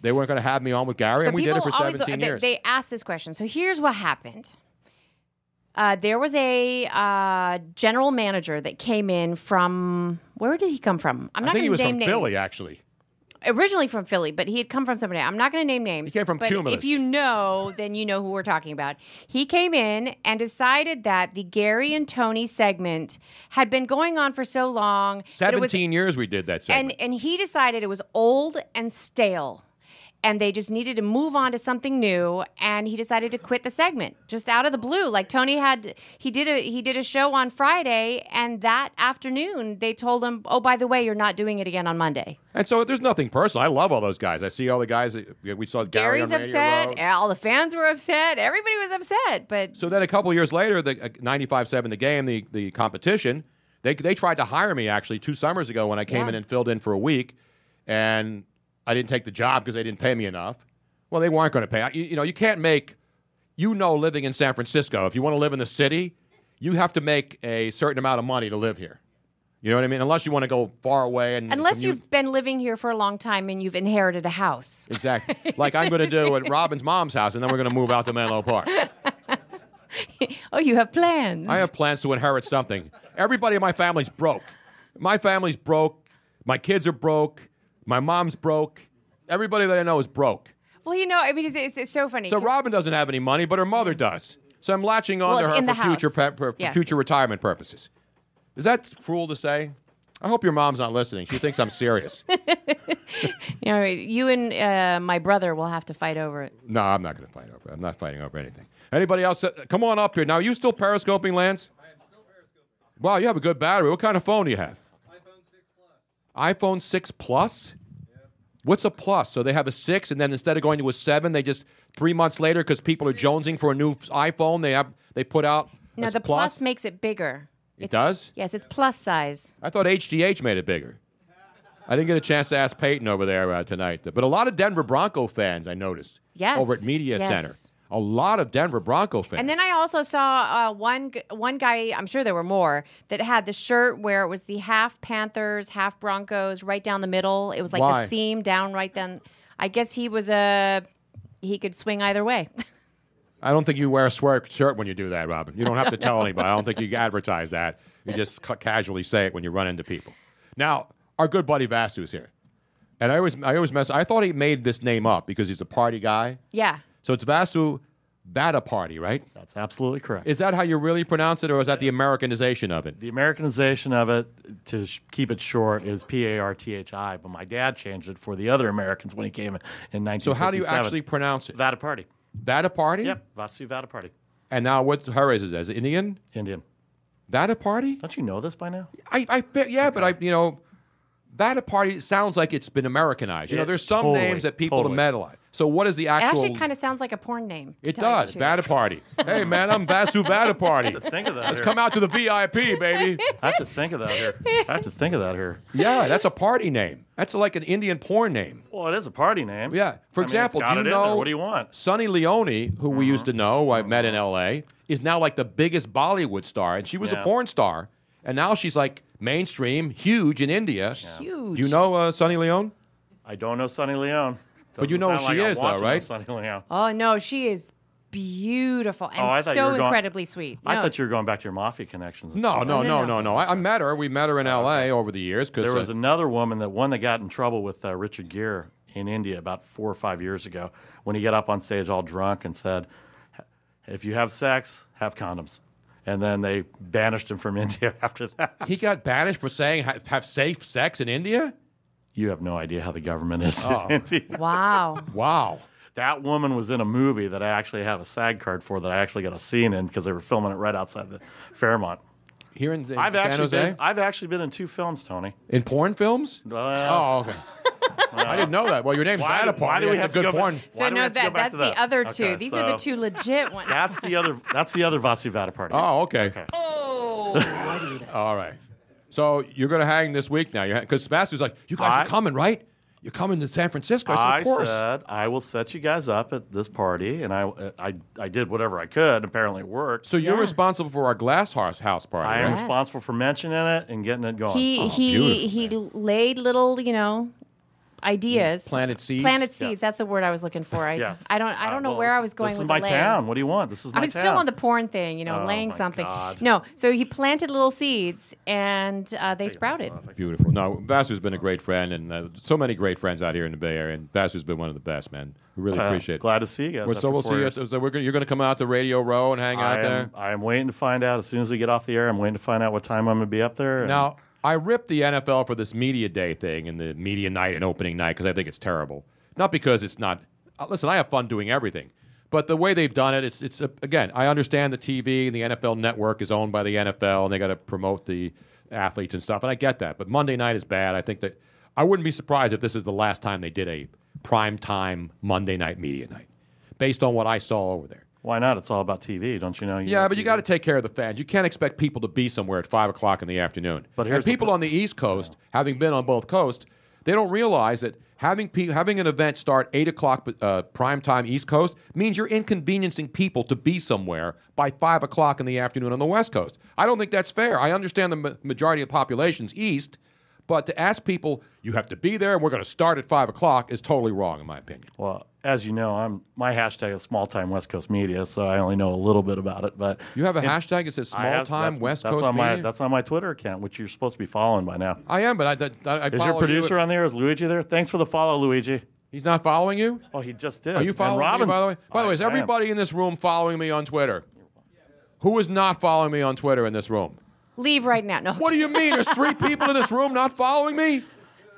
Speaker 4: they weren't going to have me on with Gary, and we did it for 17
Speaker 6: they,
Speaker 4: years.
Speaker 6: they ask this question. So here's what happened. Uh, there was a uh, general manager that came in from where did he come from? I'm
Speaker 4: I
Speaker 6: not
Speaker 4: think
Speaker 6: going
Speaker 4: he
Speaker 6: to
Speaker 4: was
Speaker 6: name
Speaker 4: from
Speaker 6: names.
Speaker 4: Philly, actually.
Speaker 6: Originally from Philly, but he had come from somebody. I'm not going to name names. He
Speaker 4: came from
Speaker 6: but
Speaker 4: Cumulus.
Speaker 6: If you know, then you know who we're talking about. He came in and decided that the Gary and Tony segment had been going on for so long that it was
Speaker 4: 17 years we did that segment.
Speaker 6: and and he decided it was old and stale. And they just needed to move on to something new, and he decided to quit the segment just out of the blue. Like Tony had, he did a he did a show on Friday, and that afternoon they told him, "Oh, by the way, you're not doing it again on Monday."
Speaker 4: And so there's nothing personal. I love all those guys. I see all the guys that yeah, we saw Gary
Speaker 6: Gary's
Speaker 4: on Radio
Speaker 6: upset.
Speaker 4: Row.
Speaker 6: yeah, All the fans were upset. Everybody was upset, but
Speaker 4: So then a couple years later, the uh, 95-7 the game, the, the competition, they, they tried to hire me actually two summers ago when I came
Speaker 6: Yeah.
Speaker 4: in and filled in for a week, and I didn't take the job because they didn't pay me enough. Well, they weren't going to pay. I- You, you know, you can't make, you know, living in San Francisco, if you want to live in the city, you have to make a certain amount of money to live here. You know what I mean? Unless you want to go far away Mm, and
Speaker 6: unless
Speaker 4: commute
Speaker 6: you've been living here for a long time and you've inherited a house,
Speaker 4: Exactly. Like I'm going to do at Robin's mom's house, and then we're going to move out to Menlo Park.
Speaker 6: oh, you have plans.
Speaker 4: I have plans to inherit something. Everybody in my family's broke. My family's broke. My kids are broke. My mom's broke. Everybody that I know is broke.
Speaker 6: well, you know, I mean, it's, it's, it's so funny.
Speaker 4: So
Speaker 6: 'cause-
Speaker 4: Robin doesn't have any money, but her mother does. So I'm latching on
Speaker 6: Well,
Speaker 4: to
Speaker 6: it's
Speaker 4: her
Speaker 6: in the
Speaker 4: for future,
Speaker 6: house.
Speaker 4: pe- for for
Speaker 6: Yes.
Speaker 4: future retirement purposes. Is that cruel to say? I hope your mom's not listening. She thinks I'm serious.
Speaker 6: You know, you and uh, my brother will have to fight over it.
Speaker 4: no, I'm not going to fight over. it. I'm not fighting over anything. Anybody else? uh, Come on up here. Now, are you still periscoping, Lance? I am still periscoping. Wow, you have a good battery. What kind of phone do you have? iPhone 6 Plus. What's a plus? So they have a six, and then instead of going to a seven, they just three months later because people are jonesing for a new iPhone. They have they put out
Speaker 6: No,
Speaker 4: a
Speaker 6: the plus, makes it bigger.
Speaker 4: It does.
Speaker 6: Yes, it's plus size.
Speaker 4: I thought HGH made it bigger. I didn't get a chance to ask Peyton over there uh, tonight, but a lot of Denver Bronco fans I noticed
Speaker 6: Yes,
Speaker 4: over at Media
Speaker 6: yes.
Speaker 4: Center. A lot of Denver Bronco fans.
Speaker 6: And then I also saw uh, one g- one guy. I'm sure there were more that had the shirt where it was the half Panthers, half Broncos, right down the middle. It was like
Speaker 4: Why?
Speaker 6: the seam down right then. I guess he was a he could swing either way.
Speaker 4: I don't think you wear a swear shirt when you do that, Robin. You don't have to
Speaker 6: don't
Speaker 4: tell
Speaker 6: know.
Speaker 4: anybody. I don't think you advertise that. You just ca- casually say it when you run into people. Now, our good buddy Vasu's here, and I always, I always mess. I thought he made this name up because he's a party guy.
Speaker 6: yeah.
Speaker 4: So it's Vasu Bata Party, right? That's
Speaker 14: absolutely correct.
Speaker 4: Is that how you really pronounce it, or is that the Americanization of it?
Speaker 14: The Americanization of it, to sh- keep it short, is P A R T H I, but my dad changed it for the other Americans when he came in, in 1957.
Speaker 4: So how do you actually pronounce it?
Speaker 14: Vada Party.
Speaker 4: Vada Party?
Speaker 14: Yep, Vasu Vada Party.
Speaker 4: And now what her is it as Indian?
Speaker 14: Indian.
Speaker 4: That a party?
Speaker 14: Don't you know this by now?
Speaker 4: I, I bet- yeah, but I you know that a party sounds like it's been Americanized. You know,
Speaker 14: It-
Speaker 4: there's some
Speaker 14: totally,
Speaker 4: names that people
Speaker 14: totally.
Speaker 4: medalize. So what is the
Speaker 6: It
Speaker 4: actual?
Speaker 6: actually kind of sounds like a porn name. to
Speaker 4: it
Speaker 6: tell you the
Speaker 4: does.
Speaker 6: truth.
Speaker 4: Vada party. hey man, I'm Vasu Vada party.
Speaker 14: Think of that.
Speaker 4: Let's
Speaker 14: here.
Speaker 4: come out to the VIP, baby.
Speaker 14: I have to think of that here. I have to think of that here.
Speaker 4: Yeah, that's a party name. That's like an Indian porn name.
Speaker 14: Well, it is a party name.
Speaker 4: Yeah. For
Speaker 14: I mean, it's
Speaker 4: example,
Speaker 14: got
Speaker 4: do you
Speaker 14: it in
Speaker 4: know
Speaker 14: there. What do you want? Mm-hmm.
Speaker 4: Sonny Leone, who we used to know, who I met in L.A., is now like the biggest Bollywood star, and she was
Speaker 14: Yeah.
Speaker 4: a porn star, and now she's like mainstream, huge in India. Huge. You know uh, Sonny Leone?
Speaker 14: I don't know Sonny Leone.
Speaker 4: But you know
Speaker 14: Doesn't sound
Speaker 4: who she
Speaker 14: I'm
Speaker 4: is, though,
Speaker 14: watching
Speaker 4: right?
Speaker 14: Sonny Leone.
Speaker 6: Oh no, she is beautiful and
Speaker 14: Oh, I thought you
Speaker 6: so
Speaker 14: were going-
Speaker 6: incredibly sweet.
Speaker 14: I
Speaker 6: No.
Speaker 14: thought you were going back to your mafia connections. Oh,
Speaker 4: No, no, no, no, no. I, I met her. We met her in L.A. over the years uh, because
Speaker 14: There was another woman that one that got in trouble with uh, Richard Gere in India about four or five years ago when he got up on stage all drunk and said, "If you have sex, have condoms," and then they banished him from India after that.
Speaker 4: he got banished for saying ha- have safe sex in India.
Speaker 14: You have no idea how the government is.
Speaker 4: Oh.
Speaker 14: in India.
Speaker 6: Wow.
Speaker 4: Wow.
Speaker 14: That woman was in a movie that I actually have a SAG card for that I actually got a scene in because they were filming it right outside the Fairmont.
Speaker 4: Here in, in
Speaker 14: I've
Speaker 4: San
Speaker 14: actually
Speaker 4: Jose?
Speaker 14: been, I've actually been in two films, Tony.
Speaker 4: in porn films.
Speaker 14: Well-
Speaker 4: oh, okay. I didn't know that. Well, your name's
Speaker 14: Why-
Speaker 4: Vada Party.
Speaker 14: why do we
Speaker 4: That's
Speaker 14: have
Speaker 4: a
Speaker 14: to
Speaker 4: good
Speaker 14: go back-
Speaker 4: porn?
Speaker 6: So
Speaker 14: Why do we
Speaker 6: no,
Speaker 14: have to go
Speaker 6: that
Speaker 14: back
Speaker 6: that's
Speaker 14: to
Speaker 6: the
Speaker 14: that?
Speaker 6: other
Speaker 14: Okay,
Speaker 6: two. These are the
Speaker 14: so-
Speaker 6: two legit ones.
Speaker 14: That's the other. That's the other Vasuvada party.
Speaker 4: Oh, okay.
Speaker 6: Oh.
Speaker 4: All right. So you're going to hang this week now, because Sebastian's like, you guys
Speaker 14: I-
Speaker 4: are coming, right? You're coming to San Francisco. I said,
Speaker 14: I
Speaker 4: of course.
Speaker 14: said I will set you guys up at this party, and I I, I did whatever I could. Apparently, it worked.
Speaker 4: so you're responsible for our glass house house party.
Speaker 14: I am
Speaker 4: right?
Speaker 14: responsible for mentioning it and getting it going.
Speaker 4: Oh,
Speaker 6: He he he laid little, you know, ideas.
Speaker 4: Planted seeds?
Speaker 6: Planted seeds.
Speaker 14: Yes.
Speaker 6: That's the word I was looking for. I
Speaker 14: Yes.
Speaker 6: I don't
Speaker 4: Uh,
Speaker 6: I don't know
Speaker 14: well,
Speaker 6: where
Speaker 14: this-
Speaker 6: I was going
Speaker 14: This
Speaker 6: with
Speaker 14: is
Speaker 6: the
Speaker 14: my
Speaker 6: laying.
Speaker 14: town. What do you want? This is my
Speaker 6: I was
Speaker 14: town.
Speaker 6: still on the porn thing, you know,
Speaker 14: Oh,
Speaker 6: laying
Speaker 14: my
Speaker 6: something.
Speaker 14: God.
Speaker 6: No, so he planted little seeds and uh, they sprouted.
Speaker 4: Beautiful. No, Vasu's been a great friend, and uh, so many great friends out here in the Bay Area. And Vasu's been one of the best, man. We really
Speaker 14: Uh,
Speaker 4: appreciate it.
Speaker 14: Glad to see you guys.
Speaker 4: Well,
Speaker 14: after
Speaker 4: so we'll see
Speaker 14: four
Speaker 4: you.
Speaker 14: years.
Speaker 4: So we're gonna, you're going to come out to Radio Row and hang out
Speaker 14: I
Speaker 4: there.
Speaker 14: am, I am waiting to find out as soon as we get off the air. I'm waiting to find out what time I'm going to be up there. and-
Speaker 4: Now, I ripped the NFL for this media day thing and the media night and opening night because I think it's terrible. Not because it's not. uh, Listen, I have fun doing everything, but the way they've done it, it's it's uh, again. I understand the TV and the NFL network is owned by the NFL and they got to promote the athletes and stuff, and I get that. But Monday night is bad. I think that I wouldn't be surprised if this is the last time they did a prime time Monday night media night, based on what I saw over there.
Speaker 14: why not? It's all about TV, don't you know? You-
Speaker 4: Yeah, but you got to take care of the fans. You can't expect people to be somewhere at five o'clock in the afternoon. But
Speaker 14: here's the
Speaker 4: people on the East Coast, having been on both coasts, they don't realize that having pe- having an event start eight o'clock uh, prime time East Coast means you're inconveniencing people to be somewhere by five o'clock in the afternoon on the West Coast. I don't think that's fair. I understand the ma- majority of the population's East, but to ask people you have to be there and we're going to start at five o'clock is totally wrong in my opinion.
Speaker 14: Well, as you know, I'm my hashtag is small time West Coast media, so I only know a little bit about it. But
Speaker 4: You have a
Speaker 14: it-
Speaker 4: hashtag that says
Speaker 14: I have-
Speaker 4: small time
Speaker 14: that's-
Speaker 4: West
Speaker 14: that's
Speaker 4: Coast
Speaker 14: on
Speaker 4: media.
Speaker 14: My, that's on my Twitter account, which you're supposed to be following by now.
Speaker 4: I am, but I, that- I, I
Speaker 14: is
Speaker 4: follow
Speaker 14: your
Speaker 4: you.
Speaker 14: producer on there? Is Luigi there? Thanks for the follow, Luigi.
Speaker 4: He's not following you.
Speaker 14: Oh, he just did.
Speaker 4: Are you
Speaker 14: And
Speaker 4: following
Speaker 14: Robin,
Speaker 4: me, by the way? By the way, is
Speaker 14: I am.
Speaker 4: everybody in this room following me on Twitter? Who is not following me on Twitter in this room?
Speaker 6: Leave right now. No.
Speaker 4: What do you mean? There's three people in this room not following me?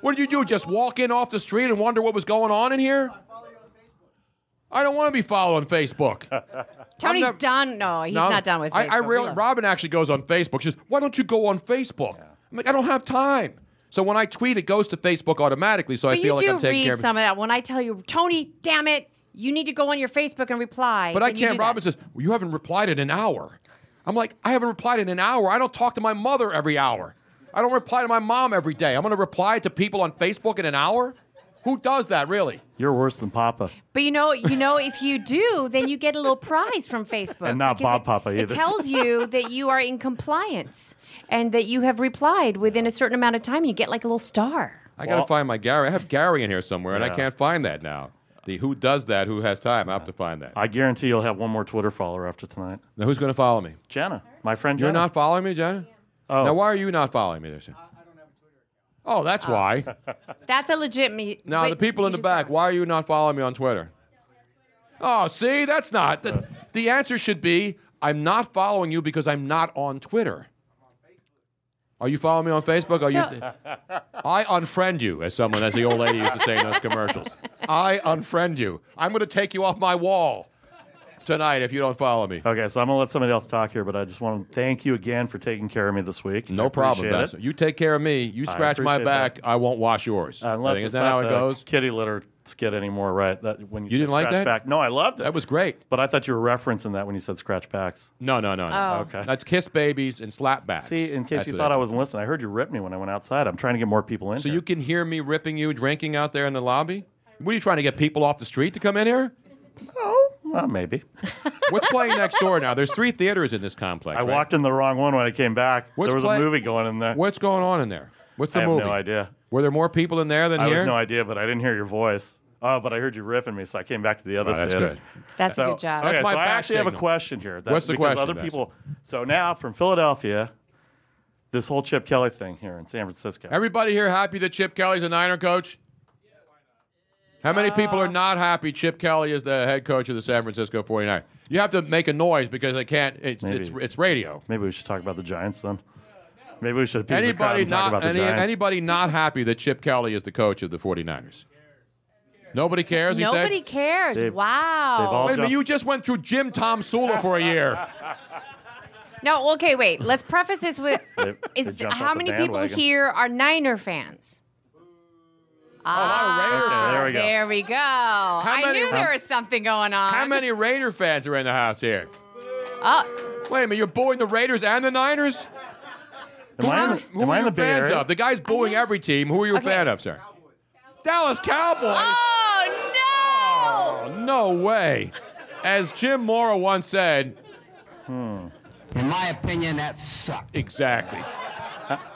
Speaker 4: What did you do? Just walk in off the street and wonder what was going on in here? I don't want to be followed on Facebook.
Speaker 6: Tony's done. No, he's
Speaker 4: No,
Speaker 6: not done with
Speaker 4: I, I
Speaker 6: Facebook. We
Speaker 4: really,
Speaker 6: love-
Speaker 4: Robin actually goes on Facebook. She's, why don't you go on Facebook? I'm like, I don't have time. So when I tweet, it goes to Facebook automatically. So
Speaker 6: but
Speaker 4: I feel
Speaker 6: you do
Speaker 4: like I'm taking
Speaker 6: read
Speaker 4: care of it.
Speaker 6: some of that. When I tell you, Tony, damn it, you need to go on your Facebook and reply.
Speaker 4: But I
Speaker 6: then you
Speaker 4: can't.
Speaker 6: do that.
Speaker 4: Robin says, well, "You haven't replied in an hour." I'm like, "I haven't replied in an hour. I don't talk to my mother every hour. I don't reply to my mom every day. I'm going to reply to people on Facebook in an hour. Who does that, really?
Speaker 14: You're worse than Papa.
Speaker 6: But you know, you know, if you do, then you get a little prize from Facebook,
Speaker 14: And not
Speaker 6: because
Speaker 14: Bob
Speaker 6: it-
Speaker 14: Papa
Speaker 6: It
Speaker 14: either.
Speaker 6: tells you that you are in compliance and that you have replied within a certain amount of time. You get like a little star.
Speaker 4: I got to find my Gary. I have Gary in here somewhere, and I
Speaker 14: Yeah.
Speaker 4: can't find that now. The who does that? Who has time? I have to find that.
Speaker 14: I guarantee you'll have one more Twitter follower after tonight.
Speaker 4: Now, who's going to follow me?
Speaker 14: Jenna, my friend.
Speaker 4: You're
Speaker 14: Jenna.
Speaker 4: not following me, Jenna.
Speaker 14: Oh.
Speaker 4: Now, why are you not following me, there? Sue? Oh, that's
Speaker 14: Ah.
Speaker 4: why.
Speaker 6: That's a legit me.
Speaker 4: Now,
Speaker 6: but
Speaker 4: the people in
Speaker 6: you
Speaker 4: the back, why are you not following me on Twitter? Oh, see, that's not. The answer should be I'm not following you because I'm not on Twitter. Are you following me on Facebook? Are you? I unfriend you, as someone, as the old lady used to say in those commercials. I unfriend you. I'm going to take you off my wall tonight if you don't follow me.
Speaker 14: Okay, so I'm gonna let somebody else talk here, but I just want to thank you again for taking care of me this week.
Speaker 4: No problem, Benson. You take care of me. You scratch my back, I won't wash yours. I
Speaker 14: Uh, Unless
Speaker 4: think,
Speaker 14: it's
Speaker 4: isn't that
Speaker 14: not
Speaker 4: how it
Speaker 14: the
Speaker 4: goes?
Speaker 14: kitty litter skit anymore, right? That when you,
Speaker 4: You
Speaker 14: said
Speaker 4: didn't like
Speaker 14: scratch
Speaker 4: that?
Speaker 14: Back. No, I loved it. That
Speaker 4: was great.
Speaker 14: But I thought you were referencing that when you said scratch backs.
Speaker 4: No, no, no, no.
Speaker 14: Oh. Okay.
Speaker 4: That's kiss babies and slap backs.
Speaker 14: See, in case
Speaker 4: That's
Speaker 14: you
Speaker 4: what
Speaker 14: thought
Speaker 4: that
Speaker 14: I
Speaker 4: is.
Speaker 14: wasn't listening, I heard you rip me when I went outside. I'm trying to get more people in.
Speaker 4: So you can hear me ripping you, drinking out there in the lobby? Were you trying to get people off the street to come in here?
Speaker 14: you, well, maybe.
Speaker 4: What's playing next door now? There's three theaters in this complex.
Speaker 14: I
Speaker 4: right?
Speaker 14: walked in the wrong one when I came back.
Speaker 4: What's
Speaker 14: there was
Speaker 4: play-
Speaker 14: a movie going in there.
Speaker 4: What's going on in there? What's the
Speaker 14: I have
Speaker 4: movie?
Speaker 14: no idea.
Speaker 4: Were there more people in there than
Speaker 14: I
Speaker 4: here?
Speaker 14: have no idea, but I didn't hear your voice. Oh, but I heard you ripping me, so I came back to the other.
Speaker 4: Oh, that's
Speaker 14: theater.
Speaker 4: good.
Speaker 6: That's a
Speaker 14: So-
Speaker 6: good job.
Speaker 14: Okay,
Speaker 4: That's my
Speaker 14: so I
Speaker 4: back
Speaker 14: actually have a
Speaker 4: signal.
Speaker 14: question here.
Speaker 4: What's the
Speaker 14: because
Speaker 4: question,
Speaker 14: Other
Speaker 4: Max?
Speaker 14: people. So now from Philadelphia, this whole Chip Kelly thing here in San Francisco.
Speaker 4: Everybody here happy that Chip Kelly's a Niner coach? How many people are not happy Chip Kelly is the head coach of the San Francisco 49ers? You have to make a noise because I can't. It's,
Speaker 14: Maybe.
Speaker 4: it's, it's radio.
Speaker 14: Maybe we should talk about the Giants then. Maybe we should appease the crowd
Speaker 4: Anybody
Speaker 14: and talk
Speaker 4: not,
Speaker 14: about the
Speaker 4: any,
Speaker 14: Giants.
Speaker 4: anybody not happy that Chip Kelly is the coach of the 49ers? Nobody cares, he
Speaker 6: Nobody
Speaker 4: said?
Speaker 6: cares.
Speaker 4: They've-
Speaker 6: wow.
Speaker 4: Wait a minute, you just went through Jim Tom Sula for a year.
Speaker 6: no, okay, wait. Let's preface this with
Speaker 4: They-
Speaker 6: is
Speaker 4: they jumped off
Speaker 6: how
Speaker 4: the
Speaker 6: many people
Speaker 4: bandwagon.
Speaker 6: here are Niner fans?
Speaker 4: Oh, Okay,
Speaker 6: Ah,
Speaker 4: there we go.
Speaker 6: There we go. I
Speaker 4: many-
Speaker 6: knew there
Speaker 4: Huh?
Speaker 6: was something going on.
Speaker 4: How many Raider fans are in the house here?
Speaker 6: Oh,
Speaker 4: Wait a minute, you're booing the Raiders and the Niners?
Speaker 14: Am I in the-
Speaker 4: Who
Speaker 14: am
Speaker 4: are
Speaker 14: I in
Speaker 4: you
Speaker 14: the Bay
Speaker 4: fans
Speaker 14: Area?
Speaker 4: of? The guy's booing every team. Who are you a fan of, sir? Dallas Cowboys. Oh, no way. As Jim Mora once said, in my opinion, that sucked. Exactly.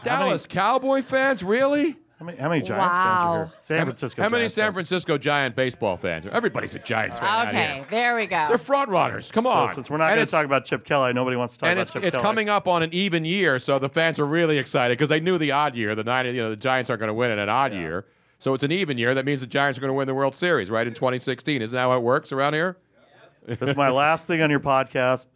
Speaker 4: Dallas Cowboy fans, really?
Speaker 14: How many, how many Giants fans are here? San
Speaker 4: How-
Speaker 14: Francisco.
Speaker 4: How many
Speaker 14: Giants.
Speaker 4: San Francisco Giant baseball fans? Everybody's a Giants fan. out
Speaker 6: okay.
Speaker 4: here.
Speaker 6: There we go.
Speaker 4: They're front runners. Come
Speaker 14: So
Speaker 4: on.
Speaker 14: since we're not
Speaker 4: And
Speaker 14: going to
Speaker 4: it's-
Speaker 14: talk about Chip Kelly, nobody wants to talk
Speaker 4: and
Speaker 14: about
Speaker 4: it's,
Speaker 14: Chip
Speaker 4: it's
Speaker 14: Kelly.
Speaker 4: coming up on an even year, so the fans are really excited because they knew the odd year, the nine, you know, the Giants aren't going to win in an odd year. So it's an even year. That means the Giants are going to win the World Series, right? In 2016, isn't that how it works around here?
Speaker 14: this is my last thing on your podcast.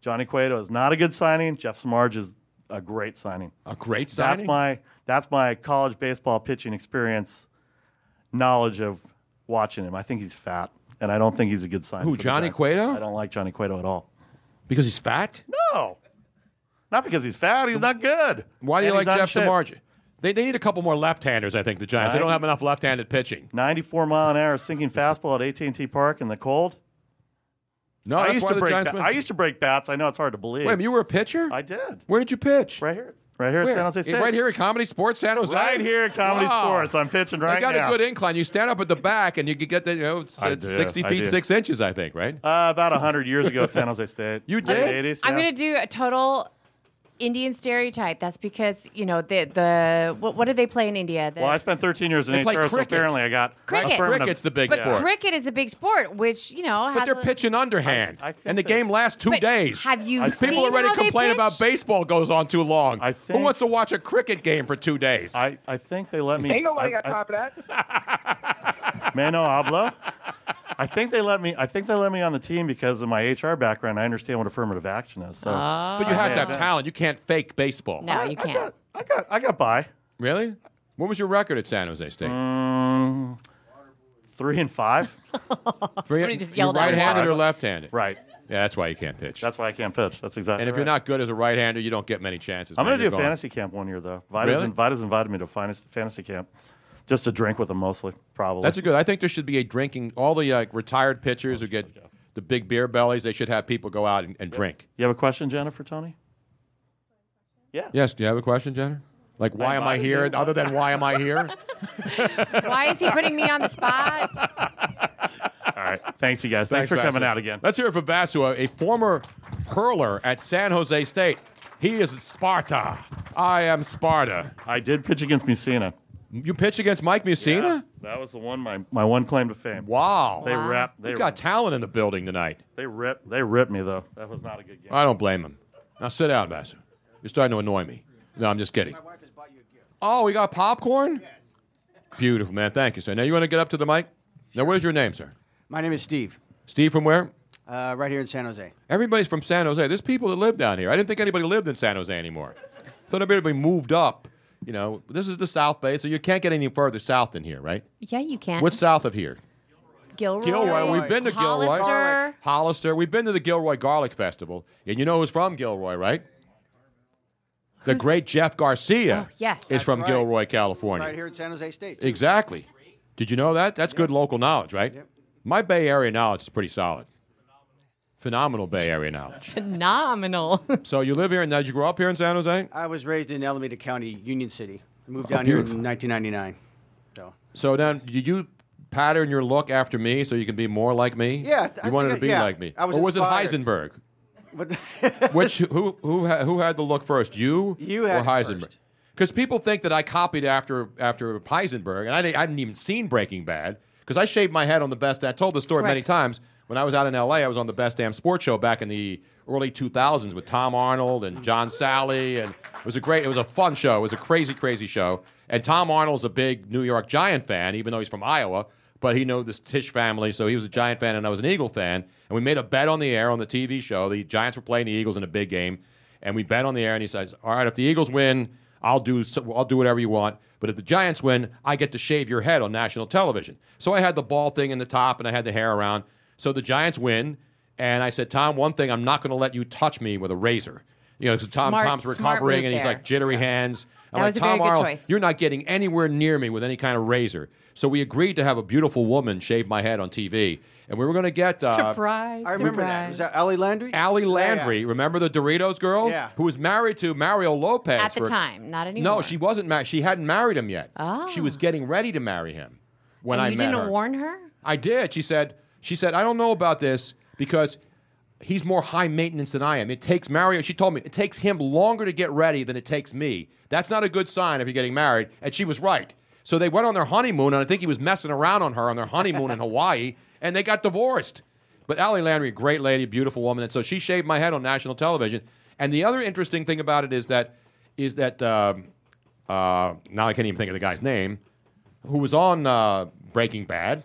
Speaker 14: Johnny Cueto is not a good signing. Jeff Smarge is a great signing.
Speaker 4: A great
Speaker 14: That's
Speaker 4: signing?
Speaker 14: my that's my college baseball pitching experience knowledge of watching him. I think he's fat, and I don't think he's a good signing.
Speaker 4: Who,
Speaker 14: for the
Speaker 4: Johnny
Speaker 14: Giants.
Speaker 4: Cueto?
Speaker 14: I don't like Johnny Cueto at all.
Speaker 4: Because he's fat?
Speaker 14: No, not because he's fat. He's not good.
Speaker 4: Why do you
Speaker 14: And he's
Speaker 4: like
Speaker 14: not in
Speaker 4: Jeff
Speaker 14: shape.
Speaker 4: Samardzija? They, they need a couple more left-handers, I think, the Giants. They don't have enough left-handed pitching.
Speaker 14: 94 mile an hour sinking fastball at AT&T Park in the cold.
Speaker 4: No,
Speaker 14: I
Speaker 4: that's
Speaker 14: used
Speaker 4: why
Speaker 14: to
Speaker 4: the
Speaker 14: break.
Speaker 4: Giants
Speaker 14: ba-
Speaker 4: win.
Speaker 14: I used to break bats. I know it's hard to believe.
Speaker 4: Wait, a minute, you were a pitcher? I
Speaker 14: did.
Speaker 4: Where did you pitch?
Speaker 14: Right here. Right here at
Speaker 4: Where?
Speaker 14: San Jose
Speaker 4: In-
Speaker 14: State.
Speaker 4: Right here at Comedy Sports San Jose.
Speaker 14: Right here at Comedy
Speaker 4: Wow.
Speaker 14: Sports. I'm pitching right
Speaker 4: They got
Speaker 14: now.
Speaker 4: a good incline. You stand up at the back, and you could get the you know it's,
Speaker 14: I
Speaker 4: it's
Speaker 14: do,
Speaker 4: 60
Speaker 14: I
Speaker 4: feet
Speaker 14: do.
Speaker 4: six inches, I think, right?
Speaker 14: Uh, about 100 years ago at San Jose State.
Speaker 4: You
Speaker 14: Late
Speaker 4: did?
Speaker 14: 80s,
Speaker 6: I'm
Speaker 14: yeah.
Speaker 6: gonna do a total Indian stereotype. That's because you know the the what, what do they play in India? The,
Speaker 14: Well, I spent 13 years in
Speaker 4: They play
Speaker 14: HR, so
Speaker 4: cricket.
Speaker 14: apparently I got
Speaker 6: Cricket.
Speaker 14: affirmative-
Speaker 4: Cricket's the big
Speaker 6: but
Speaker 4: sport.
Speaker 6: cricket is a big sport, which you know.
Speaker 4: But
Speaker 6: has
Speaker 4: they're
Speaker 6: a-
Speaker 4: pitching underhand, and the game lasts two
Speaker 6: But
Speaker 4: days.
Speaker 6: have you
Speaker 4: And
Speaker 6: seen
Speaker 4: people already
Speaker 6: how they
Speaker 4: complain
Speaker 6: pitch?
Speaker 4: about baseball goes on too long?
Speaker 14: think-
Speaker 4: Who wants to watch a cricket game for two days?
Speaker 14: I, I think they let me.
Speaker 15: Ain't nobody
Speaker 14: I-
Speaker 15: got time for that.
Speaker 14: I- Mano Hablo. I think they let me. I think they let me on the team because of my HR background. I understand what affirmative action is. So,
Speaker 4: but you have to have talent. You can't fake baseball.
Speaker 6: Ah. No, you can't.
Speaker 14: I got. I got by.
Speaker 4: Really? What was your record at San Jose State?
Speaker 14: Mm, three and five.
Speaker 4: Three, you're right-handed or left-handed?
Speaker 14: Right.
Speaker 4: Yeah, that's why you can't pitch.
Speaker 14: That's why I can't pitch. That's exactly.
Speaker 4: And if you're
Speaker 14: right.
Speaker 4: not good as a right-hander, you don't get many chances.
Speaker 14: I'm
Speaker 4: man.
Speaker 14: going to do
Speaker 4: You're
Speaker 14: a
Speaker 4: gone.
Speaker 14: fantasy camp one year though. Vita's,
Speaker 4: Really?
Speaker 14: Vita's invited me to fantasy, fantasy camp, just to drink with them mostly, probably.
Speaker 4: That's a good. I think there should be a drinking. All the uh, retired pitchers who get the big beer bellies, they should have people go out and, and drink.
Speaker 14: You have a question, Jennifer? Tony? Yeah.
Speaker 4: Yes. Do you have a question, Jenner? Like, why am I
Speaker 14: invited
Speaker 4: here?
Speaker 14: you.
Speaker 4: Other than why am I here?
Speaker 6: Why is he putting me on the spot?
Speaker 14: All right. Thanks, you guys. Thanks, for coming
Speaker 4: Vasu.
Speaker 14: out again.
Speaker 4: Let's hear it for Vasua, a former hurler at San Jose State. He is Sparta. I am Sparta.
Speaker 14: I did pitch against Messina.
Speaker 4: You pitch against Mike Messina?
Speaker 14: That was the one my my one claim to fame.
Speaker 4: Wow.
Speaker 14: They rep. They
Speaker 4: You've got
Speaker 14: rep-
Speaker 4: talent in the building tonight.
Speaker 14: They rip. They ripped me though. That was not a good game.
Speaker 4: I don't blame him. Now sit down, Vasu. You're starting to annoy me. No, I'm just kidding. Oh, we got popcorn? Beautiful, man. Thank you, sir. Now you want to get up to the mic? Now, what is your name, sir?
Speaker 16: My name is Steve.
Speaker 4: Steve from where?
Speaker 16: Uh, right here in San Jose.
Speaker 4: Everybody's from San Jose. There's people that live down here. I didn't think anybody lived in San Jose anymore. Thought everybody moved up. You know, this is the South Bay, so you can't get any further south than here, right?
Speaker 6: Yeah, you can.
Speaker 4: What's south of here?
Speaker 6: Gilroy?
Speaker 4: Gilroy. We've been to Gilroy.
Speaker 6: Hollister.
Speaker 4: Hollister. We've been to the Gilroy Garlic Festival. And you know who's from Gilroy, right? The great Jeff Garcia
Speaker 6: Oh,
Speaker 16: yes.
Speaker 4: is
Speaker 16: That's
Speaker 4: from
Speaker 16: right.
Speaker 4: Gilroy, California.
Speaker 16: Right here at San Jose State.
Speaker 4: Exactly. Did you know that? That's good local knowledge, right? My Bay Area knowledge is pretty solid. Phenomenal Bay Area knowledge.
Speaker 6: Phenomenal.
Speaker 4: so you live here, and now did you grow up here in San Jose?
Speaker 16: I was raised in Alameda County, Union City. I moved
Speaker 4: Oh,
Speaker 16: down here
Speaker 4: beautiful.
Speaker 16: in 1999. So
Speaker 4: So now, did you pattern your look after me so you can be more like me?
Speaker 16: Yeah, I
Speaker 4: you
Speaker 16: th- I
Speaker 4: wanted
Speaker 16: think
Speaker 4: to
Speaker 16: I-
Speaker 4: be
Speaker 16: yeah,
Speaker 4: like me.
Speaker 16: I was
Speaker 4: or was it
Speaker 16: inspired.
Speaker 4: Heisenberg?
Speaker 16: But-
Speaker 4: Which who who ha- who had the look first? You
Speaker 16: You had
Speaker 4: or
Speaker 16: it
Speaker 4: Heisenberg? Because people think that I copied after after Heisenberg, and I didn't, I hadn't even seen Breaking Bad because I shaved my head on the best. I told the story many
Speaker 17: Correct.
Speaker 4: times when I was out in L.A. I was on the Best Damn Sports Show back in the early 2000s with Tom Arnold and John Sally, and it was a great, it was a fun show. It was a crazy, crazy show. And Tom Arnold's a big New York Giant fan, even though he's from Iowa. But he knew this Tish family, so he was a Giant fan, and I was an Eagle fan. And we made a bet on the air on the TV show. The Giants were playing the Eagles in a big game, and we bet on the air. And he says, "All right, if the Eagles win, I'll do so, I'll do whatever you want. But if the Giants win, I get to shave your head on national television." So I had the ball thing in the top, and I had the hair around. So the Giants win, and I said, "Tom, one thing, I'm not going to let you touch me with a razor." You know, 'cause Tom,
Speaker 17: Smart-
Speaker 4: Tom's
Speaker 17: smart
Speaker 4: recovering,
Speaker 17: move
Speaker 4: and he's
Speaker 17: there.
Speaker 4: like jittery hands. I'm
Speaker 17: That
Speaker 4: like,
Speaker 17: was a
Speaker 4: Tom
Speaker 17: very good
Speaker 4: Arnold,
Speaker 17: choice."
Speaker 4: you're not getting anywhere near me with any kind of razor. So we agreed to have a beautiful woman shave my head on TV, and we were going to get uh,
Speaker 16: I remember that. Was that Allie Landry?
Speaker 4: Allie Landry, remember the Doritos girl?
Speaker 16: Yeah.
Speaker 4: Who was married to Mario Lopez.
Speaker 6: At the
Speaker 4: for-
Speaker 6: time, not anymore.
Speaker 4: No, she wasn't married. She hadn't married him yet.
Speaker 6: Oh.
Speaker 4: She was getting ready to marry him when
Speaker 6: and
Speaker 4: I
Speaker 6: you
Speaker 4: met
Speaker 6: didn't
Speaker 4: her.
Speaker 6: warn her?
Speaker 4: I did. She said, she said, I don't know about this because he's more high maintenance than I am. It takes Mario, she told me, it takes him longer to get ready than it takes me. That's not a good sign if you're getting married. And she was right. So they went on their honeymoon, and I think he was messing around on her on their honeymoon in Hawaii, and they got divorced. But Allie Landry, great lady, beautiful woman, and so she shaved my head on national television. And the other interesting thing about it is that is that um, uh, now I can't even think of the guy's name, who was on uh, Breaking Bad.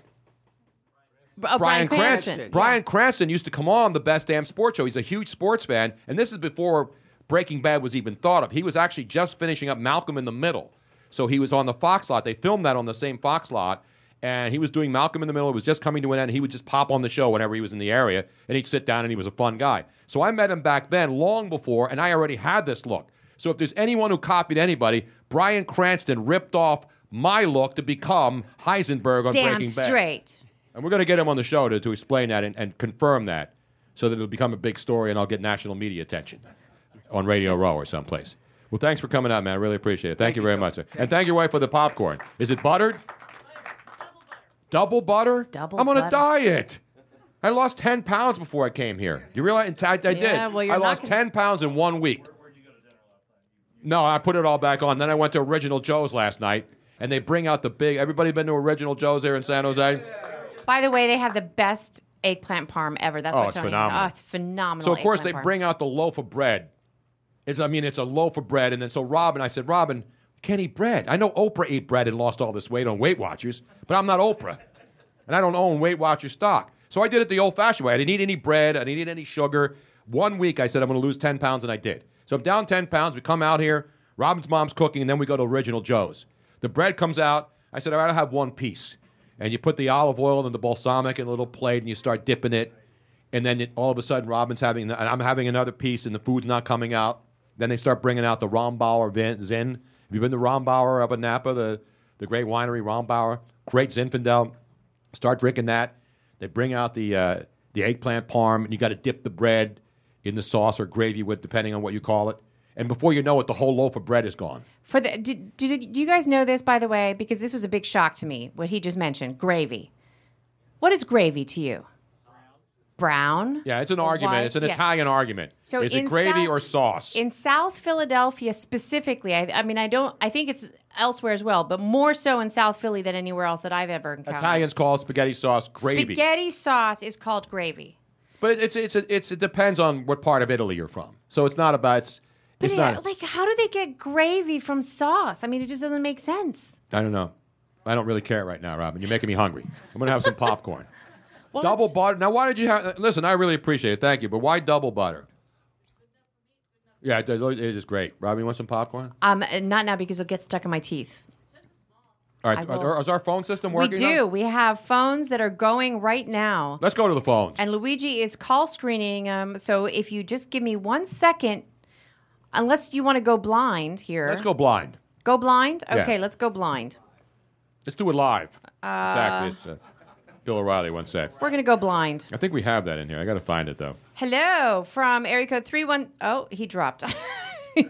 Speaker 6: B- oh, Bryan Cranston.
Speaker 4: Brian Cranston used to come on the Best Damn Sports Show. He's a huge sports fan, and this is before Breaking Bad was even thought of. He was actually just finishing up Malcolm in the Middle, so he was on the Fox lot. They filmed that on the same Fox lot, and he was doing Malcolm in the Middle. It was just coming to an end. He would just pop on the show whenever he was in the area, and he'd sit down, and he was a fun guy. So I met him back then, long before, and I already had this look. So if there's anyone who copied anybody, Brian Cranston ripped off my look to become Heisenberg on
Speaker 6: Damn
Speaker 4: Breaking Bad.
Speaker 6: straight.
Speaker 4: And we're going to get him on the show to, to explain that and, and confirm that so that it'll become a big story and I'll get national media attention on Radio Row or someplace. Well, thanks for coming out, man. I really appreciate it. Thank, you very much. Sir. And thank your wife for the popcorn. Is it buttered? Double butter? Double I'm on a
Speaker 6: butter.
Speaker 4: diet. I lost 10 pounds before I came here. You realize? I, I did.
Speaker 6: Yeah, well, you're
Speaker 4: I
Speaker 6: not
Speaker 4: lost
Speaker 6: gonna-
Speaker 4: 10 pounds in one week. No, I put it all back on. Then I went to Original Joe's last night, and they bring out the big. Everybody been to Original Joe's there in San Jose?
Speaker 6: By the way, they have the best eggplant parm ever. That's
Speaker 4: Oh,
Speaker 6: what
Speaker 4: it's
Speaker 6: Tony
Speaker 4: phenomenal.
Speaker 6: Had. Oh, it's phenomenal.
Speaker 4: So of course they
Speaker 6: eggplant parm.
Speaker 4: bring out the loaf of bread. It's I mean it's a loaf of bread, and then so Robin, I said, Robin, can't eat bread. I know Oprah ate bread and lost all this weight on Weight Watchers, but I'm not Oprah, and I don't own Weight Watchers stock. So I did it the old-fashioned way. I didn't eat any bread. I didn't eat any sugar. One week I said I'm going to lose 10 pounds, and I did. So I'm down 10 pounds. We come out here. Robin's mom's cooking, and then we go to Original Joe's. The bread comes out. I said, all right, I'll have one piece. And you put the olive oil and the balsamic in a little plate, and you start dipping it and then it, all of a sudden Robin's having, and I'm having another piece, and the food's not coming out. Then they start bringing out the Rombauer Vin- Zin. Have you been to Rombauer up in Napa, the, the great winery Rombauer? Great Zinfandel. Start drinking that. They bring out the uh, the eggplant parm, and you got to dip the bread in the sauce or gravy with, depending on what you call it. And before you know it, the whole loaf of bread is gone.
Speaker 6: For the do, do, do you guys know this by the way? Because this was a big shock to me what he just mentioned. Gravy. What is gravy to you? Brown.
Speaker 4: Yeah, it's an argument.
Speaker 6: Why-
Speaker 4: It's an
Speaker 6: yes.
Speaker 4: Italian argument.
Speaker 6: So
Speaker 4: is
Speaker 6: in
Speaker 4: it gravy
Speaker 6: South-
Speaker 4: or sauce?
Speaker 6: In South Philadelphia specifically, I, I mean, I don't. I think it's elsewhere as well, but more so in South Philly than anywhere else that I've ever encountered.
Speaker 4: Italians call spaghetti sauce gravy.
Speaker 6: Spaghetti sauce is called gravy.
Speaker 4: But it, it's it's it's it depends on what part of Italy you're from. So it's not about it's,
Speaker 6: But
Speaker 4: it's
Speaker 6: yeah,
Speaker 4: not.
Speaker 6: like, how do they get gravy from sauce? I mean, it just doesn't make sense.
Speaker 4: I don't know. I don't really care right now, Robin. You're making me hungry. I'm gonna have some popcorn.
Speaker 6: Well,
Speaker 4: double butter. Now, why did you have? Listen, I really appreciate it. Thank you, but why double butter? Yeah, it it is great. Robbie, you want some popcorn?
Speaker 6: Um, not now because it'll get stuck in my teeth.
Speaker 4: All
Speaker 6: I
Speaker 4: right,
Speaker 6: will.
Speaker 4: are- is our phone system
Speaker 6: We
Speaker 4: working?
Speaker 6: do.
Speaker 4: now?
Speaker 6: We have phones that are going right now,
Speaker 4: Let's go to the phones.
Speaker 6: and Luigi is call screening. Um, so if you just give me one second, unless you want to go blind here,
Speaker 4: Let's go blind.
Speaker 6: Go blind.
Speaker 4: Yeah.
Speaker 6: Okay, let's go blind.
Speaker 4: Let's do it live. exactly.
Speaker 6: Uh,
Speaker 4: It's, uh, Bill O'Reilly once said.
Speaker 6: We're gonna go blind.
Speaker 4: I think we have that in here. I got to find it though.
Speaker 6: Hello from area code three one. Oh, he dropped.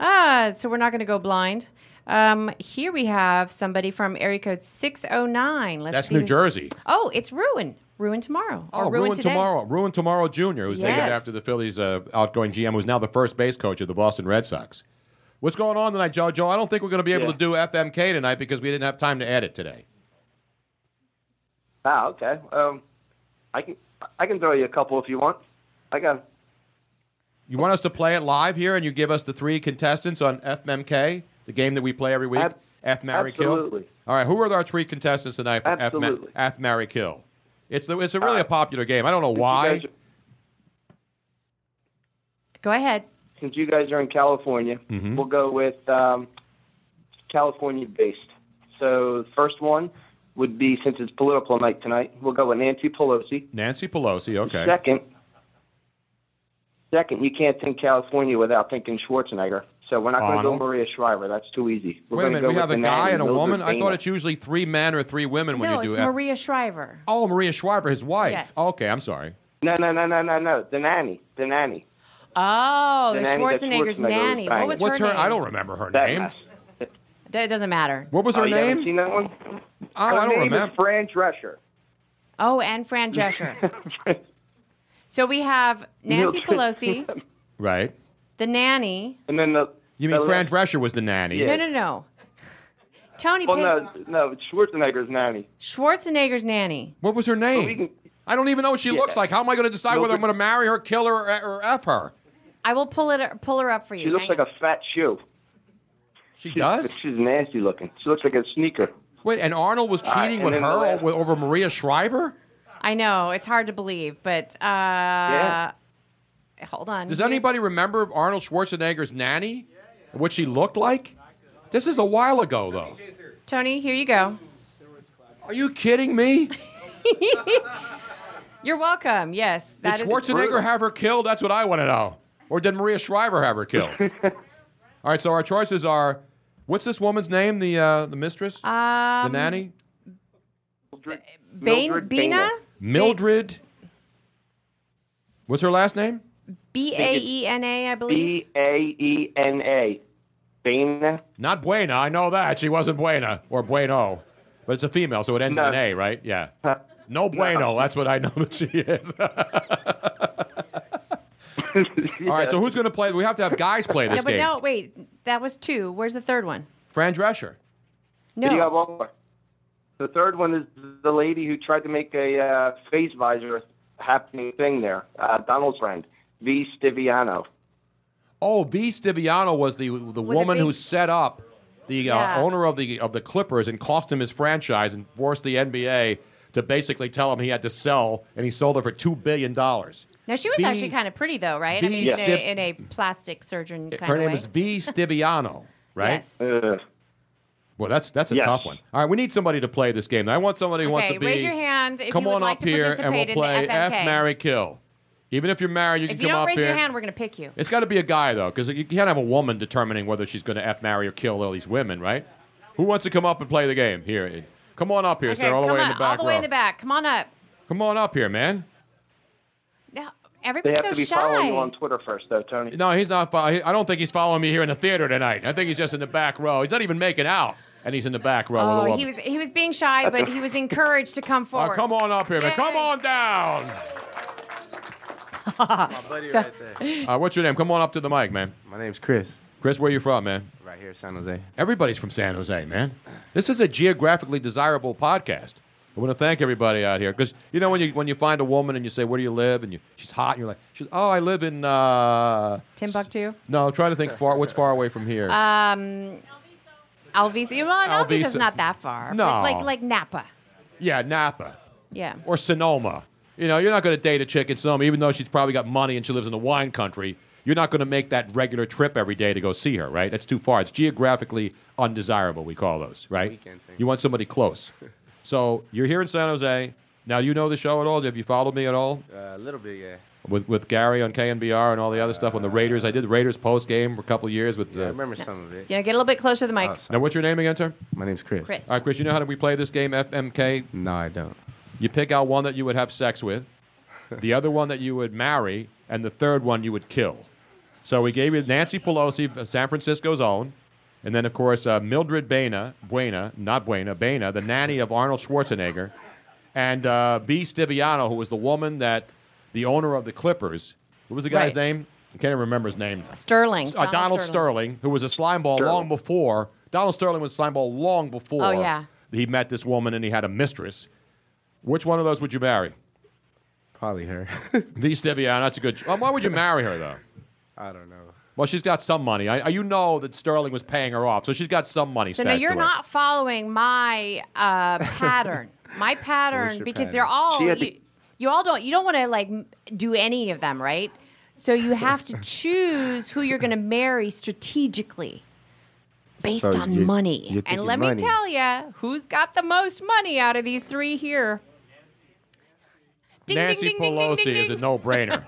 Speaker 6: ah, so we're not going to go blind. Um, here we have somebody from area code six oh nine. Let's
Speaker 4: That's
Speaker 6: see
Speaker 4: New
Speaker 6: who-
Speaker 4: Jersey.
Speaker 6: Oh, it's Ruin. Ruin tomorrow. or
Speaker 4: Oh,
Speaker 6: Ruin,
Speaker 4: Ruin,
Speaker 6: today.
Speaker 4: Tomorrow. Ruin Tomorrow Jr., who's named
Speaker 6: Yes.
Speaker 4: after the Phillies' uh, outgoing GM, who's now the first base coach of the Boston Red Sox. What's going on tonight, JoJo? I don't think we're going to be able
Speaker 15: Yeah.
Speaker 4: to do FMK tonight because we didn't have time to edit today.
Speaker 15: Ah, okay. Um, I can I can throw you a couple if you want. I got
Speaker 4: You want us to play it live here and you give us the three contestants on FMK, the game that we play every week? F Marry
Speaker 15: absolutely.
Speaker 4: Kill? All right, who are our three contestants tonight for F, Ma-
Speaker 15: Absolutely. Uh,
Speaker 4: F Marry Kill? It's, the, it's a really a popular game. I don't know why.
Speaker 6: Go ahead.
Speaker 15: since you guys are in California,
Speaker 4: Mhm.
Speaker 15: we'll go with um, California based. So the first one would be since it's political night tonight, we'll go with Nancy Pelosi.
Speaker 4: Nancy Pelosi, okay.
Speaker 15: Second, second, you can't think California without thinking Schwarzenegger. So we're not going to go
Speaker 4: Arnold.
Speaker 15: Maria Shriver. That's too easy. We're
Speaker 4: Wait a
Speaker 15: gonna
Speaker 4: minute,
Speaker 15: go
Speaker 4: we
Speaker 15: with
Speaker 4: have a
Speaker 15: Banana
Speaker 4: guy and a
Speaker 15: Mildred
Speaker 4: woman? I
Speaker 15: Dana.
Speaker 4: thought it's usually three men or three women when
Speaker 6: no,
Speaker 4: you
Speaker 6: it's
Speaker 4: do F-
Speaker 6: Maria Shriver.
Speaker 4: Oh, Maria Shriver, his wife.
Speaker 6: Yes.
Speaker 4: Okay, I'm sorry.
Speaker 15: No, no, no, no, no, no. The nanny. The nanny.
Speaker 6: Oh,
Speaker 15: The nanny
Speaker 6: the
Speaker 15: that
Speaker 6: Schwarzenegger's
Speaker 15: Schwarzenegger was
Speaker 6: nanny. What
Speaker 15: banging.
Speaker 6: was
Speaker 4: What's
Speaker 6: her,
Speaker 4: her?
Speaker 6: name?
Speaker 4: I don't remember her
Speaker 15: That
Speaker 4: name.
Speaker 15: mess.
Speaker 6: It doesn't matter.
Speaker 4: What was
Speaker 15: Oh,
Speaker 4: her
Speaker 15: you haven't
Speaker 4: name?
Speaker 15: seen that one? Oh,
Speaker 4: I don't
Speaker 15: name
Speaker 4: remember.
Speaker 15: Is Fran Drescher.
Speaker 6: Oh, and Fran Drescher. so we have Nancy
Speaker 15: Mildred.
Speaker 6: Pelosi,
Speaker 4: Right.
Speaker 6: the nanny.
Speaker 15: And then the.
Speaker 4: You
Speaker 15: the
Speaker 4: mean Fran Drescher was the nanny?
Speaker 15: Yeah.
Speaker 6: No, no, no. Tony
Speaker 15: Well,
Speaker 6: Pay-
Speaker 15: no, no. it's Schwarzenegger's nanny.
Speaker 6: Schwarzenegger's nanny.
Speaker 4: What was her name? I don't even know what she looks like. How am I going to decide whether I'm going to marry her, kill her, or, or f her?
Speaker 6: I will pull it pull her up for you.
Speaker 15: She looks
Speaker 6: Hang
Speaker 15: like a fat shoe.
Speaker 4: She does.
Speaker 15: She's nasty looking. She looks like a sneaker.
Speaker 4: Wait, and Arnold was
Speaker 15: right,
Speaker 4: cheating
Speaker 15: and
Speaker 4: with
Speaker 15: then
Speaker 4: her
Speaker 15: the last-
Speaker 4: over, over Maria Shriver?
Speaker 6: on. I know it's hard to believe, but uh,
Speaker 4: Yeah.
Speaker 6: hold on.
Speaker 4: Does anybody remember Arnold Schwarzenegger's nanny? What she looked like? This is a while ago, though.
Speaker 6: Tony, here you go.
Speaker 4: Are you kidding me?
Speaker 6: You're welcome. Yes, that
Speaker 4: did
Speaker 6: is
Speaker 4: Schwarzenegger have her killed? That's what I want to know. Or did Maria Shriver have her killed? All right, so our choices are what's this woman's name? The uh, the mistress?
Speaker 6: Um,
Speaker 4: the nanny?
Speaker 6: Bain- Bina
Speaker 4: Mildred. What's her last name?
Speaker 6: B A E N A, I believe.
Speaker 15: B A E N A. Bana.
Speaker 4: Not Buena. I know that. She wasn't Buena or Bueno. But it's a female, so it ends
Speaker 15: No.
Speaker 4: in an A, right? Yeah. No Bueno. That's what I know that she is. All right, so who's going to play? We have to have guys play
Speaker 6: no,
Speaker 4: this
Speaker 6: but
Speaker 4: game.
Speaker 6: no, wait. That was two. Where's the third one?
Speaker 4: Fran Drescher.
Speaker 6: No.
Speaker 15: You got one more. The third one is the lady who tried to make a uh, face visor happening thing there. Uh, Donald's friend, V. Stiviano.
Speaker 4: Oh, V. Stiviano was the the
Speaker 15: a
Speaker 4: woman who
Speaker 15: big-
Speaker 4: set up the
Speaker 15: Yeah.
Speaker 4: uh, owner of the of the Clippers and cost him his franchise and forced the NBA to basically tell him he had to sell, and he sold it for two billion dollars.
Speaker 6: No, she was
Speaker 4: B-
Speaker 6: actually kind of pretty though, right? I
Speaker 4: B-
Speaker 6: mean, in,
Speaker 4: Yeah.
Speaker 6: a, in a plastic surgeon kind
Speaker 4: Her
Speaker 6: of
Speaker 4: name
Speaker 6: way.
Speaker 4: is V. Stiviano, right?
Speaker 6: Yes.
Speaker 4: Well, that's that's a tough one. All right, we need somebody to play this game. I want somebody who wants
Speaker 6: okay,
Speaker 4: to be.
Speaker 6: raise your hand if
Speaker 4: come
Speaker 6: you would
Speaker 4: on up
Speaker 6: like to
Speaker 4: here and
Speaker 6: participate
Speaker 4: we'll play
Speaker 6: in the FMK.
Speaker 4: F, marry, kill. Even if you're married, you
Speaker 6: if
Speaker 4: can
Speaker 6: you
Speaker 4: come
Speaker 6: don't
Speaker 4: up
Speaker 6: raise
Speaker 4: here.
Speaker 6: your hand, we're going to pick you.
Speaker 4: It's got to be a guy though, because you can't have a woman determining whether she's going to f marry or kill all these women, right? Who wants to come up and play the game? Here, come on up here,
Speaker 6: okay,
Speaker 4: sir. All the
Speaker 6: come
Speaker 4: way
Speaker 6: on,
Speaker 4: in the back
Speaker 6: all the way
Speaker 4: row.
Speaker 6: in the back. Come on up.
Speaker 4: Come on up here, man.
Speaker 6: Now,
Speaker 15: They
Speaker 6: everybody's
Speaker 15: have
Speaker 6: so
Speaker 15: to be
Speaker 6: shy.
Speaker 15: following you on Twitter first, though, Tony.
Speaker 4: No, he's not. fo- he- I don't think he's following me here in the theater tonight. I think he's just in the back row. He's not even making out, and he's in the back row with a
Speaker 6: Oh,
Speaker 4: woman.
Speaker 6: he was he was being shy, but he was encouraged to come
Speaker 4: Oh,
Speaker 6: forward.
Speaker 4: come on up here, man. Come on down.
Speaker 6: My
Speaker 17: buddy right there.
Speaker 4: Uh, what's your name? Come on up to the mic, man.
Speaker 17: My name's Chris.
Speaker 4: Chris, where you from, man?
Speaker 17: Right here, San Jose.
Speaker 4: Everybody's from San Jose, man. This is a geographically desirable podcast. I want to thank everybody out here because you know when you when you find a woman and you say where do you live and you, she's hot and you're like she's, oh I live in uh,
Speaker 6: Timbuktu.
Speaker 4: no I'm trying to think far what's far away from here
Speaker 6: Um, Alviso. Well, Alviso's
Speaker 4: Alviso.
Speaker 6: not that far.
Speaker 4: No.
Speaker 6: Like, like like Napa.
Speaker 4: yeah Napa
Speaker 6: Yeah.
Speaker 4: or Sonoma. You know, you're not going to date a chick in Sonoma, even though she's probably got money and she lives in the wine country. You're not going to make that regular trip every day to go see her, right? That's too far. It's geographically undesirable. We call those, right? You want somebody close. So you're here in San Jose. Now you know the show at all? Have you followed me at all?
Speaker 17: Uh, a little bit, yeah.
Speaker 4: With, with Gary on KNBR and all the other stuff on the Raiders. I did the Raiders post game for a couple of years with.
Speaker 17: Uh, I
Speaker 4: Uh,
Speaker 17: remember some of it.
Speaker 6: You know, get a little bit closer to the mic.
Speaker 4: now, what's your name again, sir?
Speaker 17: My name's Chris.
Speaker 6: Chris.
Speaker 4: All right, Chris. You know how we play this game, FMK?
Speaker 17: No, I don't.
Speaker 4: You pick out one that you would have sex with, the other one that you would marry, and the third one you would kill. So we gave you Nancy Pelosi, uh, San Francisco's own, and then of course uh, Mildred Baina, Buena, not Buena, Baina, the nanny of Arnold Schwarzenegger, and uh, B. Stiviano, who was the woman that the owner of the Clippers. What was the guy's
Speaker 6: Right.
Speaker 4: name? I can't even remember his name.
Speaker 6: Sterling.
Speaker 4: Uh, Donald Sterling. who was a slime ball long before Donald Sterling was a slime ball long before
Speaker 6: Oh, yeah.
Speaker 4: he met this woman and he had a mistress. Which one of those would you marry?
Speaker 17: Probably her.
Speaker 4: These Devian, that's a good. ch- Well, why would you marry her though?
Speaker 17: I don't know.
Speaker 4: Well, she's got some money. I, I- you know that Sterling was paying her off, so she's got some money.
Speaker 6: So now
Speaker 4: stashed
Speaker 6: you're
Speaker 4: away.
Speaker 6: not following my uh, pattern. my pattern
Speaker 4: your
Speaker 6: because
Speaker 4: pattern?
Speaker 6: they're all
Speaker 4: She
Speaker 6: you,
Speaker 4: had to-
Speaker 6: you all don't you don't want to like m- do any of them, right? So you have to choose who you're going to marry strategically based
Speaker 17: So
Speaker 6: on
Speaker 17: you-
Speaker 6: money.
Speaker 17: you're
Speaker 6: and
Speaker 17: thinking
Speaker 6: let me
Speaker 17: money.
Speaker 6: tell you, who's got the most money out of these 3 here? Ding, ding,
Speaker 4: Nancy
Speaker 6: ding, ding, ding,
Speaker 4: Pelosi
Speaker 6: ding,
Speaker 4: is a no-brainer.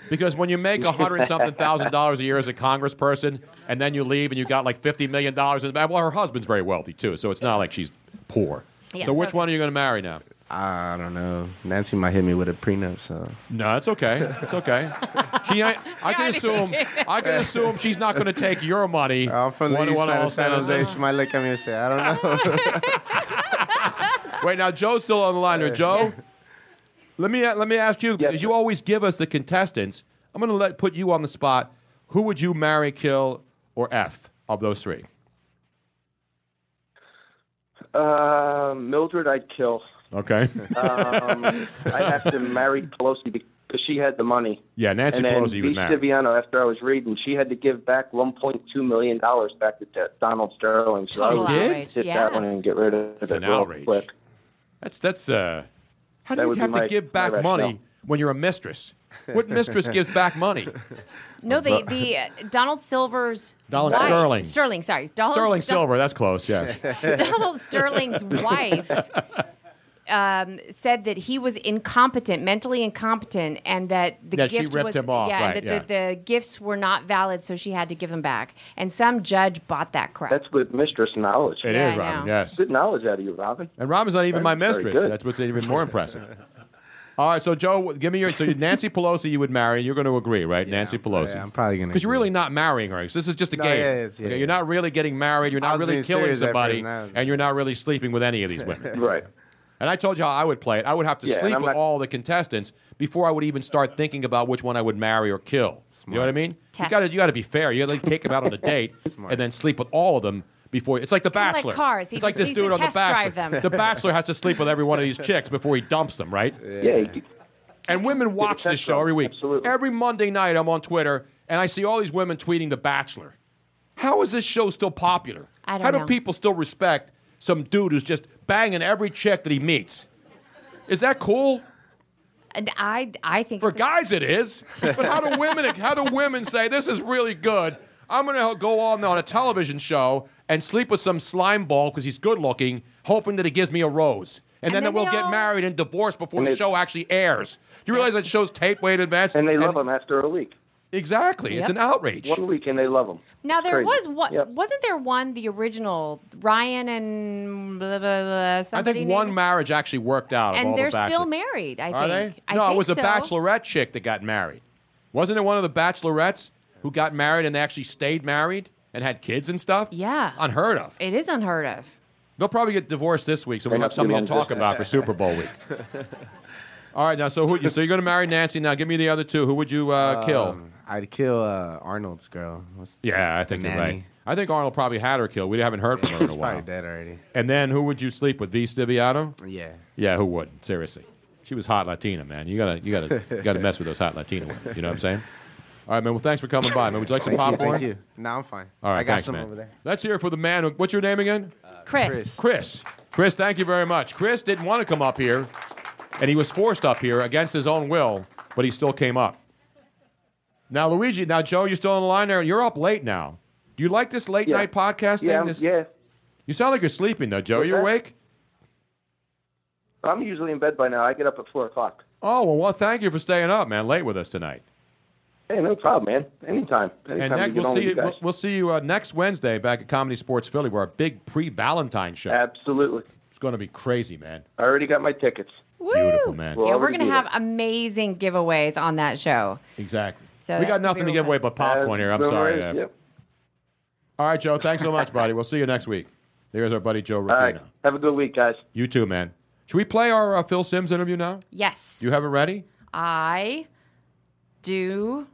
Speaker 4: because when you make a hundred something thousand dollars a year as a congressperson, and then you leave and you got like fifty million dollars in the bank. Well, her husband's very wealthy too, so it's not like she's poor.
Speaker 6: Yeah,
Speaker 4: so which
Speaker 6: so-
Speaker 4: one are you going to marry now?
Speaker 17: I don't know. Nancy might hit me with a prenup, so.
Speaker 4: No, it's okay. It's okay. She, ain't- I can assume. I can assume she's not going to take your money.
Speaker 17: I'm from the
Speaker 4: One-
Speaker 17: east
Speaker 4: one
Speaker 17: side
Speaker 4: all
Speaker 17: of San
Speaker 4: San
Speaker 17: Jose. She might look at me and say, I don't know.
Speaker 4: Wait, now Joe's still on the line here. Joe, let me let me ask you. because you always give us the contestants. I'm going to let put you on the spot. Who would you marry, kill, or f of those three?
Speaker 15: Uh, Mildred, I'd kill.
Speaker 4: Okay.
Speaker 15: Um, I'd have to marry Pelosi because she had the money.
Speaker 4: Yeah, Nancy
Speaker 15: and then
Speaker 4: Pelosi you would
Speaker 15: Bea
Speaker 4: marry.
Speaker 15: Stiviano, after I was reading, she had to give back 1.2 million dollars back to De- Donald Sterling. So
Speaker 4: Total
Speaker 15: I would
Speaker 4: outrage,
Speaker 15: hit
Speaker 4: yeah.
Speaker 15: that one and get rid of
Speaker 4: That's
Speaker 15: it
Speaker 4: an
Speaker 15: real
Speaker 4: outrage.
Speaker 15: quick.
Speaker 4: That's that's uh. How do
Speaker 15: That
Speaker 4: you
Speaker 15: would be
Speaker 4: have
Speaker 15: my-
Speaker 4: to give back
Speaker 15: my rationale.
Speaker 4: money when you're a mistress? What mistress gives back money?
Speaker 6: No, the the uh, Donald Silver's
Speaker 4: Donald
Speaker 6: wife-
Speaker 4: Sterling.
Speaker 6: Sterling, sorry. Donald
Speaker 4: Sterling
Speaker 6: Ster-
Speaker 4: Silver. That's close. Yes.
Speaker 6: Donald Sterling's wife um, said that he was incompetent, mentally incompetent, and that the
Speaker 4: That she
Speaker 6: gift
Speaker 4: ripped
Speaker 6: was
Speaker 4: him off,
Speaker 6: yeah, and
Speaker 4: right,
Speaker 6: that The, the gifts were not valid, so she had to give them back. And some judge bought that crap.
Speaker 15: That's with mistress knowledge.
Speaker 4: It
Speaker 15: It is,
Speaker 4: Yeah, is, I Robin, know. yes.
Speaker 15: Good knowledge out of you, Robin.
Speaker 4: And Robin's not even my
Speaker 15: Very
Speaker 4: mistress.
Speaker 15: good.
Speaker 4: That's what's even more impressive. All right, so Joe, give me your. So Nancy Pelosi, you would marry, and you're going to agree, right? Nancy Pelosi.
Speaker 17: yeah, I'm probably gonna
Speaker 4: Because you're really not marrying her. 'cause This is just a
Speaker 17: No,
Speaker 4: game.
Speaker 17: yeah, it's- yeah,
Speaker 4: Okay,
Speaker 17: yeah.
Speaker 4: You're not really getting married. You're
Speaker 17: I
Speaker 4: not
Speaker 17: was
Speaker 4: really
Speaker 17: being
Speaker 4: killing
Speaker 17: serious at first,
Speaker 4: somebody,
Speaker 17: and I was-
Speaker 4: and you're not really sleeping with any of these women.
Speaker 15: right.
Speaker 4: And I told you how I would play it. I would have to
Speaker 15: Yeah, and
Speaker 4: sleep
Speaker 15: I'm
Speaker 4: with
Speaker 15: not-
Speaker 4: all the contestants before I would even start thinking about which one I would marry or kill. You know what I mean? You
Speaker 6: Test.
Speaker 4: got to you got to be fair. You got to take them out on a date and then sleep with all of them before. It's like the
Speaker 6: kinda like
Speaker 4: Bachelor.
Speaker 6: cars. He
Speaker 4: it's like
Speaker 6: just
Speaker 4: this
Speaker 6: needs
Speaker 4: dude
Speaker 6: to
Speaker 4: on the
Speaker 6: test
Speaker 4: Bachelor.
Speaker 6: drive them.
Speaker 4: The Bachelor has to sleep with every one of these chicks before he dumps them, right?
Speaker 15: Yeah. you-
Speaker 4: And women watch this show every week. Every Monday night, I'm on Twitter and I see all these women tweeting The Bachelor. How is this show still popular?
Speaker 6: I don't
Speaker 4: How do
Speaker 6: know.
Speaker 4: people still respect some dude who's just banging every chick that he meets? Is that cool?
Speaker 6: And I, I think
Speaker 4: For guys, it is. But how do women? How do women say this is really good? I'm gonna go on on a television show and sleep with some slime ball because he's good looking, hoping that he gives me a rose, and, then,
Speaker 6: then
Speaker 4: we'll
Speaker 6: they
Speaker 4: get
Speaker 6: all-
Speaker 4: married and divorced before
Speaker 15: And
Speaker 4: the
Speaker 15: they-
Speaker 4: show actually airs. Do you realize that show's taped way in advance?
Speaker 15: And they love him after a week.
Speaker 4: Exactly, it's
Speaker 6: Yep.
Speaker 4: an outrage.
Speaker 15: One week and they love him.
Speaker 6: now there
Speaker 15: Crazy.
Speaker 6: was one.
Speaker 15: Yep.
Speaker 6: Wasn't there one the original Ryan and blah blah blah?
Speaker 4: I
Speaker 6: Somebody
Speaker 4: think
Speaker 6: named-
Speaker 4: one marriage actually worked out. of all
Speaker 6: and
Speaker 4: the
Speaker 6: they're still
Speaker 4: Bachelor-
Speaker 6: married. I
Speaker 4: Are
Speaker 6: think.
Speaker 4: they?
Speaker 6: I
Speaker 4: no,
Speaker 6: think
Speaker 4: it was a
Speaker 6: so.
Speaker 4: bachelorette chick that got married. Wasn't it one of the bachelorettes who got married and they actually stayed married and had kids and stuff?
Speaker 6: Yeah.
Speaker 4: Unheard of.
Speaker 6: It is unheard of.
Speaker 4: They'll probably get divorced this week, so we'll
Speaker 15: They
Speaker 4: have
Speaker 15: must be
Speaker 4: something to
Speaker 15: long
Speaker 4: talk
Speaker 15: distance.
Speaker 4: about for Super Bowl week. All right, now so who? So you're going to marry Nancy? Now give me the other two. Who would you uh, kill?
Speaker 17: Um, I'd kill uh, Arnold's girl. What's-
Speaker 4: yeah, I think you're
Speaker 17: Nanny.
Speaker 4: right. I think Arnold probably had her killed. We haven't heard from her in a
Speaker 17: She's
Speaker 4: while.
Speaker 17: probably dead already.
Speaker 4: And then who would you sleep with? V. Stiviano?
Speaker 17: Yeah.
Speaker 4: Yeah, who wouldn't? Seriously, she was hot Latina, man. You gotta, you gotta, you gotta mess with those hot Latina women. You know what I'm saying? All right, man. Well, thanks for coming by, man. Would you like some
Speaker 17: Thank you,
Speaker 4: popcorn?
Speaker 17: thank you. No, I'm fine.
Speaker 4: All right,
Speaker 17: I got
Speaker 4: thanks,
Speaker 17: some
Speaker 4: man.
Speaker 17: over there.
Speaker 4: Let's hear it for the man. Who, what's your name again?
Speaker 6: Chris.
Speaker 4: Chris. Chris, thank you very much. Chris didn't want to come up here, and he was forced up here against his own will, but he still came up. Now, Luigi, now, Joe, you're still on the line there. You're up late now. Do you like this late
Speaker 15: Yeah.
Speaker 4: night podcast
Speaker 15: Yeah,
Speaker 4: thing? This-
Speaker 15: yeah.
Speaker 4: You sound like you're sleeping, though, Joe. Are you
Speaker 15: Okay.
Speaker 4: awake?
Speaker 15: I'm usually in bed by now. I get up at four o'clock.
Speaker 4: Oh, well, well, thank you for staying up, man, late with us tonight.
Speaker 15: Hey, no problem, man. Anytime. Anytime
Speaker 4: and
Speaker 15: you
Speaker 4: next,
Speaker 15: get
Speaker 4: we'll
Speaker 15: on
Speaker 4: see
Speaker 15: with
Speaker 4: you,
Speaker 15: guys.
Speaker 4: we'll, we'll see you uh, next Wednesday back at Comedy Sports Philly, where our big pre-Valentine show.
Speaker 15: Absolutely.
Speaker 4: It's going to be crazy, man.
Speaker 15: I already got my tickets.
Speaker 4: Beautiful, man.
Speaker 6: yeah, we're gonna have amazing giveaways on that show.
Speaker 4: Exactly.
Speaker 6: So
Speaker 4: we
Speaker 6: that's
Speaker 4: got
Speaker 6: gonna be
Speaker 4: nothing to
Speaker 6: real
Speaker 4: give
Speaker 6: fun.
Speaker 4: away but popcorn here. I'm
Speaker 6: don't
Speaker 4: sorry.
Speaker 6: worry.
Speaker 4: uh,
Speaker 6: Yep.
Speaker 4: All right, Joe. Thanks so much, buddy. We'll see you next week. There's our buddy Joe Rufino.
Speaker 15: All right. Have a good week, guys.
Speaker 4: You too, man. Should we play our uh, Phil Sims interview now?
Speaker 6: Yes,
Speaker 4: Do you have it ready?
Speaker 6: I do.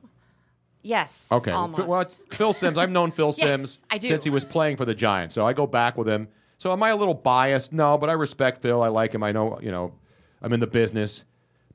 Speaker 6: Yes.
Speaker 4: Okay. Well,
Speaker 6: Almost.
Speaker 4: Phil- Well, it's Phil Sims. I've known Phil
Speaker 6: Yes,
Speaker 4: Sims
Speaker 6: I do.
Speaker 4: since he was playing for the Giants, so I go back with him. So am I a little biased? No, but I respect Phil. I like him. I know, you know, I'm in the business,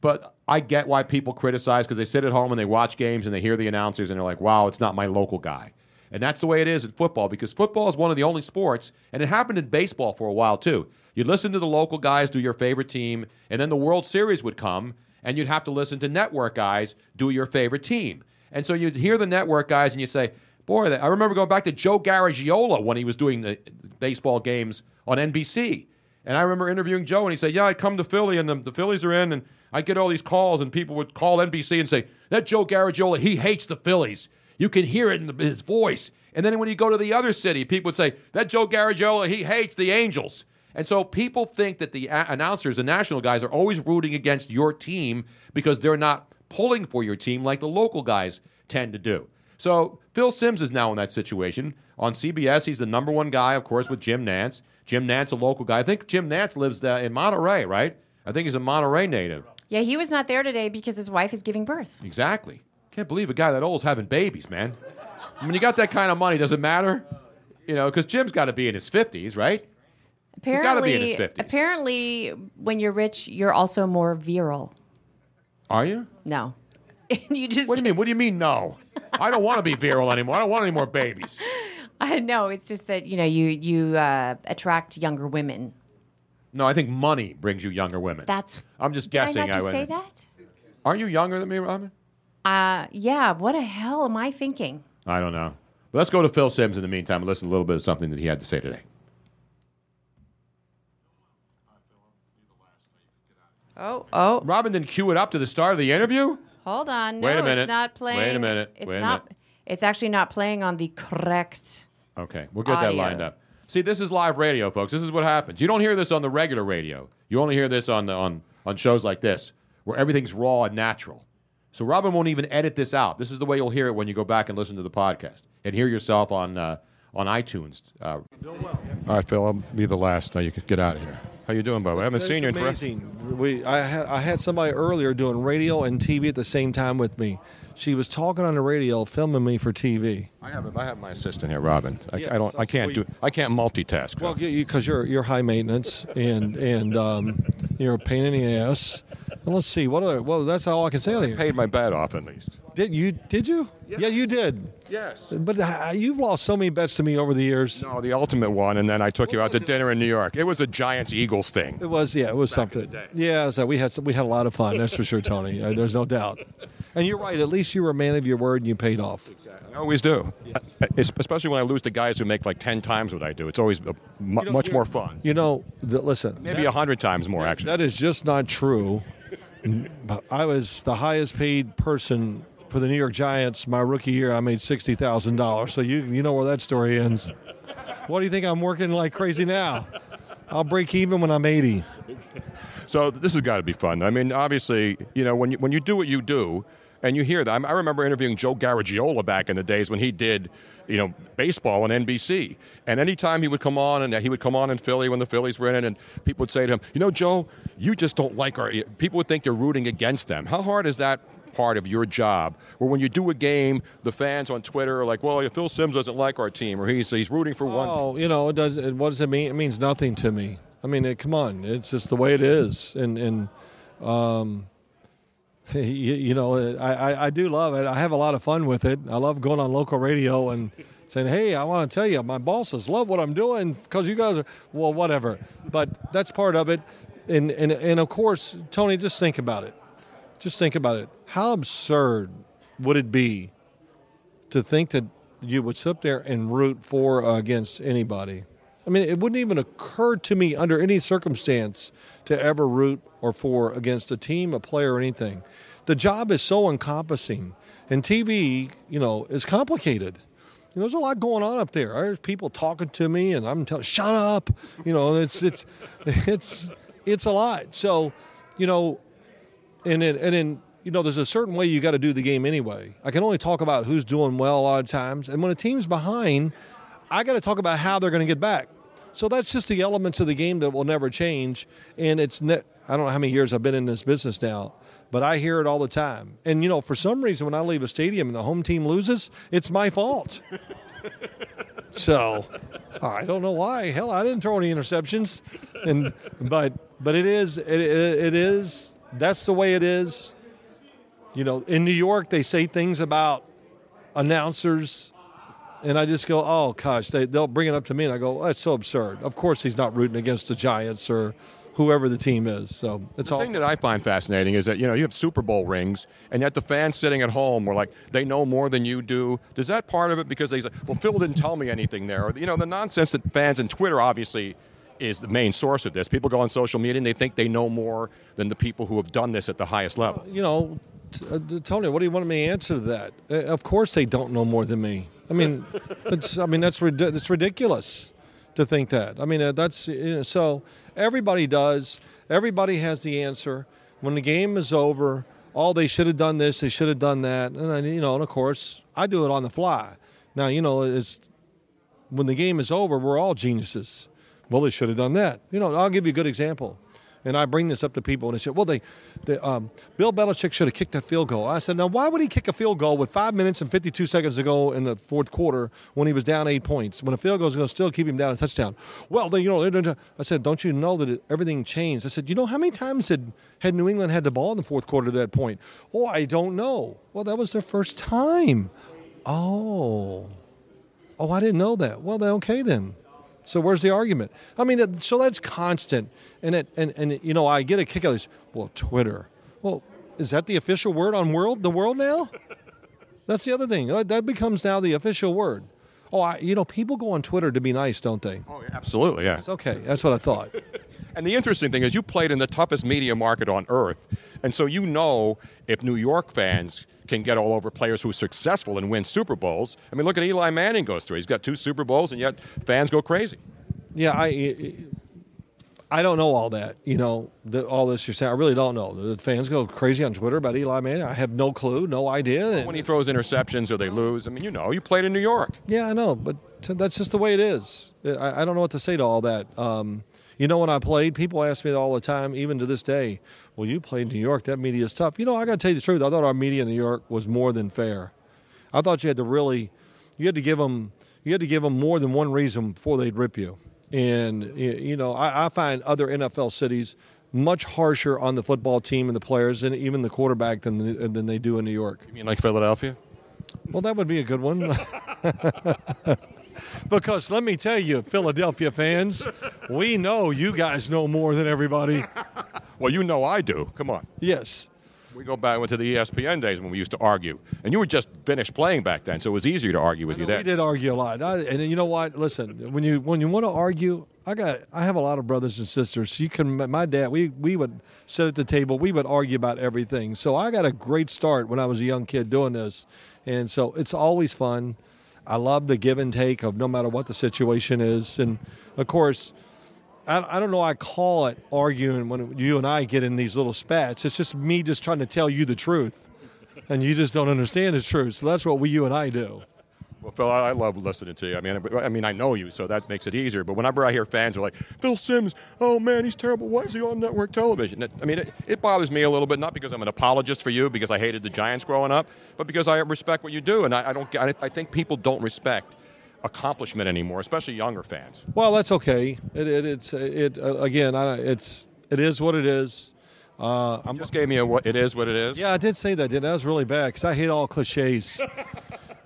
Speaker 4: but I get why people criticize because they sit at home and they watch games and they hear the announcers and they're like, "Wow, it's not my local guy." And that's the way it is in football because football is one of the only sports, and it happened in baseball for a while too. You listen to the local guys do your favorite team, and then the World Series would come, and you'd have to listen to network guys do your favorite team. And so you'd hear the network guys, and you say, "Boy, that- I remember going back to Joe Garagiola when he was doing the baseball games on NBC." And I remember interviewing Joe, and he said, "Yeah, I come to Philly, and the, the Phillies are in, and I get all these calls, and people would call NBC and say that Joe Garagiola, he hates the Phillies. You can hear it in the, his voice." And then when you go to the other city, people would say that Joe Garagiola, he hates the Angels. And so people think that the a- announcers, the national guys, are always rooting against your team because they're not pulling for your team like the local guys tend to do. So Phil Sims is now in that situation. On CBS, he's the number one guy, of course, with Jim Nance. Jim Nance, a local guy. I think Jim Nance lives uh, in Monterey, right? I think he's a Monterey native.
Speaker 6: yeah, he was not there today because his wife is giving birth.
Speaker 4: Exactly. Can't believe a guy that old's having babies, man. When you got that kind of money, does it matter? You know, because Jim's got to be in his 50s, right? He's
Speaker 6: Apparently,
Speaker 4: gotta be in his 50s.
Speaker 6: apparently, when you're rich, you're also more virile.
Speaker 4: Are you?
Speaker 6: No, you just
Speaker 4: What do you mean? What do you mean? No, I don't want to be virile anymore. I don't want any more babies.
Speaker 6: I know. It's just that you know you you uh, attract younger women.
Speaker 4: No, I think money brings you younger women.
Speaker 6: That's
Speaker 4: I'm just
Speaker 6: did
Speaker 4: guessing.
Speaker 6: I not just
Speaker 4: would-
Speaker 6: say that?
Speaker 4: Aren't you younger than me, Robin?
Speaker 6: Uh, yeah. What the hell am I thinking?
Speaker 4: I don't know. But let's go to Phil Sims in the meantime and listen to a little bit of something that he had to say today.
Speaker 6: Oh, oh.
Speaker 4: Robin didn't cue it up to the start of the interview?
Speaker 6: Hold on. No,
Speaker 4: Wait a minute.
Speaker 6: It's not playing.
Speaker 4: Wait a minute.
Speaker 6: It's
Speaker 4: Wait a
Speaker 6: not. It's actually not playing on the correct.
Speaker 4: Okay, we'll get that
Speaker 6: Audio.
Speaker 4: lined up. See, this is live radio, folks. This is what happens. You don't hear this on the regular radio. You only hear this on the, on on shows like this, where everything's raw and natural. So Robin won't even edit this out. This is the way you'll hear it when you go back and listen to the podcast and hear yourself on uh, on iTunes. Uh, all right, Phil, I'll be the last. Now you can get out of here. How you doing, Bubba? I haven't
Speaker 18: That's
Speaker 4: seen you in forever.
Speaker 18: amazing. We, I had, I had somebody earlier doing radio and TV at the same time with me. She was talking on the radio, filming me for TV.
Speaker 4: I have I have my assistant here, Robin. I, I don't. I can't do. I can't multitask.
Speaker 18: Well, because you, are you're high maintenance and and um, you're a pain in the ass. And let's see what other. Well, that's all I can say. I
Speaker 4: paid my bet off at least.
Speaker 18: Did you? Did you? Yeah, you did.
Speaker 4: Yes.
Speaker 18: But uh, you've lost so many bets to me over the years.
Speaker 4: No, the ultimate one, and then I took you out to dinner in New York. It was a Giants Eagles thing.
Speaker 18: It was, yeah, it was something. Yeah, so we had some, we had a lot of fun. That's for sure, Tony. Uh, there's no doubt. And you're right. At least you were a man of your word, and you paid off.
Speaker 4: I always do. I- I- especially when I lose to guys who make like 10 times what I do. It's always a, mu- much more fun.
Speaker 18: You know, th- listen.
Speaker 4: Maybe a 100 times more, actually.
Speaker 18: That is just not true. I was the highest paid person for the New York Giants my rookie year. I made sixty thousand dollars. So you you know where that story ends. What do you think I'm working like crazy now? I'll break even when I'm eighty.
Speaker 4: So this has got to be fun. I mean, obviously, you know, when you, when you do what you do, and you hear that, I'm- I remember interviewing Joe Garagiola back in the days when he did, you know, baseball on NBC. And anytime he would come on, and he would come on in Philly when the Phillies were in it, and people would say to him, you know, Joe, you just don't like our. People would think you're rooting against them. How hard is that? Part of your job, where when you do a game, the fans on Twitter are like, "Well, Phil Sims doesn't like our team, or he's he's rooting for one."
Speaker 18: Oh, you know, it does. It, what does it mean? It means nothing to me. I mean, it, come on, it's just the way it is, and and um, you, you know, I, I I do love it. I have a lot of fun with it. I love going on local radio and saying, "Hey, I want to tell you, my bosses love what I'm doing because you guys are well, whatever." But that's part of it, and and and of course, Tony, just think about it. Just think about it. How absurd would it be to think that you would sit there and root for or against anybody? I mean, it wouldn't even occur to me under any circumstance to ever root or for against a team, a player, or anything. The job is so encompassing, and TV, you know, is complicated. You know, there's a lot going on up there. There's people talking to me, and I'm telling, "Shut up!" You know, and it's it's it's it's a lot. So, you know, and then, and then you know, there's a certain way you got to do the game anyway. I can only talk about who's doing well a lot of times, and when a team's behind, I got to talk about how they're going to get back. So that's just the elements of the game that will never change. And it's ne- I don't know how many years I've been in this business now, but I hear it all the time. And you know, for some reason, when I leave a stadium and the home team loses, it's my fault. so I don't know why. Hell, I didn't throw any interceptions, and but but it is it, it, it is that's the way it is. You know, in New York, they say things about announcers and I just go, oh gosh, they, they'll bring it up to me, and I go, that's so absurd. Of course, he's not rooting against the Giants or whoever the team is. So it's
Speaker 4: the
Speaker 18: all.
Speaker 4: thing that I find fascinating is that you know you have Super Bowl rings, and yet the fans sitting at home were like they know more than you do. Does that part of it because they say, well Phil didn't tell me anything there, or you know the nonsense that fans and Twitter obviously is the main source of this. People go on social media and they think they know more than the people who have done this at the highest level.
Speaker 18: you know, t- uh, Tony, what do you want me to answer to that? Uh, of course, they don't know more than me. I mean, it's, I mean that's rid- it's ridiculous to think that. I mean, uh, that's you know, so everybody does. Everybody has the answer. When the game is over, oh, they should have done this. They should have done that. And I, you know, and of course, I do it on the fly. Now, you know, it's when the game is over, we're all geniuses. Well, they should have done that. You know, I'll give you a good example. And I bring this up to people, and they say, "Well, they, they um, Bill Belichick should have kicked that field goal." I said, "Now, why would he kick a field goal with five minutes and fifty-two seconds to go in the fourth quarter when he was down eight points? When a field goal is going to still keep him down a touchdown?" Well, they, you know, they- they- I said, "Don't you know that it, everything changed?" I said, "You know how many times had had New England had the ball in the fourth quarter to that point?" Oh, I don't know. Well, that was their first time. Oh, Oh, I didn't know that. Well, then okay then. So where's the argument? I mean, it- so that's constant, and it and and you know I get a kick out of this. Well, Twitter. Well, is that the official word on world the world now? That's the other thing. That that becomes now the official word. Oh, I, you know, people go on Twitter to be nice, don't they? Oh,
Speaker 4: Absolutely, yeah.
Speaker 18: It's okay. That's what I thought.
Speaker 4: And the interesting thing is, you played in the toughest media market on earth. And so you know if New York fans can get all over players who are successful and win Super Bowls. I mean, look at Eli Manning goes through. He's got two Super Bowls, and yet fans go crazy.
Speaker 18: Yeah, I I don't know all that. You know, the, all this you're saying, I really don't know. The fans go crazy on Twitter about Eli Manning. I have no clue, no idea. And-
Speaker 4: When he throws interceptions or they lose, I mean, you know, you played in New York.
Speaker 18: Yeah, I know, but t- that's just the way it is. I, I don't know what to say to all that. Um, you know, when I played, people ask me all the time, even to this day, well, you played in New York. That media is tough. You know, I got to tell you the truth. I thought our media in New York was more than fair. I thought you had to really, you had to give them, you had to give 'em more than one reason before they'd rip you. And, y- you know, I, I find other NFL cities much harsher on the football team and the players and even the quarterback than, than they do in New York.
Speaker 4: You mean like Philadelphia?
Speaker 18: Well, that would be a good one. because let me tell you, Philadelphia fans, we know you guys know more than everybody.
Speaker 4: Well, you know I do. Come on.
Speaker 18: Yes.
Speaker 4: We go back to the E ESPN days when we used to argue. And you were just finished playing back then, so it was easier to argue with you
Speaker 18: We
Speaker 4: then.
Speaker 18: did argue a lot. I, and you know what? Listen, when you when you want to argue, I got I have a lot of brothers and sisters. You can my dad, we we would sit at the table, we would argue about everything. So I got a great start when I was a young kid doing this. And so it's always fun. I love the give and take of no matter what the situation is. And of course, I, I don't know. I call it arguing when you and I get in these little spats. It's just me just trying to tell you the truth, and you just don't understand the truth. So that's what we, you and I do.
Speaker 4: Well, Phil, I I love listening to you. I mean, I I mean, I know you, so that makes it easier. But whenever I hear fans are like, "Phil Sims, oh man, he's terrible. Why is he on network television?" That- I mean, it, it bothers me a little bit, not because I'm an apologist for you, because I hated the Giants growing up, but because I respect what you do, and I, I don't. I, I think people don't respect accomplishment anymore, especially younger fans.
Speaker 18: Well, that's okay. It, it it's it uh, again. I, it's it is what it is. Uh, I'm
Speaker 4: Just gave me a what it is, what it is.
Speaker 18: Yeah, I did say that. Did I? That was really bad because I hate all cliches.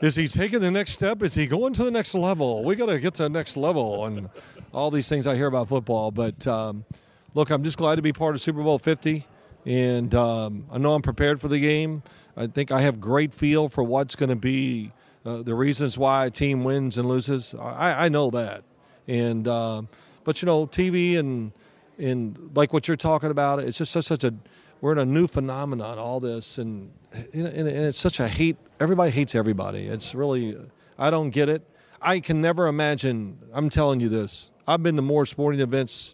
Speaker 18: Is he taking the next step? Is he going to the next level? We got to get to the next level and all these things I hear about football. But um, look, I'm just glad to be part of Super Bowl 50, and um, I know I'm prepared for the game. I think I have great feel for what's going to be uh, the reasons why a team wins and loses. I, I know that, and um, but you know, TV and and like what you're talking about, it's just such, such a we're in a new phenomenon. All this and and, and and it's such a hate. Everybody hates everybody. It's really I don't get it. I can never imagine. I'm telling you this. I've been to more sporting events,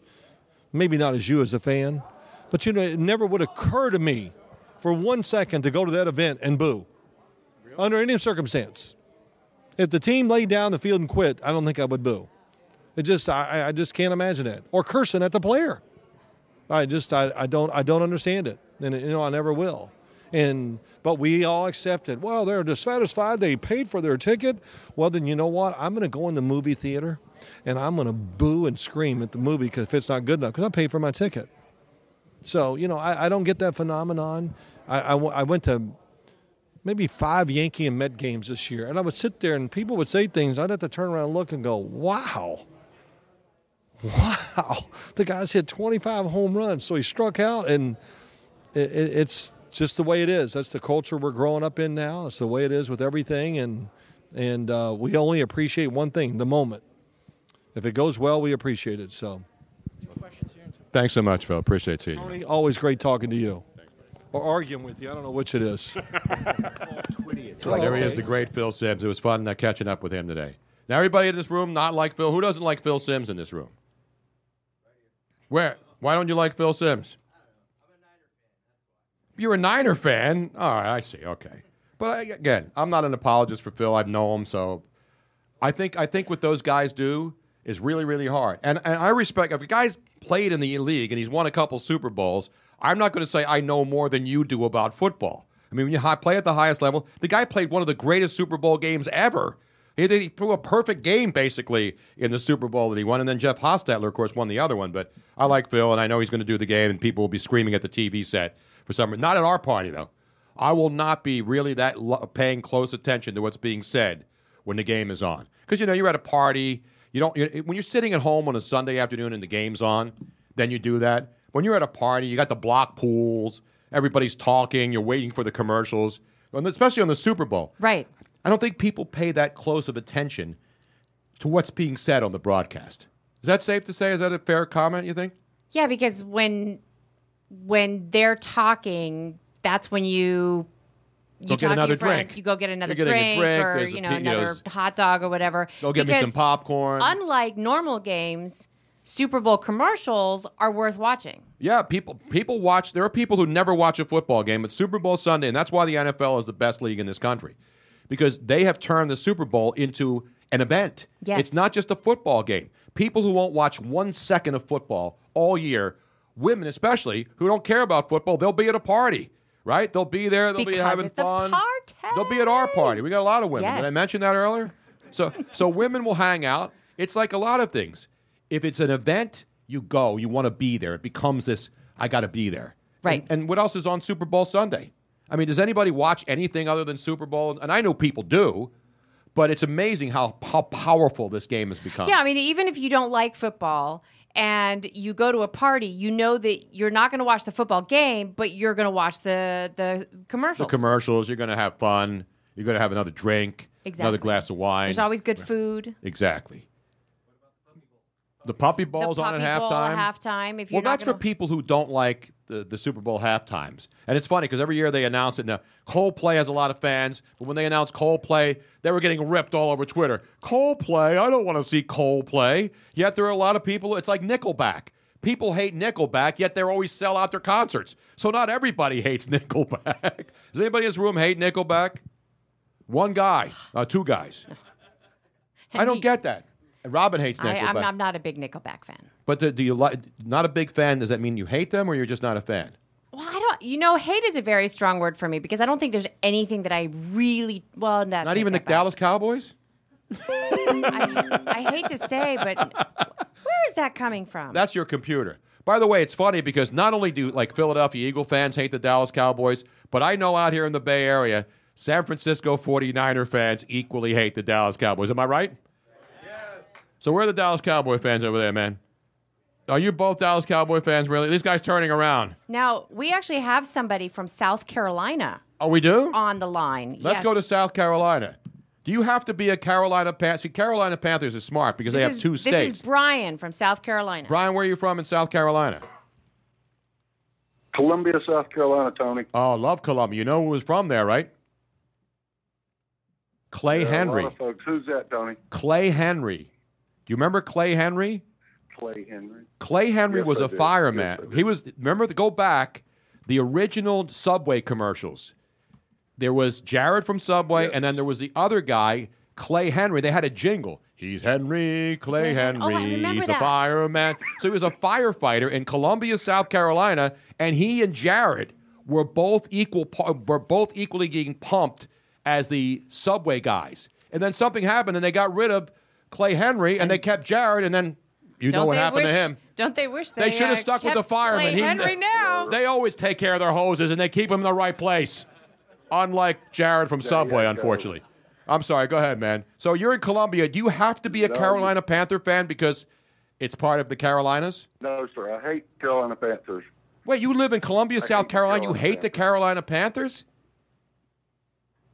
Speaker 18: maybe not as you as a fan, but you know, it never would occur to me for one second to go to that event and boo under any circumstance. If the team laid down the field and quit, I don't think I would boo. It just I, I just can't imagine it. Or cursing at the player. I just I, I don't I don't understand it. And you know, I never will. And but we all accept it. Well, they're dissatisfied, they paid for their ticket. Well then you know what? I'm gonna go in the movie theater and I'm gonna boo and scream at the movie 'cause if it's not good enough, because I paid for my ticket. So, you know, I, I don't get that phenomenon. I, I, w- I went to maybe five Yankee and Met games this year, and I would sit there and people would say things. I'd have to turn around and look and go, wow. Wow. The guy's hit 25 home runs, so he struck out, and it, it, it's just the way it is. That's the culture we're growing up in now. It's the way it is with everything, and, and uh, we only appreciate one thing the moment. If it goes well, we appreciate it. So.
Speaker 4: Thanks so much, Phil. Appreciate seeing you.
Speaker 18: Tony, always great talking to you. Or arguing with you. I don't know which it is.
Speaker 4: There he is, the great Phil Sims. It was fun uh, catching up with him today. Now, everybody in this room not like Phil. Who doesn't like Phil Sims in this room? Where? Why don't you like Phil Sims? You're a Niner fan. All right, I see. Okay, but I, again, I'm not an apologist for Phil. I've known him, so I think I think what those guys do is really really hard. And and I respect if a guy's played in the league and he's won a couple Super Bowls. I'm not going to say I know more than you do about football. I mean, when you hi- play at the highest level, the guy played one of the greatest Super Bowl games ever. He, did- he threw a perfect game basically in the Super Bowl that he won, and then Jeff Hostetler, of course, won the other one. But I like Phil, and I know he's going to do the game, and people will be screaming at the TV set for some reason. Not at our party though. I will not be really that lo- paying close attention to what's being said when the game is on. Because you know you're at a party. You don't you when you're sitting at home on a Sunday afternoon and the game's on, then you do that. When you're at a party, you got the block pools. Everybody's talking. You're waiting for the commercials, and especially on the Super Bowl.
Speaker 6: Right.
Speaker 4: I don't think people pay that close of attention to what's being said on the broadcast. Is that safe to say? Is that a fair comment? You think?
Speaker 6: Yeah, because when when they're talking, that's when you
Speaker 4: Go
Speaker 6: you
Speaker 4: get
Speaker 6: talk to
Speaker 4: another
Speaker 6: your friend,
Speaker 4: drink.
Speaker 6: You go get another
Speaker 4: You're getting a
Speaker 6: drink,
Speaker 4: drink,
Speaker 6: or
Speaker 4: there's a
Speaker 6: you know
Speaker 4: pe- you know,
Speaker 6: another hot dog or whatever.
Speaker 4: Go get me some
Speaker 6: Because
Speaker 4: popcorn.
Speaker 6: Unlike normal games, Super Bowl commercials are worth watching.
Speaker 4: Yeah, people people watch. There are people who never watch a football game. It's Super Bowl Sunday, and that's why the NFL is the best league in this country, because they have turned the Super Bowl into an event.
Speaker 6: Yes.
Speaker 4: It's not just a football game. People who won't watch one second of football all year, women especially, who don't care about football, they'll be at a party, right? They'll be there. They'll be
Speaker 6: Because
Speaker 4: having
Speaker 6: it's a
Speaker 4: fun. They'll be at our party. We got a lot of women. Did I
Speaker 6: Yes.
Speaker 4: mention that earlier? So so women will hang out. It's like a lot of things. If it's an event, you go. You want to be there. It becomes this. I got to be there.
Speaker 6: Right.
Speaker 4: And, and what else is on Super Bowl Sunday? I mean, does anybody watch anything other than Super Bowl? And I know people do, but it's amazing how how powerful this game has become.
Speaker 6: Yeah, I mean, even if you don't like football and you go to a party, you know that you're not going to watch the football game, but you're going to watch the the
Speaker 4: the
Speaker 6: commercials.
Speaker 4: commercials. You're going to have fun. You're going to have another drink. Another
Speaker 6: Exactly.
Speaker 4: glass of wine.
Speaker 6: There's always good food.
Speaker 4: exactly. The puppy
Speaker 6: The
Speaker 4: ball's on
Speaker 6: puppy
Speaker 4: at
Speaker 6: bowl
Speaker 4: halftime.
Speaker 6: Halftime. If you're
Speaker 4: Well,
Speaker 6: not
Speaker 4: that's
Speaker 6: gonna,
Speaker 4: for people who don't like the, the Super Bowl half times. And it's funny because every year they announce it. Now, Coldplay has a lot of fans, but when they announced Coldplay, they were getting ripped all over Twitter. Coldplay, I don't want to see Coldplay. Yet there are a lot of people, it's like Nickelback. People hate Nickelback, yet they always sell out their concerts. So not everybody hates Nickelback. Does anybody in this room hate Nickelback? One guy, uh, two guys. I don't get that. Robin hates Nickelback.
Speaker 6: I, I'm, I'm not a big Nickelback fan.
Speaker 4: But do, do you like not a big fan? Does that mean you hate them or you're just not a fan?
Speaker 6: Well, I don't. You know, hate is a very strong word for me because I don't think there's anything that I really well. Not,
Speaker 4: not even the Dallas Cowboys.
Speaker 6: I hate to say, but where is that coming from?
Speaker 4: That's your computer. By the way, it's funny because not only do like Philadelphia Eagle fans hate the Dallas Cowboys, but I know out here in the Bay Area, San Francisco 49er fans equally hate the Dallas Cowboys. Am I right? Yes. So where are the Dallas Cowboy fans over there, man? Are you both Dallas Cowboy fans, really? This guy's turning around.
Speaker 6: Now, we actually have somebody from South Carolina
Speaker 4: Oh, we do?
Speaker 6: on the line.
Speaker 4: Let's
Speaker 6: yes.
Speaker 4: go to South Carolina. Do you have to be a Carolina Panthers? See, Carolina Panthers are smart because they
Speaker 6: This
Speaker 4: have
Speaker 6: is-
Speaker 4: two
Speaker 6: This
Speaker 4: states.
Speaker 6: is Brian from South Carolina.
Speaker 4: Brian, where are you from in South Carolina?
Speaker 19: Columbia, South Carolina, Tony.
Speaker 4: Oh, love Columbia. You know who was from there, right? Clay
Speaker 19: There are A
Speaker 4: Henry.
Speaker 19: lot of folks. Who's that, Tony?
Speaker 4: Clay Henry. Do you remember Clay Henry?
Speaker 19: Clay Henry.
Speaker 4: Clay Henry
Speaker 19: Yes,
Speaker 4: was
Speaker 19: I
Speaker 4: a
Speaker 19: do.
Speaker 4: fireman. he was remember to go back the original Subway commercials. There was Jared from Subway, and then there was the other guy, Clay Henry. They had a jingle. He's Henry, Clay
Speaker 6: Hen- oh, I
Speaker 4: Henry.
Speaker 6: remember
Speaker 4: He's a
Speaker 6: that.
Speaker 4: fireman. So he was a firefighter in Columbia, South Carolina, and he and Jared were both equal. pu- Were both equally getting pumped as the Subway guys. And then something happened, and they got rid of Clay Henry, and they kept Jared. And then you know
Speaker 6: Don't
Speaker 4: what
Speaker 6: they
Speaker 4: happened to
Speaker 6: wish-
Speaker 4: him.
Speaker 6: Don't they wish
Speaker 4: They
Speaker 6: they,
Speaker 4: should
Speaker 6: uh,
Speaker 4: have stuck with the
Speaker 6: kept
Speaker 4: fireman.
Speaker 6: Clay
Speaker 4: He-
Speaker 6: Henry now.
Speaker 4: They always take care of their hoses and they keep them in the right place. Unlike Jared from Subway, unfortunately. I'm sorry. Go ahead, man. So you're in Columbia. Do you have to be a
Speaker 19: No,
Speaker 4: Carolina Panther fan because it's part of the Carolinas?
Speaker 19: No, sir. I hate Carolina Panthers.
Speaker 4: Wait, you live in Columbia, South Carolina. You hate the Carolina Panthers?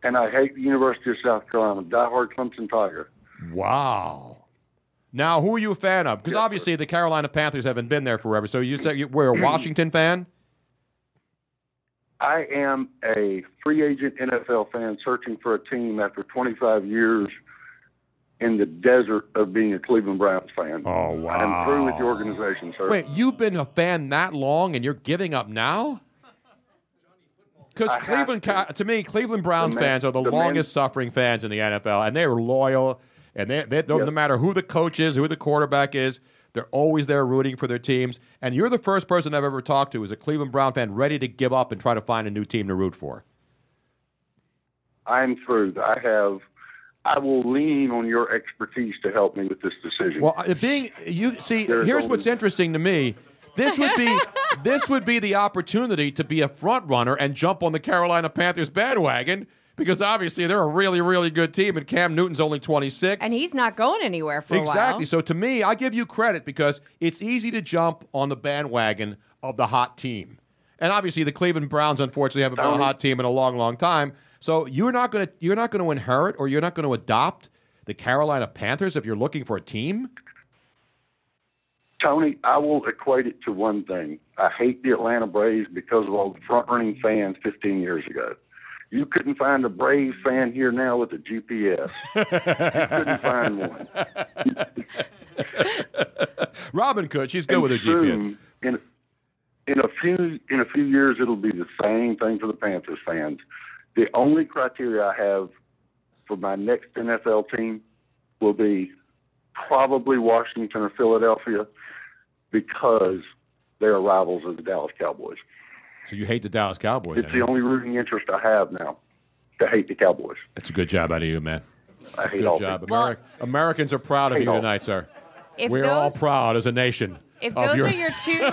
Speaker 19: And I hate the University of South Carolina. Diehard Clemson Tiger.
Speaker 4: Wow. Now, who are you a fan of? Because obviously the Carolina Panthers haven't been there forever. So you said you were a Washington fan?
Speaker 19: I am a free agent NFL fan searching for a team after 25 years in the desert of being a Cleveland Browns fan. Oh, wow. I'm through with the organization, sir.
Speaker 4: Wait, you've been a fan that long and you're giving up now? Because
Speaker 19: I have
Speaker 4: Cleveland, to. to me, Cleveland Browns
Speaker 19: The man-
Speaker 4: fans are the,
Speaker 19: the man-
Speaker 4: longest suffering fans in the NFL, and they're loyal. And they, they don't, no matter who the coach is, who the quarterback is, they're always there rooting for their teams. And you're the first person I've ever talked to who's a Cleveland Brown fan ready to give up and try to find a new team to root for.
Speaker 19: I'm through. I have. I will lean on your expertise to help me with this decision.
Speaker 4: Well, uh, being you see,
Speaker 19: There's
Speaker 4: here's
Speaker 19: only-
Speaker 4: what's interesting to me. This would be this would be the opportunity to be a front runner and jump on the Carolina Panthers bandwagon because obviously they're a really really good team and Cam Newton's only 26.
Speaker 6: And he's not going anywhere for a while.
Speaker 4: Exactly. So to me, I give you credit because it's easy to jump on the bandwagon of the hot team. And obviously the Cleveland Browns unfortunately haven't been a hot team in a long, long time. So you're not gonna you're not gonna inherit or you're not gonna adopt the Carolina Panthers if you're looking for a team?
Speaker 19: Tony, I will equate it to one thing. I hate the Atlanta Braves because of all the front running fans 15 years ago. You couldn't find a Braves fan here now with a GPS. you couldn't find one.
Speaker 4: Robin could. She's good
Speaker 19: And
Speaker 4: with her GPS.
Speaker 19: soon, In, in a few in a few years, it'll be the same thing for the Panthers fans. The only criteria I have for my next NFL team will be probably Washington or Philadelphia because they are rivals of the Dallas Cowboys.
Speaker 4: So you hate the Dallas Cowboys.
Speaker 19: It's the only rooting interest I have now to hate the Cowboys.
Speaker 4: That's a good job out of you, man.
Speaker 19: I hate all
Speaker 4: Good job.
Speaker 19: people.
Speaker 4: Ameri- Americans are proud of
Speaker 19: Hey,
Speaker 4: you
Speaker 19: all.
Speaker 4: tonight, sir.
Speaker 6: If
Speaker 4: We're all
Speaker 6: those-
Speaker 4: proud as a nation.
Speaker 6: If
Speaker 4: of
Speaker 6: those
Speaker 4: your-
Speaker 6: are your two,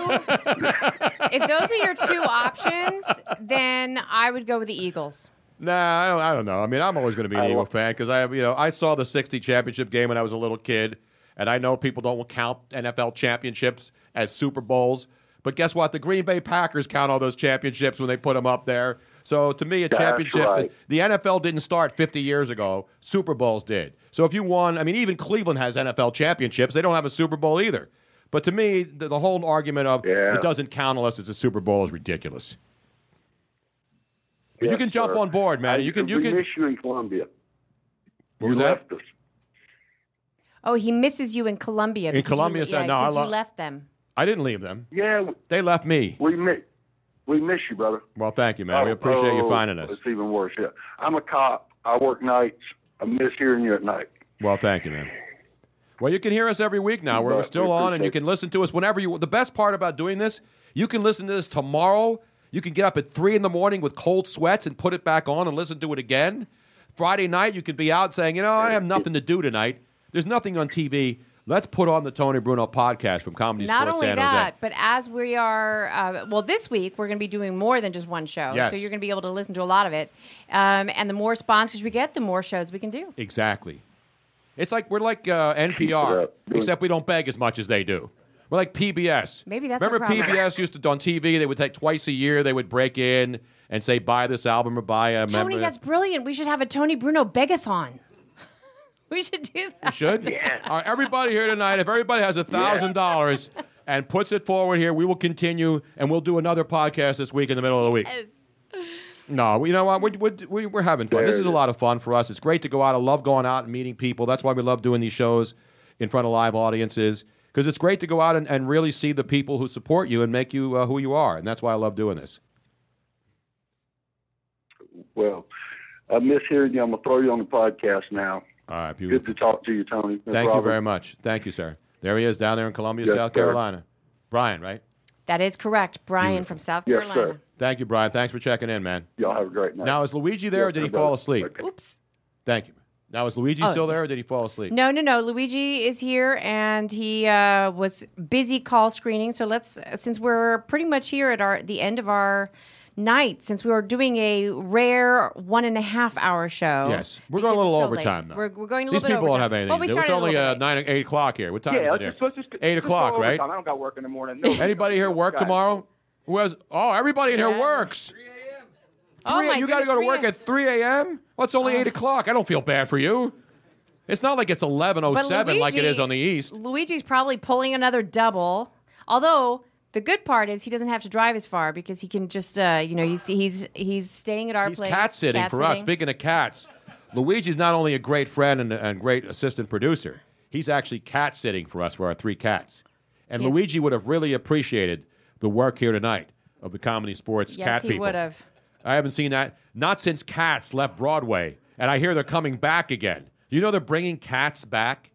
Speaker 6: if those are your two options, then I would go with the Eagles.
Speaker 4: Nah, I don't, I don't know. I mean, I'm always going to be an Eagle fan because I, have, you know, I saw the '60 championship game when I was a little kid, and I know people don't count NFL championships as Super Bowls, but guess what? The Green Bay Packers count all those championships when they put them up there. So to me, a
Speaker 19: That's
Speaker 4: championship,
Speaker 19: right.
Speaker 4: the NFL didn't start 50 years ago. Super Bowls did. So if you won, I mean, even Cleveland has NFL championships. They don't have a Super Bowl either. But to me, the, the whole argument of
Speaker 19: Yeah.
Speaker 4: it doesn't count unless it's a Super Bowl is ridiculous. But you
Speaker 19: Yes,
Speaker 4: can jump
Speaker 19: sir.
Speaker 4: on board, man.
Speaker 19: I-
Speaker 4: you can. You
Speaker 19: we
Speaker 4: can.
Speaker 19: miss you in Columbia.
Speaker 4: What was that?
Speaker 6: Oh, he misses you in Colombia.
Speaker 4: In
Speaker 6: because
Speaker 4: Colombia,
Speaker 6: you,
Speaker 4: so-
Speaker 6: yeah,
Speaker 4: no, I
Speaker 6: because
Speaker 4: lo-
Speaker 6: you left them.
Speaker 4: I didn't leave them.
Speaker 19: Yeah,
Speaker 4: They left me.
Speaker 19: we miss we miss you, brother.
Speaker 4: Well, thank you, man. we
Speaker 19: Oh,
Speaker 4: appreciate you
Speaker 19: oh,
Speaker 4: finding us.
Speaker 19: It's even worse. Yeah, I'm a cop. I work nights. I miss hearing you at night.
Speaker 4: Well, thank you, man. Well, you can hear us every week now. We're
Speaker 19: Right, we
Speaker 4: still on, and you
Speaker 19: appreciate
Speaker 4: can listen to us whenever you. The best part about doing this, you can listen to this tomorrow. You can get up at three in the morning with cold sweats and put it back on and listen to it again. Friday night, you could be out saying, you know, I have nothing to do tonight. There's nothing on TV. Let's put on the Tony Bruno podcast from Comedy
Speaker 6: Not
Speaker 4: Sports
Speaker 6: only
Speaker 4: San Jose.
Speaker 6: that, but as we are, uh, well, this week we're going to be doing more than just one show.
Speaker 4: Yes.
Speaker 6: So you're going to be able to listen to a lot of it. Um, and the more sponsors we get, the more shows we can do.
Speaker 4: Exactly. It's like we're like uh, NPR, except we don't beg as much as they do. We're like PBS.
Speaker 6: Maybe that's our
Speaker 4: remember
Speaker 6: problem.
Speaker 4: PBS used to on TV. They would take twice a year. They would break in and say buy this album or buy a
Speaker 6: Tony,
Speaker 4: member.
Speaker 6: that's brilliant. We should have a Tony Bruno begathon. we should do that.
Speaker 4: We should. All right, everybody here tonight. If everybody has a thousand dollars and puts it forward here, we will continue and we'll do another podcast this week in the middle of the week. No, you know what? We're, we're- we're, we're having fun. This is a lot of fun for us. It's great to go out. I love going out and meeting people. That's why we love doing these shows in front of live audiences because it's great to go out and, and really see the people who support you and make you uh, who you are. And that's why I love doing this.
Speaker 19: Well, I miss hearing you. I'm gonna throw you on the podcast now.
Speaker 4: All right,
Speaker 19: Good to talk to you, Tony. That's
Speaker 4: Thank you
Speaker 19: Robert.
Speaker 4: very much. Thank you, sir. There he is down there in Columbia,
Speaker 19: Yes,
Speaker 4: South
Speaker 19: sir.
Speaker 4: Carolina. Brian, right?
Speaker 6: That is correct. Brian from South Carolina.
Speaker 4: Thank you, Brian. Thanks for checking in, man.
Speaker 19: Y'all have a great night.
Speaker 4: Now, is Luigi there or did he fall asleep?
Speaker 6: Oops.
Speaker 4: Thank you. Now, is Luigi
Speaker 6: Oh,
Speaker 4: still there or did he fall asleep?
Speaker 6: No, no, no. Luigi is here, and he uh, was busy call screening. So let's, since we're pretty much here at our the end of our night, since we were doing a rare one and a half hour show.
Speaker 4: Yes. We're going a
Speaker 6: because it's
Speaker 4: little
Speaker 6: so
Speaker 4: overtime,
Speaker 6: late.
Speaker 4: though.
Speaker 6: We're, we're going a
Speaker 4: These
Speaker 6: little bit
Speaker 4: people
Speaker 6: overtime.
Speaker 4: don't have anything
Speaker 6: Well, we
Speaker 4: to do. It's
Speaker 6: started a
Speaker 4: only
Speaker 6: little
Speaker 4: uh, nine, eight o'clock here. What time
Speaker 6: Yeah,
Speaker 4: is it
Speaker 6: let's
Speaker 4: here?
Speaker 6: just- let's just-
Speaker 4: eight
Speaker 6: let's go
Speaker 4: o'clock, right?
Speaker 15: I don't got work in the morning. No,
Speaker 4: Anybody here work
Speaker 15: guys.
Speaker 4: tomorrow? Who has? Oh, everybody in here works. 3
Speaker 6: Oh, my
Speaker 4: you got to
Speaker 6: goodness, Oh.
Speaker 4: go to
Speaker 6: 3
Speaker 4: work at 3 a.m. Well, it's only 8 o'clock. I don't feel bad for you. It's not like it's 11.07 oh, like it
Speaker 6: Luigi-
Speaker 4: is on the East.
Speaker 6: bit. Luigi's probably pulling another double, although. The good part is he doesn't have to drive as far because he can just, uh, you know, he's he's he's staying at our place.
Speaker 4: Cat sitting for us.
Speaker 6: sitting.
Speaker 4: Speaking of cats, Luigi's not only a great friend and, and great assistant producer, he's actually cat sitting for us for our three cats. And
Speaker 6: Yeah.
Speaker 4: Luigi would have really appreciated the work here tonight of the Comedy Sports
Speaker 6: Yes,
Speaker 4: cat
Speaker 6: he
Speaker 4: people.
Speaker 6: would have.
Speaker 4: I haven't seen that. Not since Cats left Broadway, and I hear they're coming back again. You know they're bringing Cats back,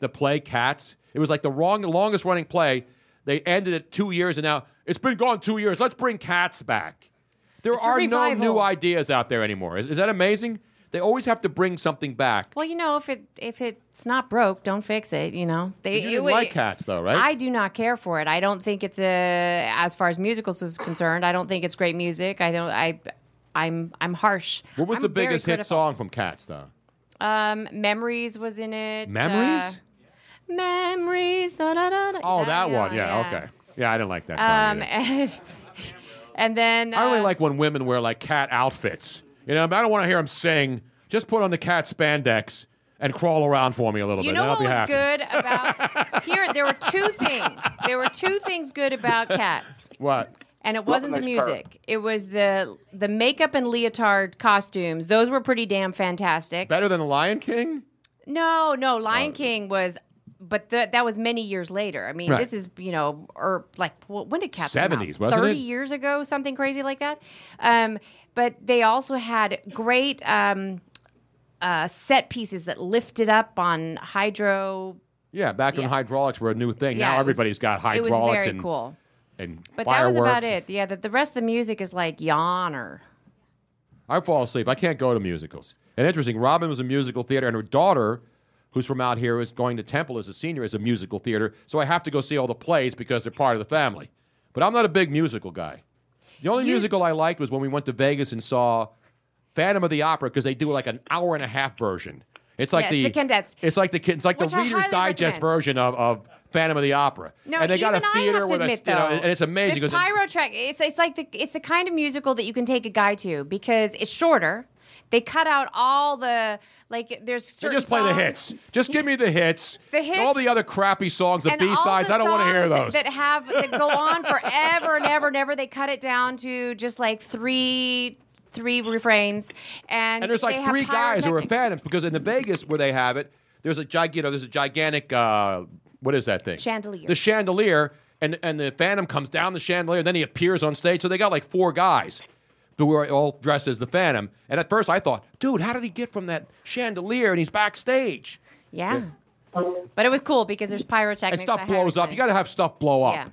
Speaker 4: the play Cats. It was like the wrong, longest running play. They ended it two years, and now it's been gone two years. Let's bring Cats back. There
Speaker 6: It's a
Speaker 4: are no
Speaker 6: revival.
Speaker 4: new ideas out there anymore. Is, is that amazing? They always have to bring something back.
Speaker 6: Well, you know, if it if it's not broke, don't fix it. You know, they
Speaker 4: you
Speaker 6: it
Speaker 4: didn't
Speaker 6: would-
Speaker 4: like Cats though, right?
Speaker 6: I do not care for it. I don't think it's a as far as musicals is concerned. I don't think it's great music. I don't. I, I'm I'm harsh.
Speaker 4: what was
Speaker 6: I'm
Speaker 4: the
Speaker 6: very
Speaker 4: biggest hit
Speaker 6: critical.
Speaker 4: song from Cats though?
Speaker 6: Um, memories was in it.
Speaker 4: Memories?
Speaker 6: Uh, memories. Da, da, da, da.
Speaker 4: Oh, that one. Yeah,
Speaker 6: yeah.
Speaker 4: okay. Yeah, I didn't like that song.
Speaker 6: Um,
Speaker 4: either.
Speaker 6: and, and then
Speaker 4: I only
Speaker 6: uh,
Speaker 4: like when women wear like cat outfits. You know, I don't want to hear them sing. Just put on the cat spandex and crawl around for me a little
Speaker 6: You
Speaker 4: bit.
Speaker 6: know
Speaker 4: and I'll
Speaker 6: what
Speaker 4: be
Speaker 6: was
Speaker 4: happy.
Speaker 6: good about here? There were two things. There were two things good about cats.
Speaker 4: What?
Speaker 6: and it
Speaker 4: Love
Speaker 6: wasn't
Speaker 4: a
Speaker 6: the
Speaker 4: nice car.
Speaker 6: music. It was the the makeup and leotard costumes. Those were pretty damn fantastic.
Speaker 4: Better than the Lion King?
Speaker 6: No, no, Lion King was, but th- that was many years later. I mean,
Speaker 4: Right.
Speaker 6: this is you know, or like wh- when did Cats come out?
Speaker 4: 70s, wasn't
Speaker 6: Thirty
Speaker 4: it?
Speaker 6: years ago, something crazy like that. Um, but they also had great um, uh, set pieces that lifted up on hydro.
Speaker 4: Yeah, back when hydraulics were a new thing. now
Speaker 6: Yeah, it was-
Speaker 4: everybody's got hydraulics
Speaker 6: It was very
Speaker 4: and,
Speaker 6: cool.
Speaker 4: and
Speaker 6: But that
Speaker 4: fireworks.
Speaker 6: was about it. Yeah, that the rest of the music is like yawner.
Speaker 4: I fall asleep. I can't go to musicals. And interesting, Robin was a musical theater, and her daughter, who's from out here, is going to Temple as a senior, is a musical theater. So I have to go see all the plays because they're part of the family. But I'm not a big musical guy. The only musical I liked was when we went to Vegas and saw Phantom of the Opera because they do like an hour and a half version. It's like
Speaker 6: Yeah,
Speaker 4: the,
Speaker 6: it's the condensed.
Speaker 4: It's like the kid- it's like
Speaker 6: Which
Speaker 4: the
Speaker 6: I
Speaker 4: Reader's
Speaker 6: highly
Speaker 4: Digest
Speaker 6: recommend.
Speaker 4: version of, of Phantom of the Opera.
Speaker 6: No,
Speaker 4: and they got a
Speaker 6: even I
Speaker 4: theater
Speaker 6: have to
Speaker 4: with
Speaker 6: admit,
Speaker 4: a you know,
Speaker 6: though,
Speaker 4: and it's amazing because
Speaker 6: This pyro track, it's, it's like the it's the kind of musical that you can take a guy to because it's shorter. They cut out all the like. There's
Speaker 4: So
Speaker 6: certain
Speaker 4: just play the
Speaker 6: songs-
Speaker 4: hits. Just give me the hits.
Speaker 6: The hits.
Speaker 4: All the other crappy songs, the
Speaker 6: and all
Speaker 4: B sides.
Speaker 6: the
Speaker 4: I don't want to hear
Speaker 6: songs
Speaker 4: those.
Speaker 6: that have that go on forever and ever and ever. They cut it down to just like three three refrains, and,
Speaker 4: and there's
Speaker 6: they
Speaker 4: like
Speaker 6: have
Speaker 4: three guys who are
Speaker 6: pyrotechnics.
Speaker 4: phantoms because in the Vegas where they have it, there's a gig, you know, there's a gigantic uh, what is that thing?
Speaker 6: Chandelier.
Speaker 4: The chandelier, and and the phantom comes down the chandelier, then he appears on stage. So they got like four guys who are all dressed as the phantom. And at first I thought, dude, how did he get from that chandelier and he's backstage?
Speaker 6: Yeah. But it was cool because there's pyrotechnics.
Speaker 4: and stuff
Speaker 6: I highly
Speaker 4: blows up. You
Speaker 6: recommend
Speaker 4: got to have stuff blow up.
Speaker 6: Yeah.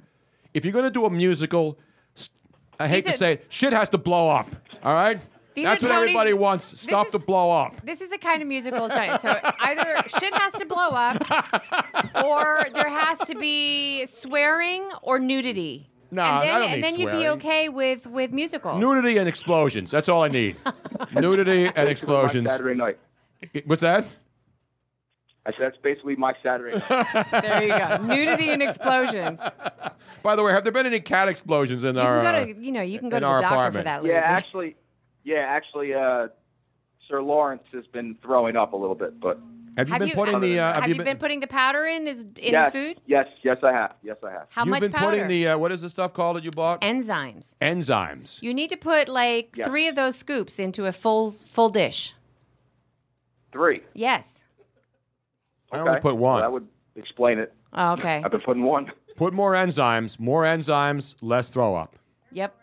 Speaker 4: If you're going to do a musical, s- I hate
Speaker 6: These
Speaker 4: to
Speaker 6: are-
Speaker 4: say it, shit has to blow up. All right?
Speaker 6: These
Speaker 4: That's
Speaker 6: are
Speaker 4: what
Speaker 6: Tony's-
Speaker 4: everybody wants.
Speaker 6: this
Speaker 4: Stuff to blow up.
Speaker 6: This is the kind of musical giant. So either shit has to blow up, or there has to be swearing or nudity.
Speaker 4: No,
Speaker 6: and then,
Speaker 4: I don't
Speaker 6: and
Speaker 4: need
Speaker 6: then you'd be
Speaker 4: swearing.
Speaker 6: okay with with musicals.
Speaker 4: Nudity and explosions. That's all I need. Nudity and explosions.
Speaker 15: Saturday night.
Speaker 4: What's that?
Speaker 15: I said that's basically my Saturday.
Speaker 6: there you go. Nudity and explosions.
Speaker 4: By the way, have there been any cat explosions in
Speaker 6: You
Speaker 4: our?
Speaker 6: can
Speaker 4: uh,
Speaker 6: go to you know you can go
Speaker 4: in
Speaker 6: to
Speaker 4: our
Speaker 6: the doctor for
Speaker 4: apartment.
Speaker 6: that.
Speaker 15: yeah,
Speaker 6: Luigi.
Speaker 15: actually, yeah, actually, uh, Sir Lawrence has been throwing up a little bit, but
Speaker 4: uh, have
Speaker 6: Have you, have, have you been, putting the powder in his in
Speaker 15: yes,
Speaker 6: his food?
Speaker 15: Yes, yes, I have. Yes, I have.
Speaker 6: How
Speaker 4: You've
Speaker 6: much
Speaker 4: been
Speaker 6: powder?
Speaker 4: putting the uh, what is the stuff called that you bought?
Speaker 6: Enzymes.
Speaker 4: Enzymes.
Speaker 6: You need to put like
Speaker 4: Yes.
Speaker 6: three of those scoops into a full full dish.
Speaker 15: Three.
Speaker 6: Yes.
Speaker 4: I only put one.
Speaker 15: that would explain it.
Speaker 6: Oh, okay.
Speaker 15: I've been putting one.
Speaker 4: Put more enzymes. More enzymes. Less throw up.
Speaker 6: Yep.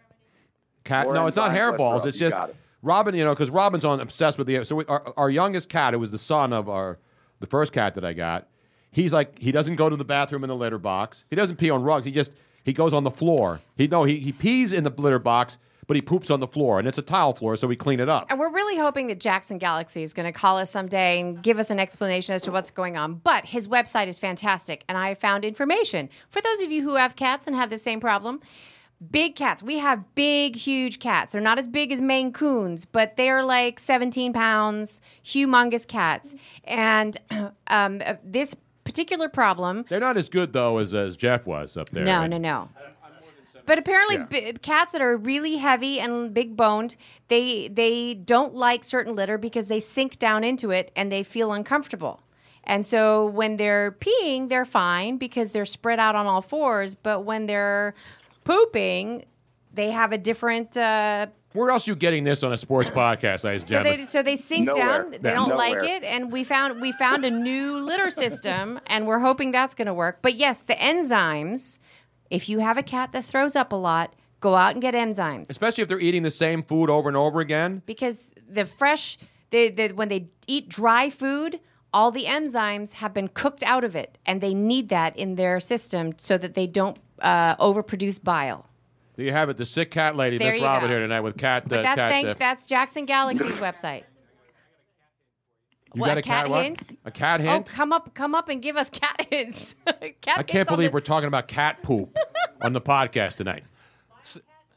Speaker 4: Cat.
Speaker 15: More
Speaker 4: no, it's not
Speaker 15: enzymes, less throw
Speaker 4: hairballs.
Speaker 15: up.
Speaker 4: It's
Speaker 15: You
Speaker 4: just
Speaker 15: got it.
Speaker 4: Robin. You know, because Robin's on obsessed with the. So we, our our youngest cat, who was the son of our the first cat that I got, he's like he doesn't go to the bathroom in the litter box. He doesn't pee on rugs. He just he goes on the floor. He no he he pees in the litter box, but he poops on the floor, and it's a tile floor, so we clean it up.
Speaker 6: And we're really hoping that Jackson Galaxy is going to call us someday and give us an explanation as to what's going on. But his website is fantastic, and I found information for those of you who have cats and have the same problem. Big cats. We have big, huge cats. They're not as big as Maine Coons, but they're like 17 pounds, humongous cats. And um, uh, this particular problem
Speaker 4: They're not as good though as as Jeff was up there.
Speaker 6: No,
Speaker 4: And
Speaker 6: no, no. But apparently, b- cats that are really heavy and big boned, they they don't like certain litter because they sink down into it and they feel uncomfortable. And so when they're peeing, they're fine because they're spread out on all fours. But when they're pooping, they have a different. Uh,
Speaker 4: Where else are you getting this on a sports podcast, ladies and
Speaker 6: so
Speaker 4: gentlemen?
Speaker 6: they so they sink
Speaker 4: Nowhere.
Speaker 6: down. They
Speaker 4: Yeah.
Speaker 6: don't like
Speaker 4: Nowhere.
Speaker 6: it, and we found we found a new litter system, and we're hoping that's going to work. But yes, the enzymes. If you have a cat that throws up a lot, go out and get enzymes
Speaker 4: Especially if they're eating the same food over and over again.
Speaker 6: because the fresh, they, they, when they eat dry food, all the enzymes have been cooked out of it, and they need that in their system so that they don't uh, overproduce bile.
Speaker 4: There you have it. The sick cat lady,
Speaker 6: There
Speaker 4: Miss
Speaker 6: you
Speaker 4: Robin
Speaker 6: go.
Speaker 4: here tonight with cat.
Speaker 6: But
Speaker 4: uh,
Speaker 6: that's
Speaker 4: cat,
Speaker 6: thanks.
Speaker 4: uh,
Speaker 6: that's Jackson Galaxy's website.
Speaker 4: you
Speaker 6: what,
Speaker 4: got
Speaker 6: a
Speaker 4: a cat,
Speaker 6: cat
Speaker 4: what?
Speaker 6: hint?
Speaker 4: A cat hint.
Speaker 6: Oh, come up, come up and give us cat hints. cat
Speaker 4: I can't
Speaker 6: hints on
Speaker 4: believe
Speaker 6: the-
Speaker 4: we're talking about cat poop on the podcast tonight.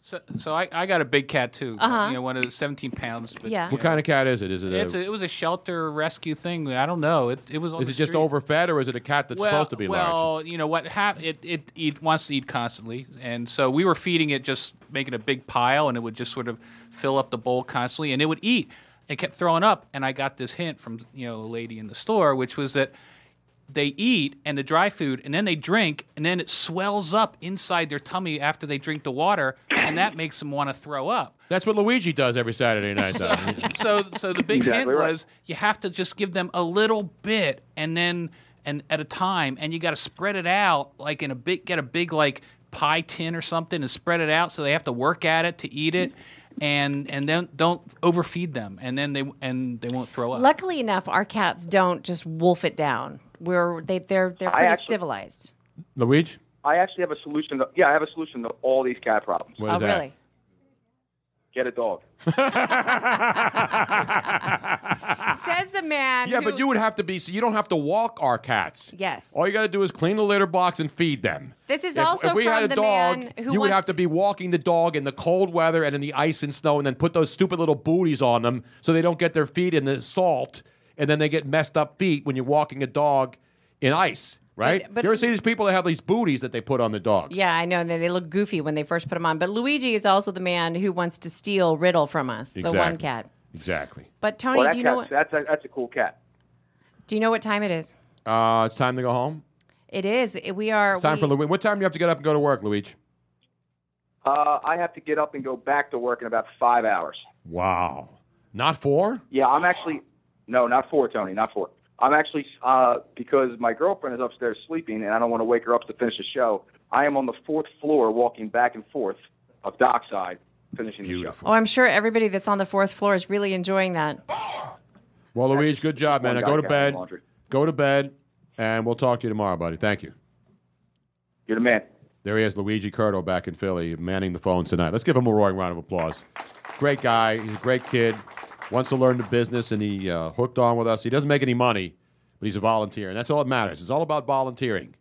Speaker 12: So, so I, I got a big cat too.
Speaker 6: Uh-huh.
Speaker 12: You know, one of those 17 pounds. But,
Speaker 6: Yeah.
Speaker 12: you
Speaker 4: What
Speaker 12: know,
Speaker 4: kind of cat is it? Is it?
Speaker 12: it's a, it was a shelter rescue thing. I don't know. It it was. On
Speaker 4: is
Speaker 12: the
Speaker 4: it just
Speaker 12: street.
Speaker 4: overfed, or is it a cat that's
Speaker 12: well,
Speaker 4: supposed to be large?
Speaker 12: Well, you know what hap- it, it it wants to eat constantly, and so we were feeding it, just making a big pile, and it would just sort of fill up the bowl constantly, and it would eat. It kept throwing up, and I got this hint from you know a lady in the store, which was that they eat and the dry food, and then they drink, and then it swells up inside their tummy after they drink the water, and that makes them want to throw up.
Speaker 4: That's what Luigi does every Saturday night. Though.
Speaker 12: so so the big hint
Speaker 4: Exactly right.
Speaker 12: was you have to just give them a little bit and then and at a time and you got to spread it out like in a big get a big like pie tin or something and spread it out so they have to work at it to eat it and and then don't overfeed them and then they and they won't throw up
Speaker 6: Luckily enough, our cats don't just wolf it down. We're they they're they're
Speaker 15: I
Speaker 6: pretty
Speaker 15: actually-
Speaker 6: civilized.
Speaker 4: Luigi,
Speaker 15: I actually have a solution. To, yeah, I have a solution to all these cat problems.
Speaker 4: What is Oh, that? really?
Speaker 15: Get a dog.
Speaker 6: Says the man.
Speaker 4: yeah,
Speaker 6: who-
Speaker 4: but you would have to be. So you don't have to walk our cats.
Speaker 6: Yes.
Speaker 4: All you got to do is clean the litter box and feed them.
Speaker 6: This is
Speaker 4: if,
Speaker 6: also
Speaker 4: if we
Speaker 6: from
Speaker 4: had a
Speaker 6: the
Speaker 4: dog,
Speaker 6: man who
Speaker 4: you would
Speaker 6: wants
Speaker 4: have to be walking the dog in the cold weather and in the ice and snow, and then put those stupid little booties on them so they don't get their feet in the salt, and then they get messed up feet when you're walking a dog in ice, right?
Speaker 6: But- but-
Speaker 4: you ever see these people that have these booties that they put on the dogs?
Speaker 6: Yeah, I know. And they they look goofy when they first put them on. But Luigi is also the man who wants to steal Riddle from us, the one
Speaker 4: Exactly.
Speaker 6: cat.
Speaker 4: Exactly.
Speaker 6: But Tony,
Speaker 15: well, that
Speaker 6: do you know what?
Speaker 15: cat's- That's a, that's a cool cat.
Speaker 6: Do you know what time it is?
Speaker 4: Uh, it's time to go home.
Speaker 6: It is. it- We are.
Speaker 4: It's time
Speaker 6: we-
Speaker 4: for Luigi. What time do you have to get up and go to work, Luigi?
Speaker 15: Uh, I have to get up and go back to work in about five hours.
Speaker 4: Wow. Not four?
Speaker 15: Yeah, I'm actually no, not four, Tony, not four. I'm actually uh, because my girlfriend is upstairs sleeping, and I don't want to wake her up to finish the show. I am on the fourth floor, walking back and forth of Dockside, finishing
Speaker 4: Beautiful.
Speaker 6: Oh, I'm sure everybody that's on the fourth floor is really enjoying that.
Speaker 4: Well, Luigi, good job, man.
Speaker 15: One
Speaker 4: Now
Speaker 15: guy
Speaker 4: go to
Speaker 15: carrying
Speaker 4: bed.
Speaker 15: laundry.
Speaker 4: Go to bed, and we'll talk to you tomorrow, buddy. Thank you.
Speaker 15: You're the man.
Speaker 4: There he is, Luigi Curto, back in Philly, manning the phones tonight. Let's give him a roaring round of applause. great guy. He's a great kid. Wants to learn the business, and he uh, hooked on with us. He doesn't make any money, but he's a volunteer, and that's all that matters. It's all about volunteering.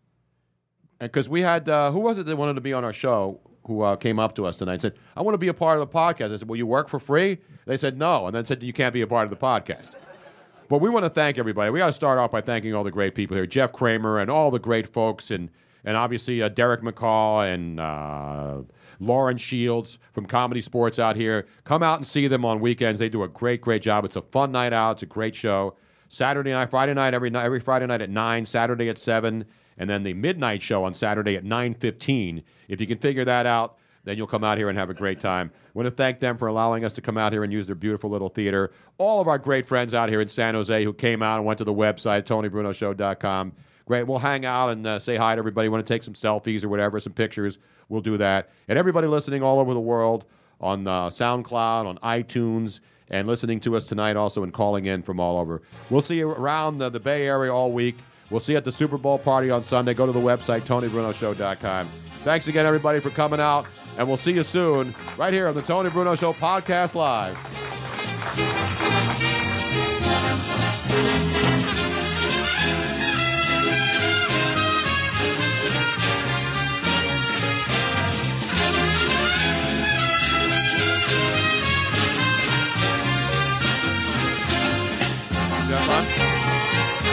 Speaker 4: And because we had, uh, who was it that wanted to be on our show? Who uh, came up to us tonight and said, "I want to be a part of the podcast." I said, "Will you work for free?" They said, "No," and then said, "You can't be a part of the podcast." But we want to thank everybody. We got to start off by thanking all the great people here, Jeff Kramer, and all the great folks, and and obviously uh, Derek McCall and uh, Lauren Shields from Comedy Sports out here. Come out and see them on weekends. They do a great, great job. It's a fun night out. It's a great show. Saturday night, Friday night, every night, every Friday night at nine, Saturday at seven, and then the midnight show on Saturday at nine fifteen. If you can figure that out, then you'll come out here and have a great time. I want to thank them for allowing us to come out here and use their beautiful little theater. All of our great friends out here in San Jose who came out and went to the website, TonyBrunoShow.com. Great. We'll hang out and uh, say hi to everybody. Want to take some selfies or whatever, some pictures. We'll do that. And everybody listening all over the world on uh, SoundCloud, on iTunes, and listening to us tonight also and calling in from all over. We'll see you around the, the Bay Area all week. We'll see you at the Super Bowl party on Sunday. Go to the website, TonyBrunoShow.com. Thanks again, everybody, for coming out. And we'll see you soon right here on the Tony Bruno Show Podcast Live. Is that fun?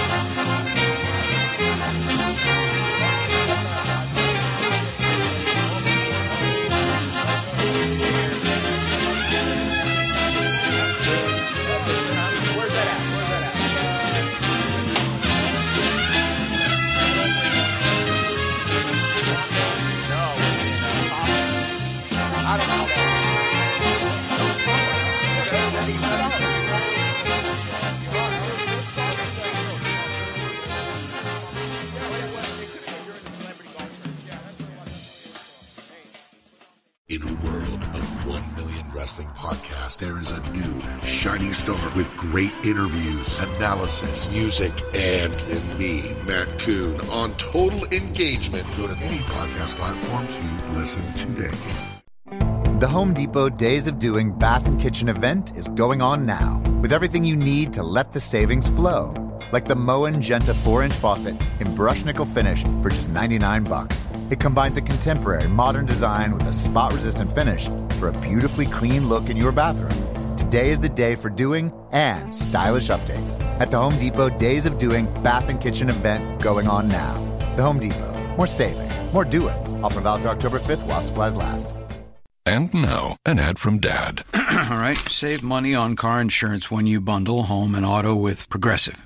Speaker 20: In a world of 1 million wrestling podcasts, there is a new shining star with great interviews, analysis, music, and, and me, Matt Coon, on total engagement. Go to any podcast platform to listen today.
Speaker 5: The Home Depot Days of Doing Bath and Kitchen event is going on now with everything you need to let the savings flow. Like the Moen Genta 4 inch faucet in brush nickel finish for just 99 bucks. It combines a contemporary modern design with a spot resistant finish for a beautifully clean look in your bathroom. Today is the day for doing and stylish updates at the Home Depot Days of Doing Bath and Kitchen event going on now. The Home Depot. More saving, more doing. Offer valid through October 5th while supplies last.
Speaker 21: And now, an ad from Dad.
Speaker 22: All right, save money on car insurance when you bundle home and auto with Progressive.